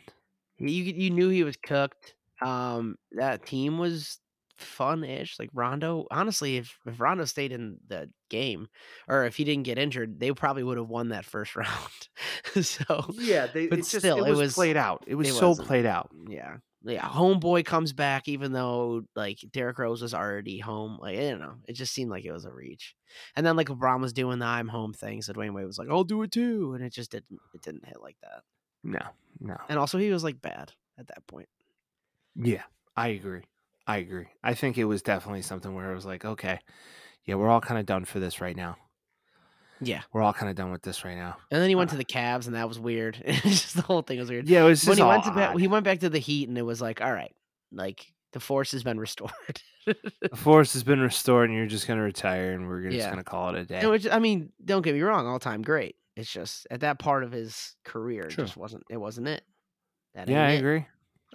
Speaker 2: You you knew he was cooked. Um, that team was fun-ish. Like Rondo, honestly, if if Rondo stayed in the game, or if he didn't get injured, they probably would have won that first *laughs* round. *laughs* so
Speaker 1: Yeah, they,
Speaker 2: But
Speaker 1: it's just-
Speaker 2: still,
Speaker 1: it,
Speaker 2: it
Speaker 1: was
Speaker 2: was-
Speaker 1: played out. It was
Speaker 2: it
Speaker 1: so
Speaker 2: wasn't.
Speaker 1: played out.
Speaker 2: yeah, yeah. Homeboy comes back, even though like Derrick Rose was already home. Like I don't know, it just seemed like it was a reach. And then like LeBron was doing the I'm home thing, so Dwayne Wade was like, I'll do it too, and it just didn't it didn't hit like that.
Speaker 1: No, no.
Speaker 2: And also he was like bad at that point.
Speaker 1: Yeah, I agree. I agree. I think it was definitely something where it was like, okay, yeah, we're all kind of done for this right now.
Speaker 2: Yeah.
Speaker 1: We're all kind of done with this right now.
Speaker 2: And then he went
Speaker 1: Uh.
Speaker 2: to the Cavs, and that was weird. *laughs* It's just the whole thing was weird.
Speaker 1: Yeah, it was just
Speaker 2: when he
Speaker 1: all
Speaker 2: went to back,
Speaker 1: odd.
Speaker 2: he went back to the Heat, and it was like, all right, like the force has been *laughs* restored.
Speaker 1: the forest has been restored, and you're just gonna retire, and we're just
Speaker 2: Yeah.
Speaker 1: gonna call it a day.
Speaker 2: And which, I mean, don't get me wrong, all time great. It's just at that part of his career, it
Speaker 1: True.
Speaker 2: just wasn't. It wasn't it. That
Speaker 1: yeah, I
Speaker 2: ain't it.
Speaker 1: agree.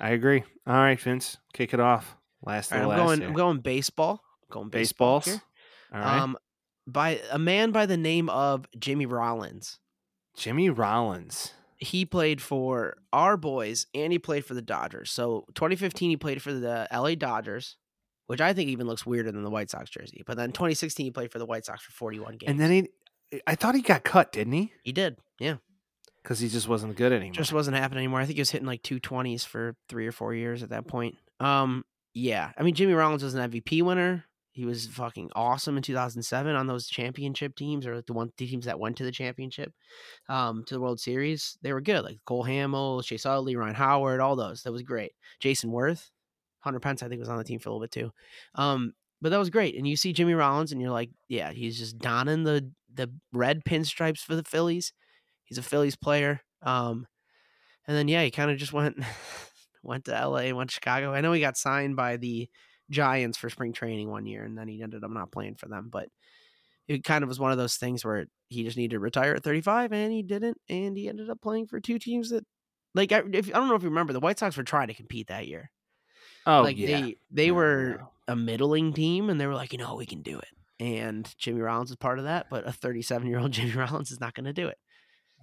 Speaker 1: I agree. All right, Vince, kick it off. Last,
Speaker 2: All
Speaker 1: of
Speaker 2: right,
Speaker 1: the
Speaker 2: I'm
Speaker 1: last
Speaker 2: going.
Speaker 1: here.
Speaker 2: I'm going baseball. I'm going baseball
Speaker 1: baseballs.
Speaker 2: here.
Speaker 1: All right,
Speaker 2: Um, by a man by the name of Jimmy Rollins.
Speaker 1: Jimmy Rollins.
Speaker 2: he played for our boys and he played for the Dodgers. So 2015 he played for the LA Dodgers, which I think even looks weirder than the White Sox jersey. But then 2016 he played for the White Sox for 41 games.
Speaker 1: And then he, I thought he got cut, didn't he?
Speaker 2: he did. Yeah.
Speaker 1: Because he just wasn't good anymore.
Speaker 2: Just wasn't happening anymore. I think he was hitting like 220s for 3 or 4 years at that point. Um yeah. I mean Jimmy Rollins was an MVP winner. He was fucking awesome in 2007 on those championship teams or like the one the teams that went to the championship. um, to the World Series, they were good. Like Cole Hamels, Chase Utley, Ryan Howard, all those. That was great. Jason Worth, Hunter Pence, I think was on the team for a little bit too. Um, but that was great. And you see Jimmy Rollins, and you're like, yeah, he's just donning the the red pinstripes for the Phillies. He's a Phillies player. Um, and then yeah, he kind of just went *laughs* went to L.A., went to Chicago. I know he got signed by the Giants for spring training one year, and then he ended up not playing for them, but it kind of was one of those things where he just needed to retire at 35 and he didn't and he ended up playing for two teams that like I, if, I don't know if you remember the White Sox were trying to compete that year.
Speaker 1: oh
Speaker 2: like
Speaker 1: yeah,
Speaker 2: they they
Speaker 1: Yeah, I
Speaker 2: were
Speaker 1: know.
Speaker 2: a middling team and they were like, you know, we can do it. And Jimmy Rollins is part of that, but a 37 year old *laughs* Jimmy Rollins is not going to do it.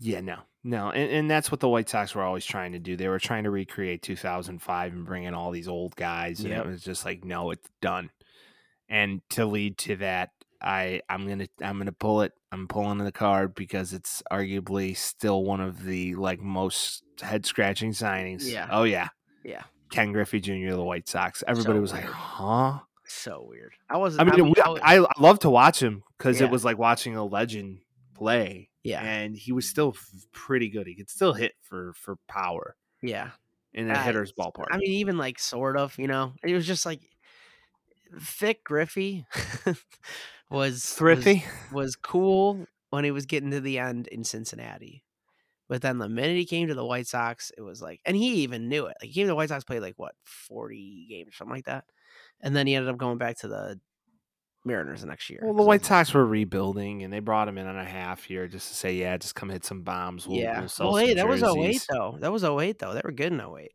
Speaker 1: Yeah, no, no, and, and that's what the White Sox were always trying to do. They were trying to recreate 2005 and bring in all these old guys, and
Speaker 2: Yep.
Speaker 1: it was just like, no, it's done. And to lead to that, I I'm gonna I'm gonna pull it. I'm pulling the card because it's arguably still one of the like most head scratching signings.
Speaker 2: Yeah.
Speaker 1: Oh yeah.
Speaker 2: Yeah.
Speaker 1: Ken Griffey Jr. of the White Sox. Everybody was like,
Speaker 2: weird.
Speaker 1: huh.
Speaker 2: So weird. I wasn't.
Speaker 1: I mean, we-
Speaker 2: was-
Speaker 1: I, I love to watch him because
Speaker 2: Yeah.
Speaker 1: it was like watching a legend play
Speaker 2: yeah,
Speaker 1: and he was still f- pretty good. He could still hit for for power
Speaker 2: yeah.
Speaker 1: in a
Speaker 2: Uh,
Speaker 1: hitter's ballpark.
Speaker 2: I mean, even like sort of, you know, it was just like Thick Griffey *laughs* was was-
Speaker 1: thrifty.
Speaker 2: was cool when he was getting to the end in Cincinnati. But then the minute he came to the White Sox, it was like, and he even knew it. Like, he came to the White Sox, played like what, 40 games or something like that. And then he ended up going back to the Mariners the next year.
Speaker 1: Well, the
Speaker 2: 'cause I
Speaker 1: White
Speaker 2: was-
Speaker 1: Sox were rebuilding, and they brought him in on a half year just to say, "Yeah, just come hit some bombs." We'll,
Speaker 2: yeah.
Speaker 1: We'll sell
Speaker 2: Oh, hey,
Speaker 1: some
Speaker 2: that was 08
Speaker 1: jerseys."
Speaker 2: though. That was 08 though. They were good in 08.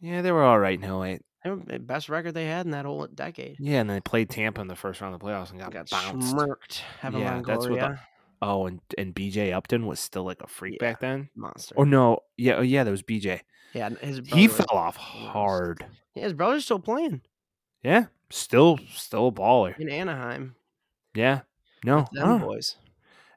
Speaker 1: Yeah, they were all right in 08.
Speaker 2: They were the best record they had in that whole decade.
Speaker 1: Yeah, and they played Tampa in the first round of the playoffs and got,
Speaker 2: Got
Speaker 1: bounced.
Speaker 2: smirked. Having
Speaker 1: Yeah,
Speaker 2: Longoria.
Speaker 1: that's what the- Oh, and and BJ Upton was still like a freak
Speaker 2: Yeah.
Speaker 1: back then.
Speaker 2: monster.
Speaker 1: Or no, yeah, oh, yeah, there was BJ.
Speaker 2: yeah, and his brother
Speaker 1: He
Speaker 2: was-
Speaker 1: fell off
Speaker 2: was-
Speaker 1: hard.
Speaker 2: Yeah, his brother's still playing
Speaker 1: Yeah, still still a baller.
Speaker 2: in Anaheim.
Speaker 1: Yeah. No.
Speaker 2: with them
Speaker 1: huh.
Speaker 2: boys.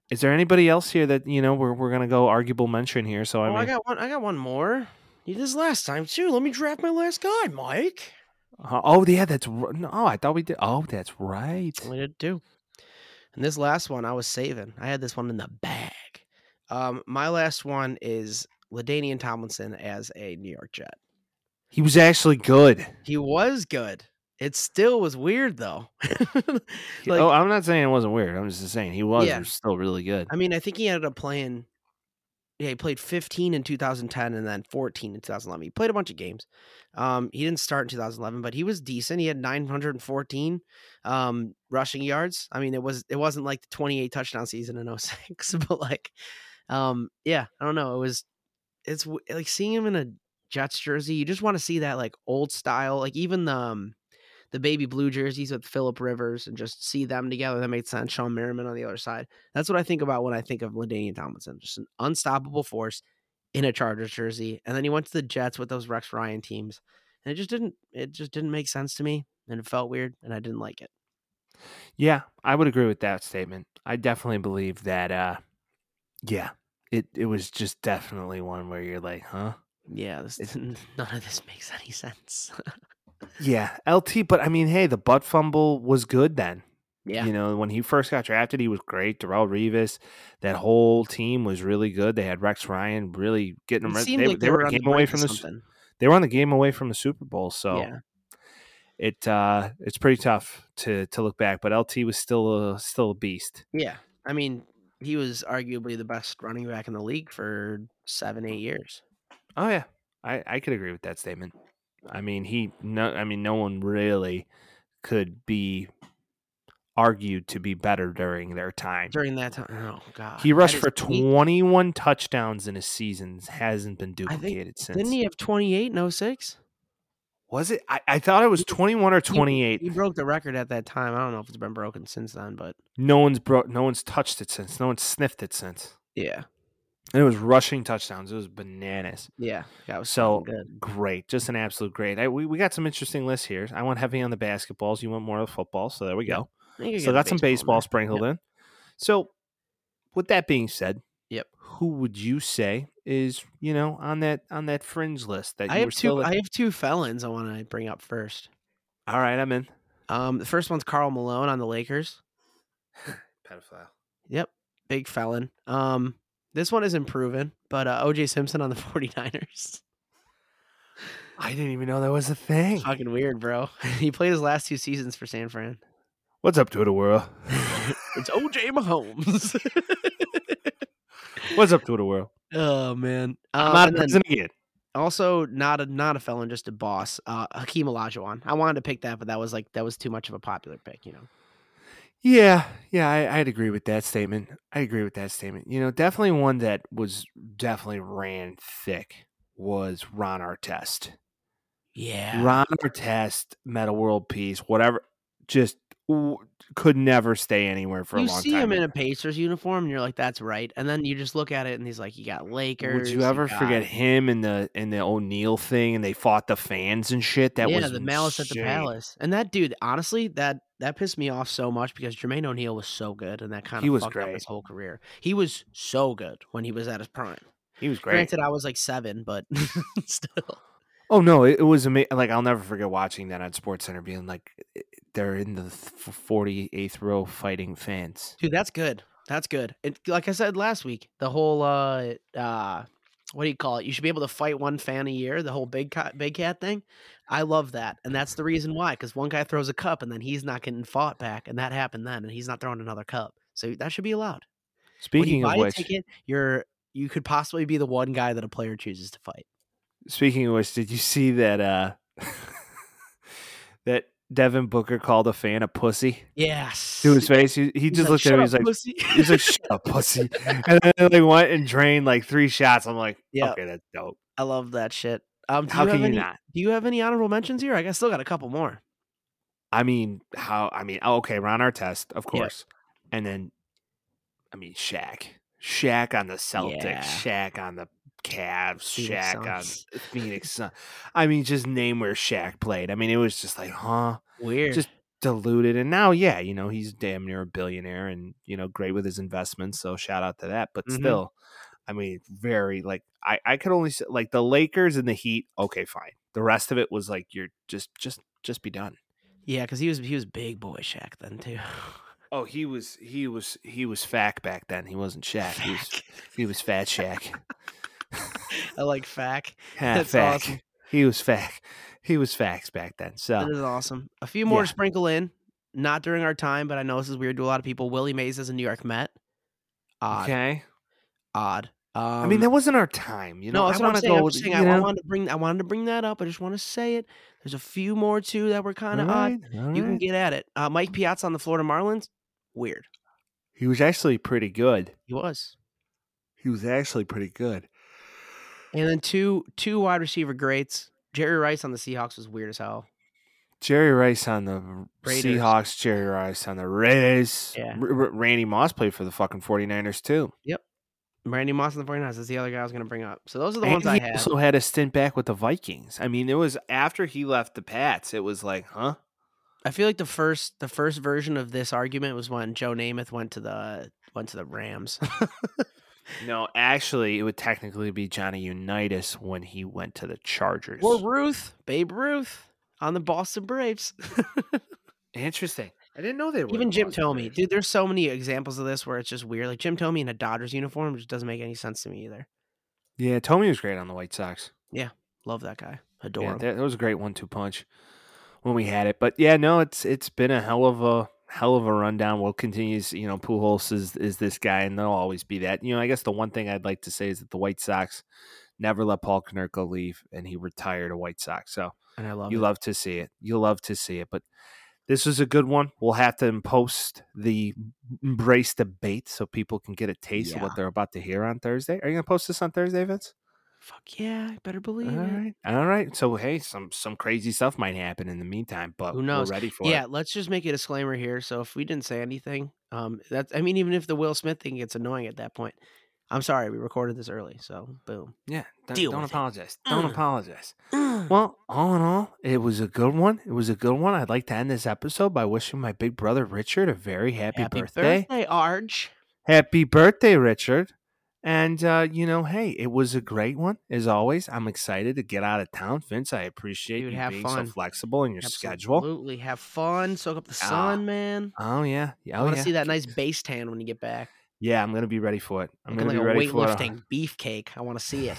Speaker 1: Is there anybody else here that you know we're we're gonna go arguable mention here? So I
Speaker 2: oh,
Speaker 1: mean,
Speaker 2: I got one. I got one more. You did this last time too. Let me draft my last guy, Mike.
Speaker 1: Uh, oh yeah, that's r- no. I thought we did. Oh, that's right.
Speaker 2: We did too. And this last one, I was saving. I had this one in the bag. Um, my last one is Ladainian Tomlinson as a New York Jet.
Speaker 1: He was actually good.
Speaker 2: He was good. It still was weird though. *laughs* Like-
Speaker 1: oh, I'm not saying it wasn't weird. I'm just saying he was
Speaker 2: Yeah.
Speaker 1: still really good.
Speaker 2: I mean, I think he ended up playing. Yeah, he played 15 in 2010 and then 14 in 2011. He played a bunch of games. Um, he didn't start in 2011, but he was decent. He had 914 um, rushing yards. I mean, it was it wasn't like the 28 touchdown season in 06, *laughs* but like, um, yeah, I don't know. It was it's w- like seeing him in a Jets jersey. You just want to see that like old style, like even the um, the baby blue jerseys with Philip Rivers and just see them together. That made sense. Sean Merriman on the other side. That's what I think about when I think of Ladainian Tomlinson. Just an unstoppable force in a Chargers jersey. And then he went to the Jets with those Rex Ryan teams. And it just didn't it just didn't make sense to me. And it felt weird and I didn't like it.
Speaker 1: yeah, I would agree with that statement. I definitely believe that. uh Yeah, it it was just definitely one where you're like, huh?
Speaker 2: Yeah,
Speaker 1: *laughs*
Speaker 2: this
Speaker 1: It's-
Speaker 2: didn't, none of this makes
Speaker 1: *laughs*
Speaker 2: any sense.
Speaker 1: Yeah, LT. But I mean, hey, the butt fumble was good then.
Speaker 2: yeah.
Speaker 1: You know, when he first got drafted, he was great. Darrell Revis, that whole team was really good. They had Rex Ryan really getting
Speaker 2: It
Speaker 1: them. They,
Speaker 2: seemed like
Speaker 1: they were a
Speaker 2: on the
Speaker 1: game away
Speaker 2: brink of
Speaker 1: from the. s-
Speaker 2: something.
Speaker 1: They were on the game away from the Super Bowl. So
Speaker 2: Yeah.
Speaker 1: it uh, it's pretty tough to to look back. But LT was still a still a beast.
Speaker 2: Yeah. I mean, he was arguably the best running back in the league for seven, eight years.
Speaker 1: Oh yeah, I I could agree with that statement. I mean he no I mean no one really could be argued to be better during their time.
Speaker 2: During that time. Oh god.
Speaker 1: He
Speaker 2: that
Speaker 1: rushed
Speaker 2: is
Speaker 1: for
Speaker 2: peak.
Speaker 1: 21 touchdowns in a season. Hasn't been
Speaker 2: think-
Speaker 1: duplicated since.
Speaker 2: Didn't he have twenty eight in 06?
Speaker 1: Was it? I, I thought it was 21 or 28.
Speaker 2: He broke the record at that time. I don't know if it's been broken since then, but
Speaker 1: No one's bro- No one's touched it since. No one's sniffed it since.
Speaker 2: yeah,
Speaker 1: And it was rushing touchdowns. It was bananas.
Speaker 2: yeah, that was
Speaker 1: So
Speaker 2: fucking good.
Speaker 1: great, just an absolute great. I, we we got some interesting lists here. I went heavy on the basketballs. You went more of the football. So there we go.
Speaker 2: I think I
Speaker 1: So
Speaker 2: got
Speaker 1: that's some
Speaker 2: baseball
Speaker 1: baseball
Speaker 2: in
Speaker 1: sprinkled in. So, with that being said,
Speaker 2: Yep.
Speaker 1: Who would you say is you know on that on that fringe list that
Speaker 2: there. I
Speaker 1: you
Speaker 2: have
Speaker 1: were still?
Speaker 2: two.
Speaker 1: like-
Speaker 2: I have two felons I want to bring up first.
Speaker 1: All right, I'm in.
Speaker 2: Um, the first one's Carl Malone on the Lakers.
Speaker 1: Pedophile.
Speaker 2: Yep, big felon. Um, this one isn't proven, but uh, OJ Simpson on the *laughs* 49ers.
Speaker 1: I didn't even know that was a *laughs* thing.
Speaker 2: Fucking weird, bro. *laughs* he played his last two seasons for San Fran.
Speaker 1: What's up, Twitter
Speaker 2: *laughs*
Speaker 1: world?
Speaker 2: It's
Speaker 1: *laughs*
Speaker 2: OJ Mahomes.
Speaker 1: What's up, Twitter world?
Speaker 2: oh man,
Speaker 1: I'm
Speaker 2: *laughs* Um,
Speaker 1: out of
Speaker 2: and then-
Speaker 1: prison again.
Speaker 2: also not a not a felon, just a boss. Uh, Hakeem Olajuwon. I wanted to pick that, but that was like that was too much of a popular pick, you know.
Speaker 1: Yeah, yeah, I, I'd agree with that statement. I agree with that statement. You know, definitely one that was definitely ran thick was Ron Artest.
Speaker 2: Yeah.
Speaker 1: Ron Artest, Metal World Peace, whatever, just w- could never stay anywhere for
Speaker 2: you
Speaker 1: a long
Speaker 2: see
Speaker 1: time.
Speaker 2: him in a Pacers uniform, and you're like, "That's right." And then you just look at it, and he's like, "You got Lakers."
Speaker 1: Would you ever
Speaker 2: got-
Speaker 1: forget him and the and the O'Neal thing and they fought the fans and shit? That
Speaker 2: yeah,
Speaker 1: was
Speaker 2: the malice at the
Speaker 1: insane.
Speaker 2: palace. And that dude, honestly, that that pissed me off so much because Jermaine O'Neal was so good, and that kind of
Speaker 1: He was
Speaker 2: fucked up
Speaker 1: great.
Speaker 2: his whole career. He was so good when he was at his prime.
Speaker 1: He was great.
Speaker 2: Granted, I was like seven, but *laughs* still.
Speaker 1: Oh no, it, it was amazing. Like I'll never forget watching that on Sports Center, being like, "I- they're in the forty eighth row fighting fans.
Speaker 2: Dude, that's good. That's good. And like I said last week, the whole uh uh what do you call it? You should be able to fight one fan a year, the whole big cat big cat thing. I love that. And that's the reason why cuz one guy throws a cup and then he's not getting fought back and that happened then and he's not throwing another cup. So that should be allowed.
Speaker 1: Speaking
Speaker 2: when
Speaker 1: of
Speaker 2: you buy
Speaker 1: which,
Speaker 2: a ticket, you're you could possibly be the one guy that a player chooses to fight.
Speaker 1: speaking of which, did you see *laughs* that? uh That Devin Booker called a fan a pussy
Speaker 2: Yes.
Speaker 1: to his face? He, he
Speaker 2: He's
Speaker 1: just
Speaker 2: like,
Speaker 1: looked at
Speaker 2: "Shut
Speaker 1: him.
Speaker 2: up,
Speaker 1: He's like,
Speaker 2: pussy." *laughs*
Speaker 1: he's like, shut up, pussy. And then they went and drained like three shots. I'm like,
Speaker 2: Yeah.
Speaker 1: okay, that's dope.
Speaker 2: I love that shit. Um, do
Speaker 1: How
Speaker 2: you have
Speaker 1: can you
Speaker 2: any-
Speaker 1: not?
Speaker 2: Do you have any honorable mentions here? I guess still got a couple more.
Speaker 1: I mean, how? I mean, oh, okay, Ron Artest, of
Speaker 2: Yeah.
Speaker 1: course, and then, I mean, Shaq, Shaq on the Celtics,
Speaker 2: Yeah.
Speaker 1: Shaq on the Cavs,
Speaker 2: Phoenix
Speaker 1: Shaq on
Speaker 2: Suns. *laughs*
Speaker 1: the Phoenix Sun. I mean, just name where Shaq played. I mean, it was just like, huh,
Speaker 2: Weird.
Speaker 1: Just- diluted. And now, yeah, you know, he's damn near a billionaire and you know, great with his investments. So shout out to that. But
Speaker 2: Mhm.
Speaker 1: still, I mean, very like I I could only say, like the Lakers and the Heat. Okay, fine. The rest of it was like you're just just just be done.
Speaker 2: yeah, because he was he was big boy Shaq then too. *laughs*
Speaker 1: Oh, he was he was he was fact back then. He wasn't Shaq. He was, he was fat Shaq.
Speaker 2: *laughs* I like fac.
Speaker 1: Ah,
Speaker 2: That's
Speaker 1: fact.
Speaker 2: awesome.
Speaker 1: He was fact. He was facts back then.
Speaker 2: That
Speaker 1: So
Speaker 2: is awesome. A few more to
Speaker 1: Yeah.
Speaker 2: sprinkle in. Not during our time, but I know this is weird to a lot of people. Willie Mays is a New York Met. Odd.
Speaker 1: okay.
Speaker 2: Odd. Um,
Speaker 1: uh, I mean, that wasn't our time. You know,
Speaker 2: no,
Speaker 1: I
Speaker 2: that's what
Speaker 1: want
Speaker 2: I'm
Speaker 1: to
Speaker 2: saying.
Speaker 1: go.
Speaker 2: I'm
Speaker 1: with,
Speaker 2: just saying
Speaker 1: you
Speaker 2: I, I
Speaker 1: know?
Speaker 2: wanted to bring I wanted to bring that up. I just want to say it. There's a few more too that were kind of
Speaker 1: All
Speaker 2: odd.
Speaker 1: right, all
Speaker 2: uh, You can
Speaker 1: right.
Speaker 2: get at it. Uh, Mike Piazza on the Florida Marlins. Weird.
Speaker 1: He was actually pretty good.
Speaker 2: He was.
Speaker 1: He was actually pretty good.
Speaker 2: And then two two wide receiver greats. Jerry Rice on the Seahawks was weird as hell.
Speaker 1: Jerry Rice on the
Speaker 2: Raiders.
Speaker 1: Seahawks, Jerry Rice on the Raiders.
Speaker 2: Yeah.
Speaker 1: R- R- Randy Moss played for the fucking 49ers too.
Speaker 2: Randy Moss on the 49ers is the other guy I was going to bring up. So those are the
Speaker 1: And
Speaker 2: ones
Speaker 1: he
Speaker 2: I had.
Speaker 1: also had a stint back with the Vikings. I mean, it was after he left the Pats, it was like, huh?
Speaker 2: I feel like the first the first version of this argument was when Joe Namath went to the went to the Rams.
Speaker 1: No, actually, it would technically be Johnny Unitas when he went to the Chargers.
Speaker 2: or Ruth, Babe Ruth on the Boston *laughs* Braves.
Speaker 1: Interesting. I didn't know they were.
Speaker 2: Even
Speaker 1: the
Speaker 2: Jim
Speaker 1: Boston
Speaker 2: Tomey.
Speaker 1: Braves.
Speaker 2: Dude, there's so many examples of this where it's just weird. Like Jim Tomey in a Dodgers uniform just doesn't make any sense to me either.
Speaker 1: Yeah, Tomey was great on the White Sox.
Speaker 2: Love that guy. Adore
Speaker 1: Yeah,
Speaker 2: him.
Speaker 1: that, that was a great one-two punch when we had it. But yeah, no, it's it's been a hell of a hell of a rundown. We'll continue. to see, You know, Pujols is is this guy, and they'll always be that. You know, I guess the one thing I'd like to say is that the White Sox never let Paul Konerko leave, and he retired a White Sox. So
Speaker 2: And I love
Speaker 1: you
Speaker 2: it.
Speaker 1: love to see it. You love to see it. But this was a good one. We'll have to post the embrace debate so people can get a taste of
Speaker 2: Yeah.
Speaker 1: what they're about to hear on Thursday. Are you gonna post this on Thursday, Vince?
Speaker 2: Fuck yeah, I better believe
Speaker 1: All
Speaker 2: it.
Speaker 1: right, all right. So hey, some some crazy stuff might happen in the meantime, but
Speaker 2: Who knows?
Speaker 1: we're ready for
Speaker 2: Yeah,
Speaker 1: it.
Speaker 2: let's just make a disclaimer here. So if we didn't say anything, um, that's I mean, even if the Will Smith thing gets annoying at that point, I'm sorry, we recorded this early, so
Speaker 1: *clears throat*
Speaker 2: boom.
Speaker 1: Yeah, don't,
Speaker 2: Deal
Speaker 1: don't
Speaker 2: with it.
Speaker 1: apologize. Don't
Speaker 2: Mm.
Speaker 1: apologize.
Speaker 2: well,
Speaker 1: Well, all in all, it was a good one. It was a good one. I'd like to end this episode by wishing my big brother Richard a very happy, birthday.
Speaker 2: Arj.
Speaker 1: Happy birthday, Richard. And, uh, you know, hey, it was a great one. As always, I'm excited to get out of town. Vince, I appreciate
Speaker 2: Dude,
Speaker 1: you
Speaker 2: have
Speaker 1: being
Speaker 2: fun.
Speaker 1: so flexible in your schedule.
Speaker 2: Absolutely, have fun, soak up the
Speaker 1: Ah,
Speaker 2: sun, man.
Speaker 1: Oh, yeah. Yeah,
Speaker 2: I
Speaker 1: Oh,
Speaker 2: want to
Speaker 1: yeah.
Speaker 2: see that nice base tan when you get back.
Speaker 1: yeah, I'm going to be ready for it. I'm going
Speaker 2: Looking like
Speaker 1: to
Speaker 2: a
Speaker 1: be ready for it.
Speaker 2: weightlifting beefcake. I want to
Speaker 1: *laughs*
Speaker 2: see it.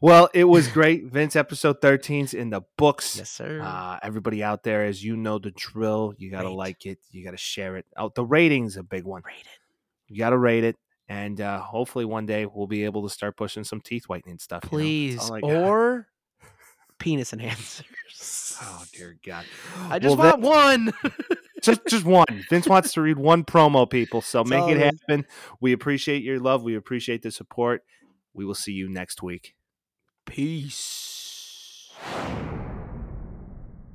Speaker 1: well, it
Speaker 2: *laughs*
Speaker 1: was great. Vince, episode 13's in the books.
Speaker 2: Yes, sir.
Speaker 1: Uh, everybody out there, as you know the drill, you got to
Speaker 2: Rate.
Speaker 1: like it, you got to share it. Oh, the rating's a big one.
Speaker 2: Rate it,
Speaker 1: You got to rate it. And uh, hopefully one day we'll be able to start pushing some teeth whitening stuff. you know? That's
Speaker 2: please,
Speaker 1: all I got.
Speaker 2: or penis enhancers.
Speaker 1: Oh dear God!
Speaker 2: I just
Speaker 1: Well,
Speaker 2: want one. *laughs*
Speaker 1: Vin- just just one. Vince wants to read one promo, people. So
Speaker 2: That's
Speaker 1: make
Speaker 2: all
Speaker 1: it
Speaker 2: it is.
Speaker 1: happen. We appreciate your love. We appreciate the support. We will see you next week.
Speaker 2: Peace.